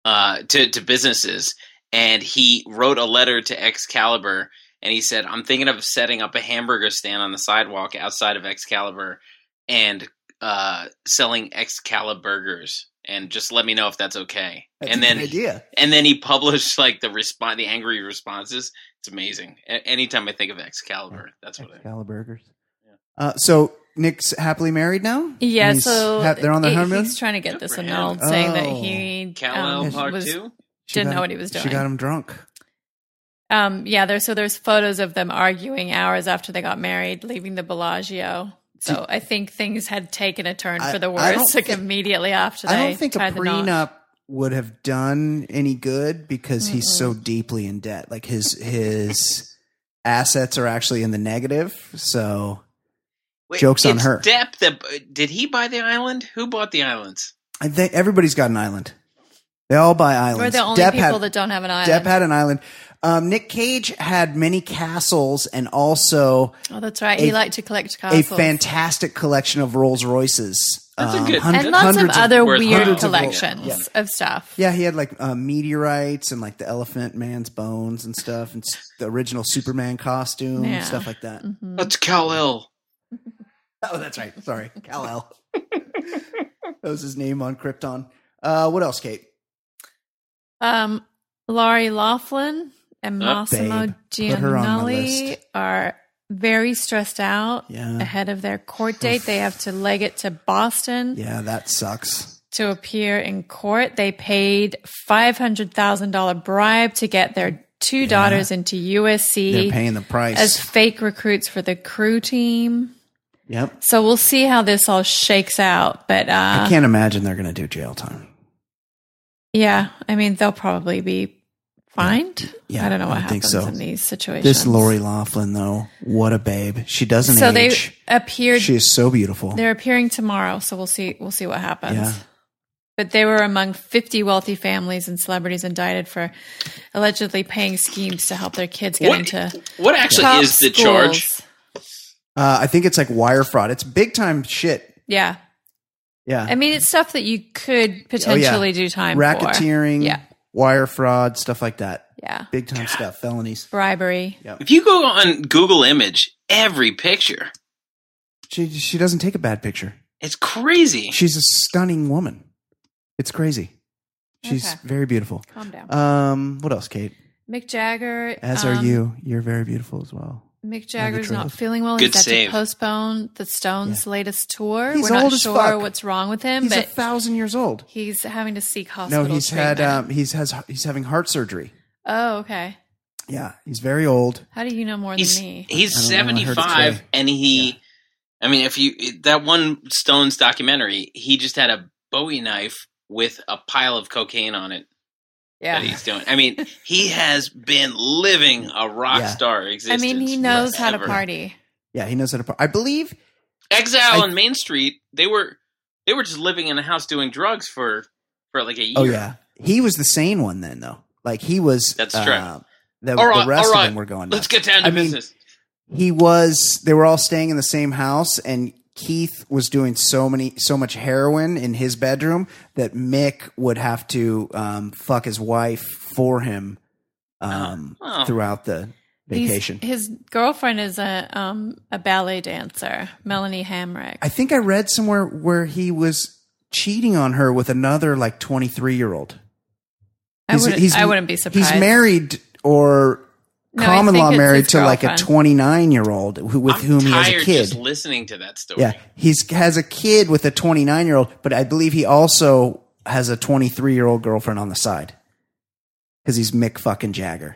S3: uh, to to businesses, and he wrote a letter to Excalibur, and he said, "I'm thinking of setting up a hamburger stand on the sidewalk outside of Excalibur, and uh, selling Excalibur burgers." And just let me know if that's okay.
S2: That's
S3: and
S2: a
S3: then
S2: good idea.
S3: and then he published like the response, the angry responses. It's amazing. A- anytime I think of Excalibur, that's what I.
S2: Caliburgers. Uh, so Nick's happily married now.
S4: Yeah,
S2: And he's
S4: so
S2: ha- they're on their
S4: he-
S2: honeymoon.
S4: He's trying to get this
S2: for him.
S4: annulled, saying that
S2: Oh.
S4: he
S3: Kal-El
S4: um,
S3: Part
S4: was,
S3: Two?
S2: She
S4: didn't
S2: got-
S4: know what he was doing.
S2: She got him drunk.
S4: Um, yeah, there's so there's photos of them arguing hours after they got married, leaving the Bellagio. So
S2: See-
S4: I think things had taken a turn
S2: I-
S4: for the
S2: I don't
S4: worse. Like
S2: thi-
S4: immediately after they
S2: I don't think a
S4: tied the knot.
S2: prenup would have done any good because he's so deeply in debt. Like his his assets are actually in the negative. So jokes on
S3: it's
S2: her.
S3: Depp that did he buy the island? Who bought the islands?
S2: I think everybody's got an island. They all buy islands.
S4: We're the only
S2: Depp
S4: people
S2: had,
S4: that don't have an
S2: Depp
S4: island.
S2: had an island. Um, Nick Cage had many castles and also
S4: oh, that's right.
S2: a-
S4: he liked to collect
S2: a
S4: castles.
S2: fantastic collection of Rolls Royces.
S3: That's a
S2: Um,
S3: good-
S2: hun-
S4: and lots of
S2: hundreds
S4: other
S2: hundreds
S4: weird
S2: of Rolls-
S4: collections
S2: yeah.
S4: of stuff.
S2: Yeah, he had like uh, meteorites and like the elephant man's bones and stuff, and s- the original Superman costume
S4: Yeah. Mm.
S2: and stuff like that.
S3: That's Kal El.
S2: Oh, that's right. Sorry, Kal El. that was his name on Krypton. Uh, what else, Kate?
S4: Um, Laurie Laughlin and
S2: Oh,
S4: Massimo
S2: babe. Put her on my
S4: Gianelli
S2: list.
S4: are very stressed out
S2: Yeah.
S4: ahead of their court date. They have to leg it to Boston
S2: Yeah, that sucks.
S4: to appear in court. They paid five hundred thousand dollar bribe to get their two daughters into
S2: They're
S4: USC
S2: paying the price.
S4: as fake recruits for the crew team.
S2: yep.
S4: So we'll see how this all shakes out. But uh,
S2: I can't imagine they're going to do jail time.
S4: Yeah, I mean they'll probably be fined.
S2: Yeah,
S4: I don't know what
S2: I think
S4: happens
S2: so.
S4: in these situations.
S2: This Lori Laughlin, though, what a babe. She doesn't
S4: so they
S2: age.
S4: appeared.
S2: she is so beautiful.
S4: They're appearing tomorrow, so we'll see. We'll see what happens.
S2: Yeah.
S4: But they were among 50 wealthy families and celebrities indicted for allegedly paying schemes to help their kids get
S3: What-
S4: into
S3: what actually
S4: top
S3: is the charge?
S4: schools.
S2: Uh, I think it's like wire fraud. It's big time shit.
S4: Yeah,
S2: Yeah.
S4: I mean it's stuff that you could potentially do time for.
S2: Oh, Racketeering,
S4: Yeah,
S2: wire fraud, stuff like that.
S4: Yeah.
S2: Big time stuff, felonies.
S4: bribery.
S3: If you go on Google Image, every picture,
S2: She she doesn't take a bad picture.
S3: it's crazy.
S2: She's a stunning woman. It's crazy. She's
S4: Okay.
S2: very beautiful.
S4: Calm down.
S2: Um, what else, Kate?
S4: Mick Jagger.
S2: As are
S4: um,
S2: you. You're very beautiful as well.
S4: Mick Jagger's not
S2: truth.
S4: feeling well.
S3: Good
S4: He's had
S3: save.
S4: to postpone the Stones' latest tour.
S2: He's
S4: We're not
S2: old as
S4: sure
S2: fuck.
S4: what's wrong with him,
S2: He's a
S4: but
S2: thousand years old.
S4: he's having to seek
S2: No,
S4: hospital
S2: he's
S4: treatment.
S2: had um, he's has he's having heart surgery.
S4: oh, okay.
S2: Yeah, he's very old.
S4: How do you know more
S3: He's
S4: than me?
S3: he's
S2: I don't know, I
S3: seventy
S2: heard it
S3: five,
S2: today.
S3: and he. I mean, if you that one Stones documentary, he just had a Bowie knife with a pile of cocaine on it that
S4: Yeah.
S3: he's doing. I mean, he has been living a rock
S2: Yeah.
S3: star
S4: I
S3: existence.
S4: mean, he knows how to
S3: forever.
S4: party.
S2: Yeah, he knows how to. par- I believe
S3: Exile
S2: I-
S3: on Main Street. They were they were just living in a house doing drugs for for like a year.
S2: Oh yeah, he was the sane one then, though. Like he was.
S3: That's
S2: uh,
S3: true.
S2: The,
S3: All right,
S2: the rest
S3: all
S2: of
S3: right.
S2: them were going.
S3: uh, Let's
S2: Nuts.
S3: get down to
S2: I mean,
S3: business.
S2: he was. They were all staying in the same house, and Keith was doing so many, so much heroin in his bedroom that Mick would have to um, fuck his wife for him um,
S3: Oh.
S2: throughout the
S4: He's-
S2: vacation.
S4: his girlfriend is a um a ballet dancer, Melanie Hamrick.
S2: I think I read somewhere where he was cheating on her with another like twenty three year old.
S4: I wouldn't- I wouldn't be surprised.
S2: He's married or
S4: No, I
S2: common
S4: think
S2: law
S4: it's
S2: married
S4: his
S2: to like a
S4: girlfriend.
S2: 29 year old who, with
S3: I'm
S2: whom he has a
S3: tired
S2: kid.
S3: Just listening to that story.
S2: Yeah, he's has a kid with a 29 year old, but I believe he also has a 23 year old girlfriend on the side because he's Mick fucking Jagger.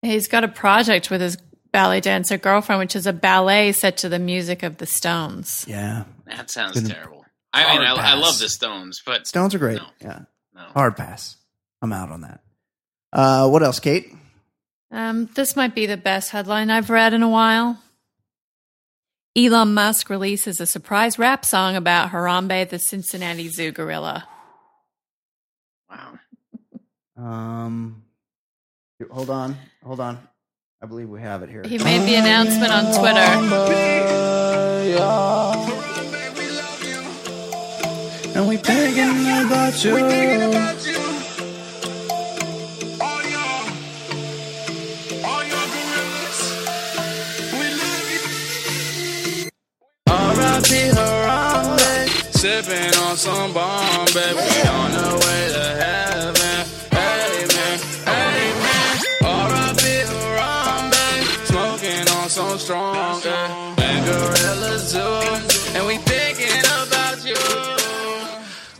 S4: He's got a project with his ballet dancer girlfriend, which is a ballet set to the music of the Stones.
S2: Yeah,
S3: That sounds
S2: Gonna-
S3: terrible. I
S2: hard
S3: mean, I, I
S2: pass.
S3: love the Stones, but
S2: Stones are great.
S3: No,
S2: Yeah,
S3: no.
S2: hard pass. I'm out on that. Uh, what else, Kate?
S4: Um, this might be the best headline I've read in a while. Elon Musk releases a surprise rap song about Harambe, the Cincinnati Zoo gorilla.
S3: Wow.
S2: Um, hold on, hold on. I believe we have it here.
S4: He made the announcement on Twitter.
S2: And we thinking about you.
S14: R.I.P. Harambe, sipping on some Bombay. We on our way to heaven. Amen, amen. R.I.P. Harambe, smoking on some strong. eh. And Gorilla Zoo, and we thinking about you.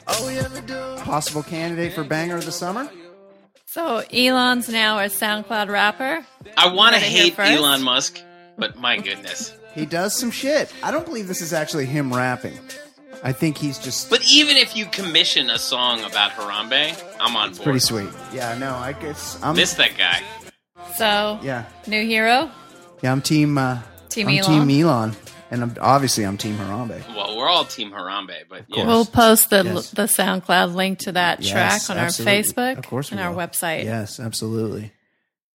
S14: All we ever do.
S2: Possible candidate for banger of the summer.
S4: So Elon's now a SoundCloud rapper.
S3: I want to
S4: Heard it here
S3: hate
S4: first.
S3: Elon Musk, but my goodness.
S2: He does some shit. I don't believe this is actually him rapping. I think he's just
S3: But even if you commission a song about Harambe, I'm on board.
S2: pretty sweet. Yeah, no, I guess I'm
S3: Miss that guy.
S4: So
S2: yeah,
S4: new hero.
S2: yeah. I'm team uh,
S4: Team
S2: I'm
S4: Elon.
S2: team Elon, and I'm obviously I'm team Harambe.
S3: Well, we're all Team Harambe, but yeah.
S4: We'll post the
S2: Yes.
S4: the SoundCloud link to that
S2: Yes,
S4: track on
S2: absolutely.
S4: our Facebook
S2: Of course we
S4: and our
S2: will.
S4: website.
S2: Yes, absolutely.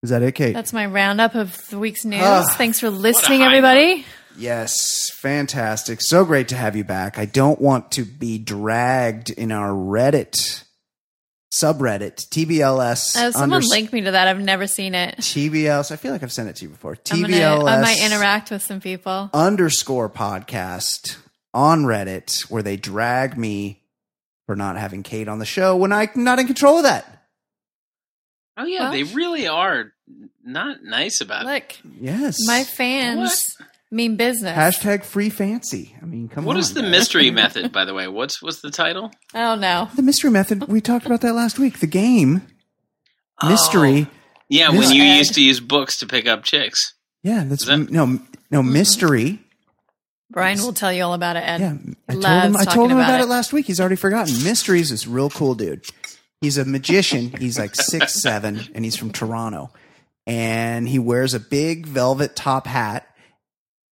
S2: Is that it, Kate?
S4: That's my roundup of the week's news.
S2: Ah.
S4: Thanks for listening, everybody.
S2: Yes, fantastic. So great to have you back. I don't want to be dragged in our Reddit subreddit TBLS.
S4: Uh, someone
S2: unders-
S4: linked me to that. I've never seen it.
S2: TBLS. I feel like I've sent it to you before.
S4: I'm gonna-
S2: TBLS.
S4: I might interact with some people.
S2: underscore podcast on Reddit where they drag me for not having Kate on the show when I'm not in control of that.
S3: Oh yeah,
S4: Well-
S3: they really are not nice
S2: Uh,
S3: about it.
S4: Look,
S2: Yes.
S4: my fans mean business.
S2: Hashtag free fancy. I mean, come on.
S3: What is the
S2: guys.
S3: mystery method, by the way? What's what's the title?
S4: I don't know.
S2: The mystery method. We talked about that last week. The game
S3: Oh.
S2: mystery.
S3: Yeah, when you used to use books to pick up chicks.
S2: Yeah, that's no, no mystery.
S4: Brian will tell you all about it. Ed yeah,
S2: I told him. I told him about, it. last week. He's already forgotten. Mysteries is real cool, dude. He's a magician. He's like six seven, and he's from Toronto. And he wears a big velvet top hat,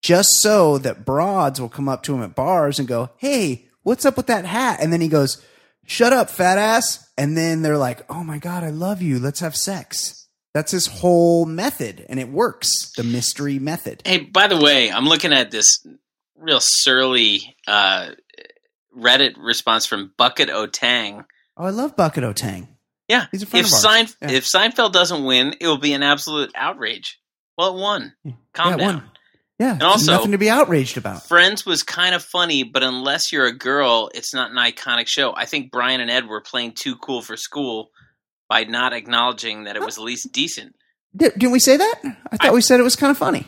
S2: just so that broads will come up to him at bars and go, "Hey, what's up with that hat?" And then he goes, "Shut up, fat ass." And then they're like, "Oh my god, I love you. Let's have sex." That's his whole method, and it works. The mystery method.
S3: Hey, by the way, I'm looking at this real surly uh, Reddit response from Bucket O'Tang.
S2: Oh, I love Bucket O'Tang.
S3: Yeah,
S2: he's a friend
S3: If
S2: of ours.
S3: Sein-
S2: Yeah.
S3: if Seinfeld doesn't win, it will be an absolute outrage. Well, Hmm. it won. Calm
S2: Yeah, it
S3: down.
S2: won. Yeah,
S3: And
S2: there's
S3: also-
S2: nothing to be outraged about.
S3: Friends was kind of funny, but unless you're a girl, it's not an iconic show. I think Brian and Ed were playing too cool for school by not acknowledging that it was at least decent.
S2: Di- Didn't we say that? I thought we said it was kind of funny.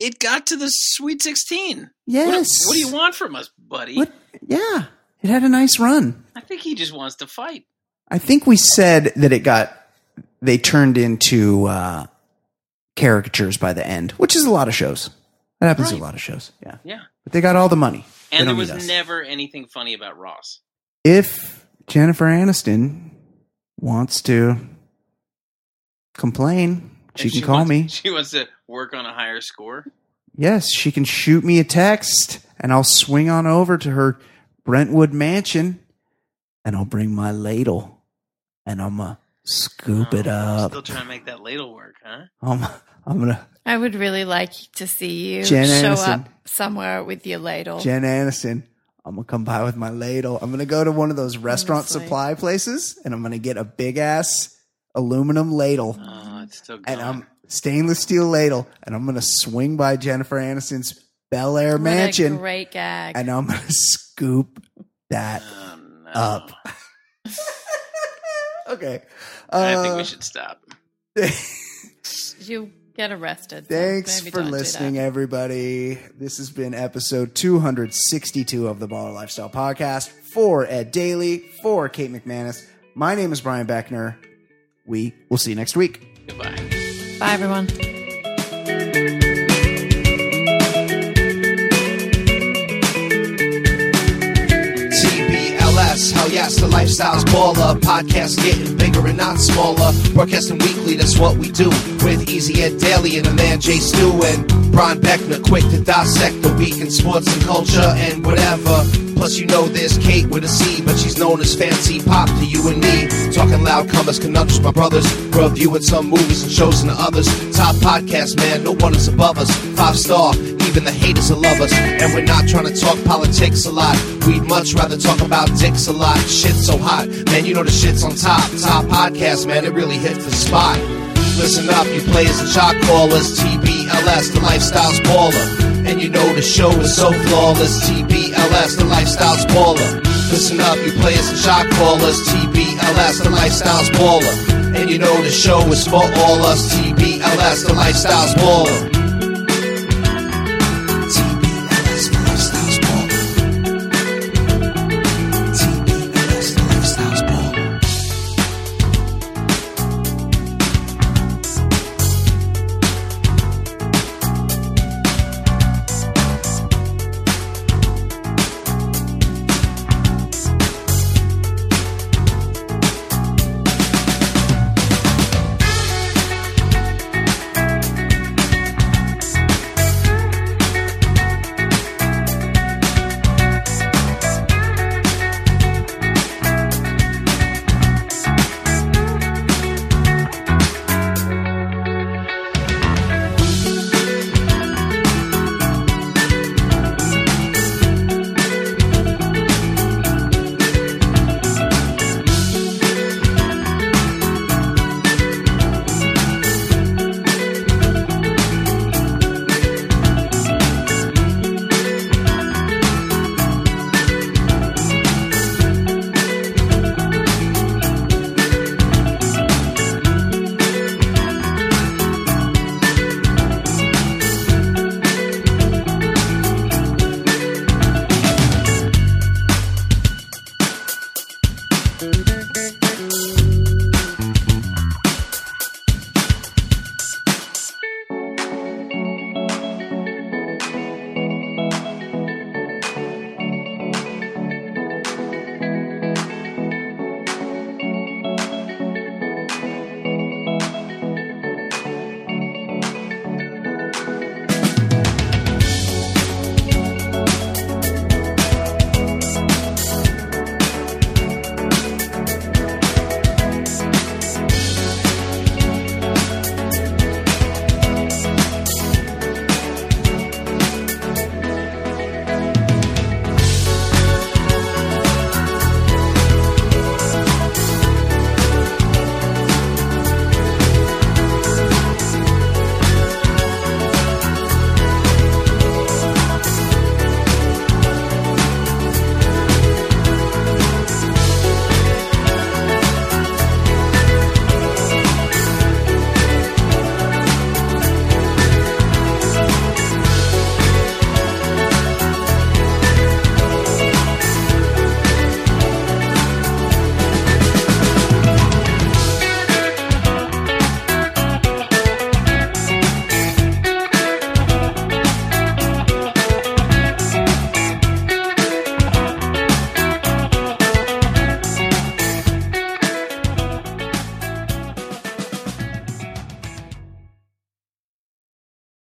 S3: It got to the Sweet 16.
S2: Yes.
S3: What, what do you want from us, buddy?
S2: What? Yeah, it had a nice run.
S3: I think he just wants to fight.
S2: I think we said that it got they turned into uh, caricatures by the end, which is a lot of shows. That happens to a lot of shows. Yeah,
S3: Yeah.
S2: but they got all the money. They
S3: And there
S2: don't
S3: was
S2: need us.
S3: never anything funny about Ross.
S2: if Jennifer Aniston wants to complain, she
S3: If
S2: can call
S3: wants-
S2: me.
S3: She wants to work on a higher score.
S2: Yes, she can shoot me a text and I'll swing on over to her Brentwood mansion and I'll bring my ladle and I'm going to scoop it up.
S3: Still trying to make that ladle work, huh?
S2: I'm, I'm going to,
S4: I would really like to see you
S2: Jen
S4: show
S2: Aniston.
S4: up somewhere with your
S3: Oh.
S4: ladle.
S2: Jen Aniston, I'm going to come by with my ladle. I'm going to go to one of those
S3: Oh,
S2: restaurant
S4: Honestly.
S2: supply places and I'm going to get a big ass aluminum ladle.
S3: Oh, it's still
S2: and um, I'm stainless steel ladle and I'm going to swing by Jennifer Aniston's Bel Air
S4: What a
S2: mansion.
S4: great gag.
S2: and I'm gonna scoop that
S3: Oh,
S2: up. okay.
S3: I think
S2: Uh,
S3: we should stop.
S4: You get arrested. so
S2: Thanks
S4: maybe
S2: for
S4: don't do that.
S2: listening, everybody. This has been episode 262 of the Baller Lifestyle Podcast for Ed Daly, for Kate McManus. My name is Brian Beckner. We will see you next week.
S3: Goodbye.
S4: Bye, everyone.
S5: TBLS, hell yes, the lifestyle's baller. Podcast getting bigger and not smaller. Broadcasting weekly, that's what we do. With Easy Ed Daily and the man Jay Stu and Brian Beckner, quick to dissect the week in sports and culture and whatever. Plus, you know there's Kate with a C, but she's known as Fancy Pop to you and me. Talking loud, comers, conundrums, my brothers. Reviewing some movies and shows and the others. Top podcast, man, no one is above us. Five star, even the haters will love us. And we're not trying to talk politics a lot. We'd much rather talk about dicks a lot. Shit so hot, man, you know the shit's on top. Top podcast, man, it really hit the spot. Listen up, you players and shot callers. TBLS, the lifestyle's baller. And you know the show is so flawless. TBLS, the lifestyle's baller. Listen up, you players and shot callers. TBLS, the lifestyle's baller. And you know the show is for all us. TBLS, the lifestyle's baller.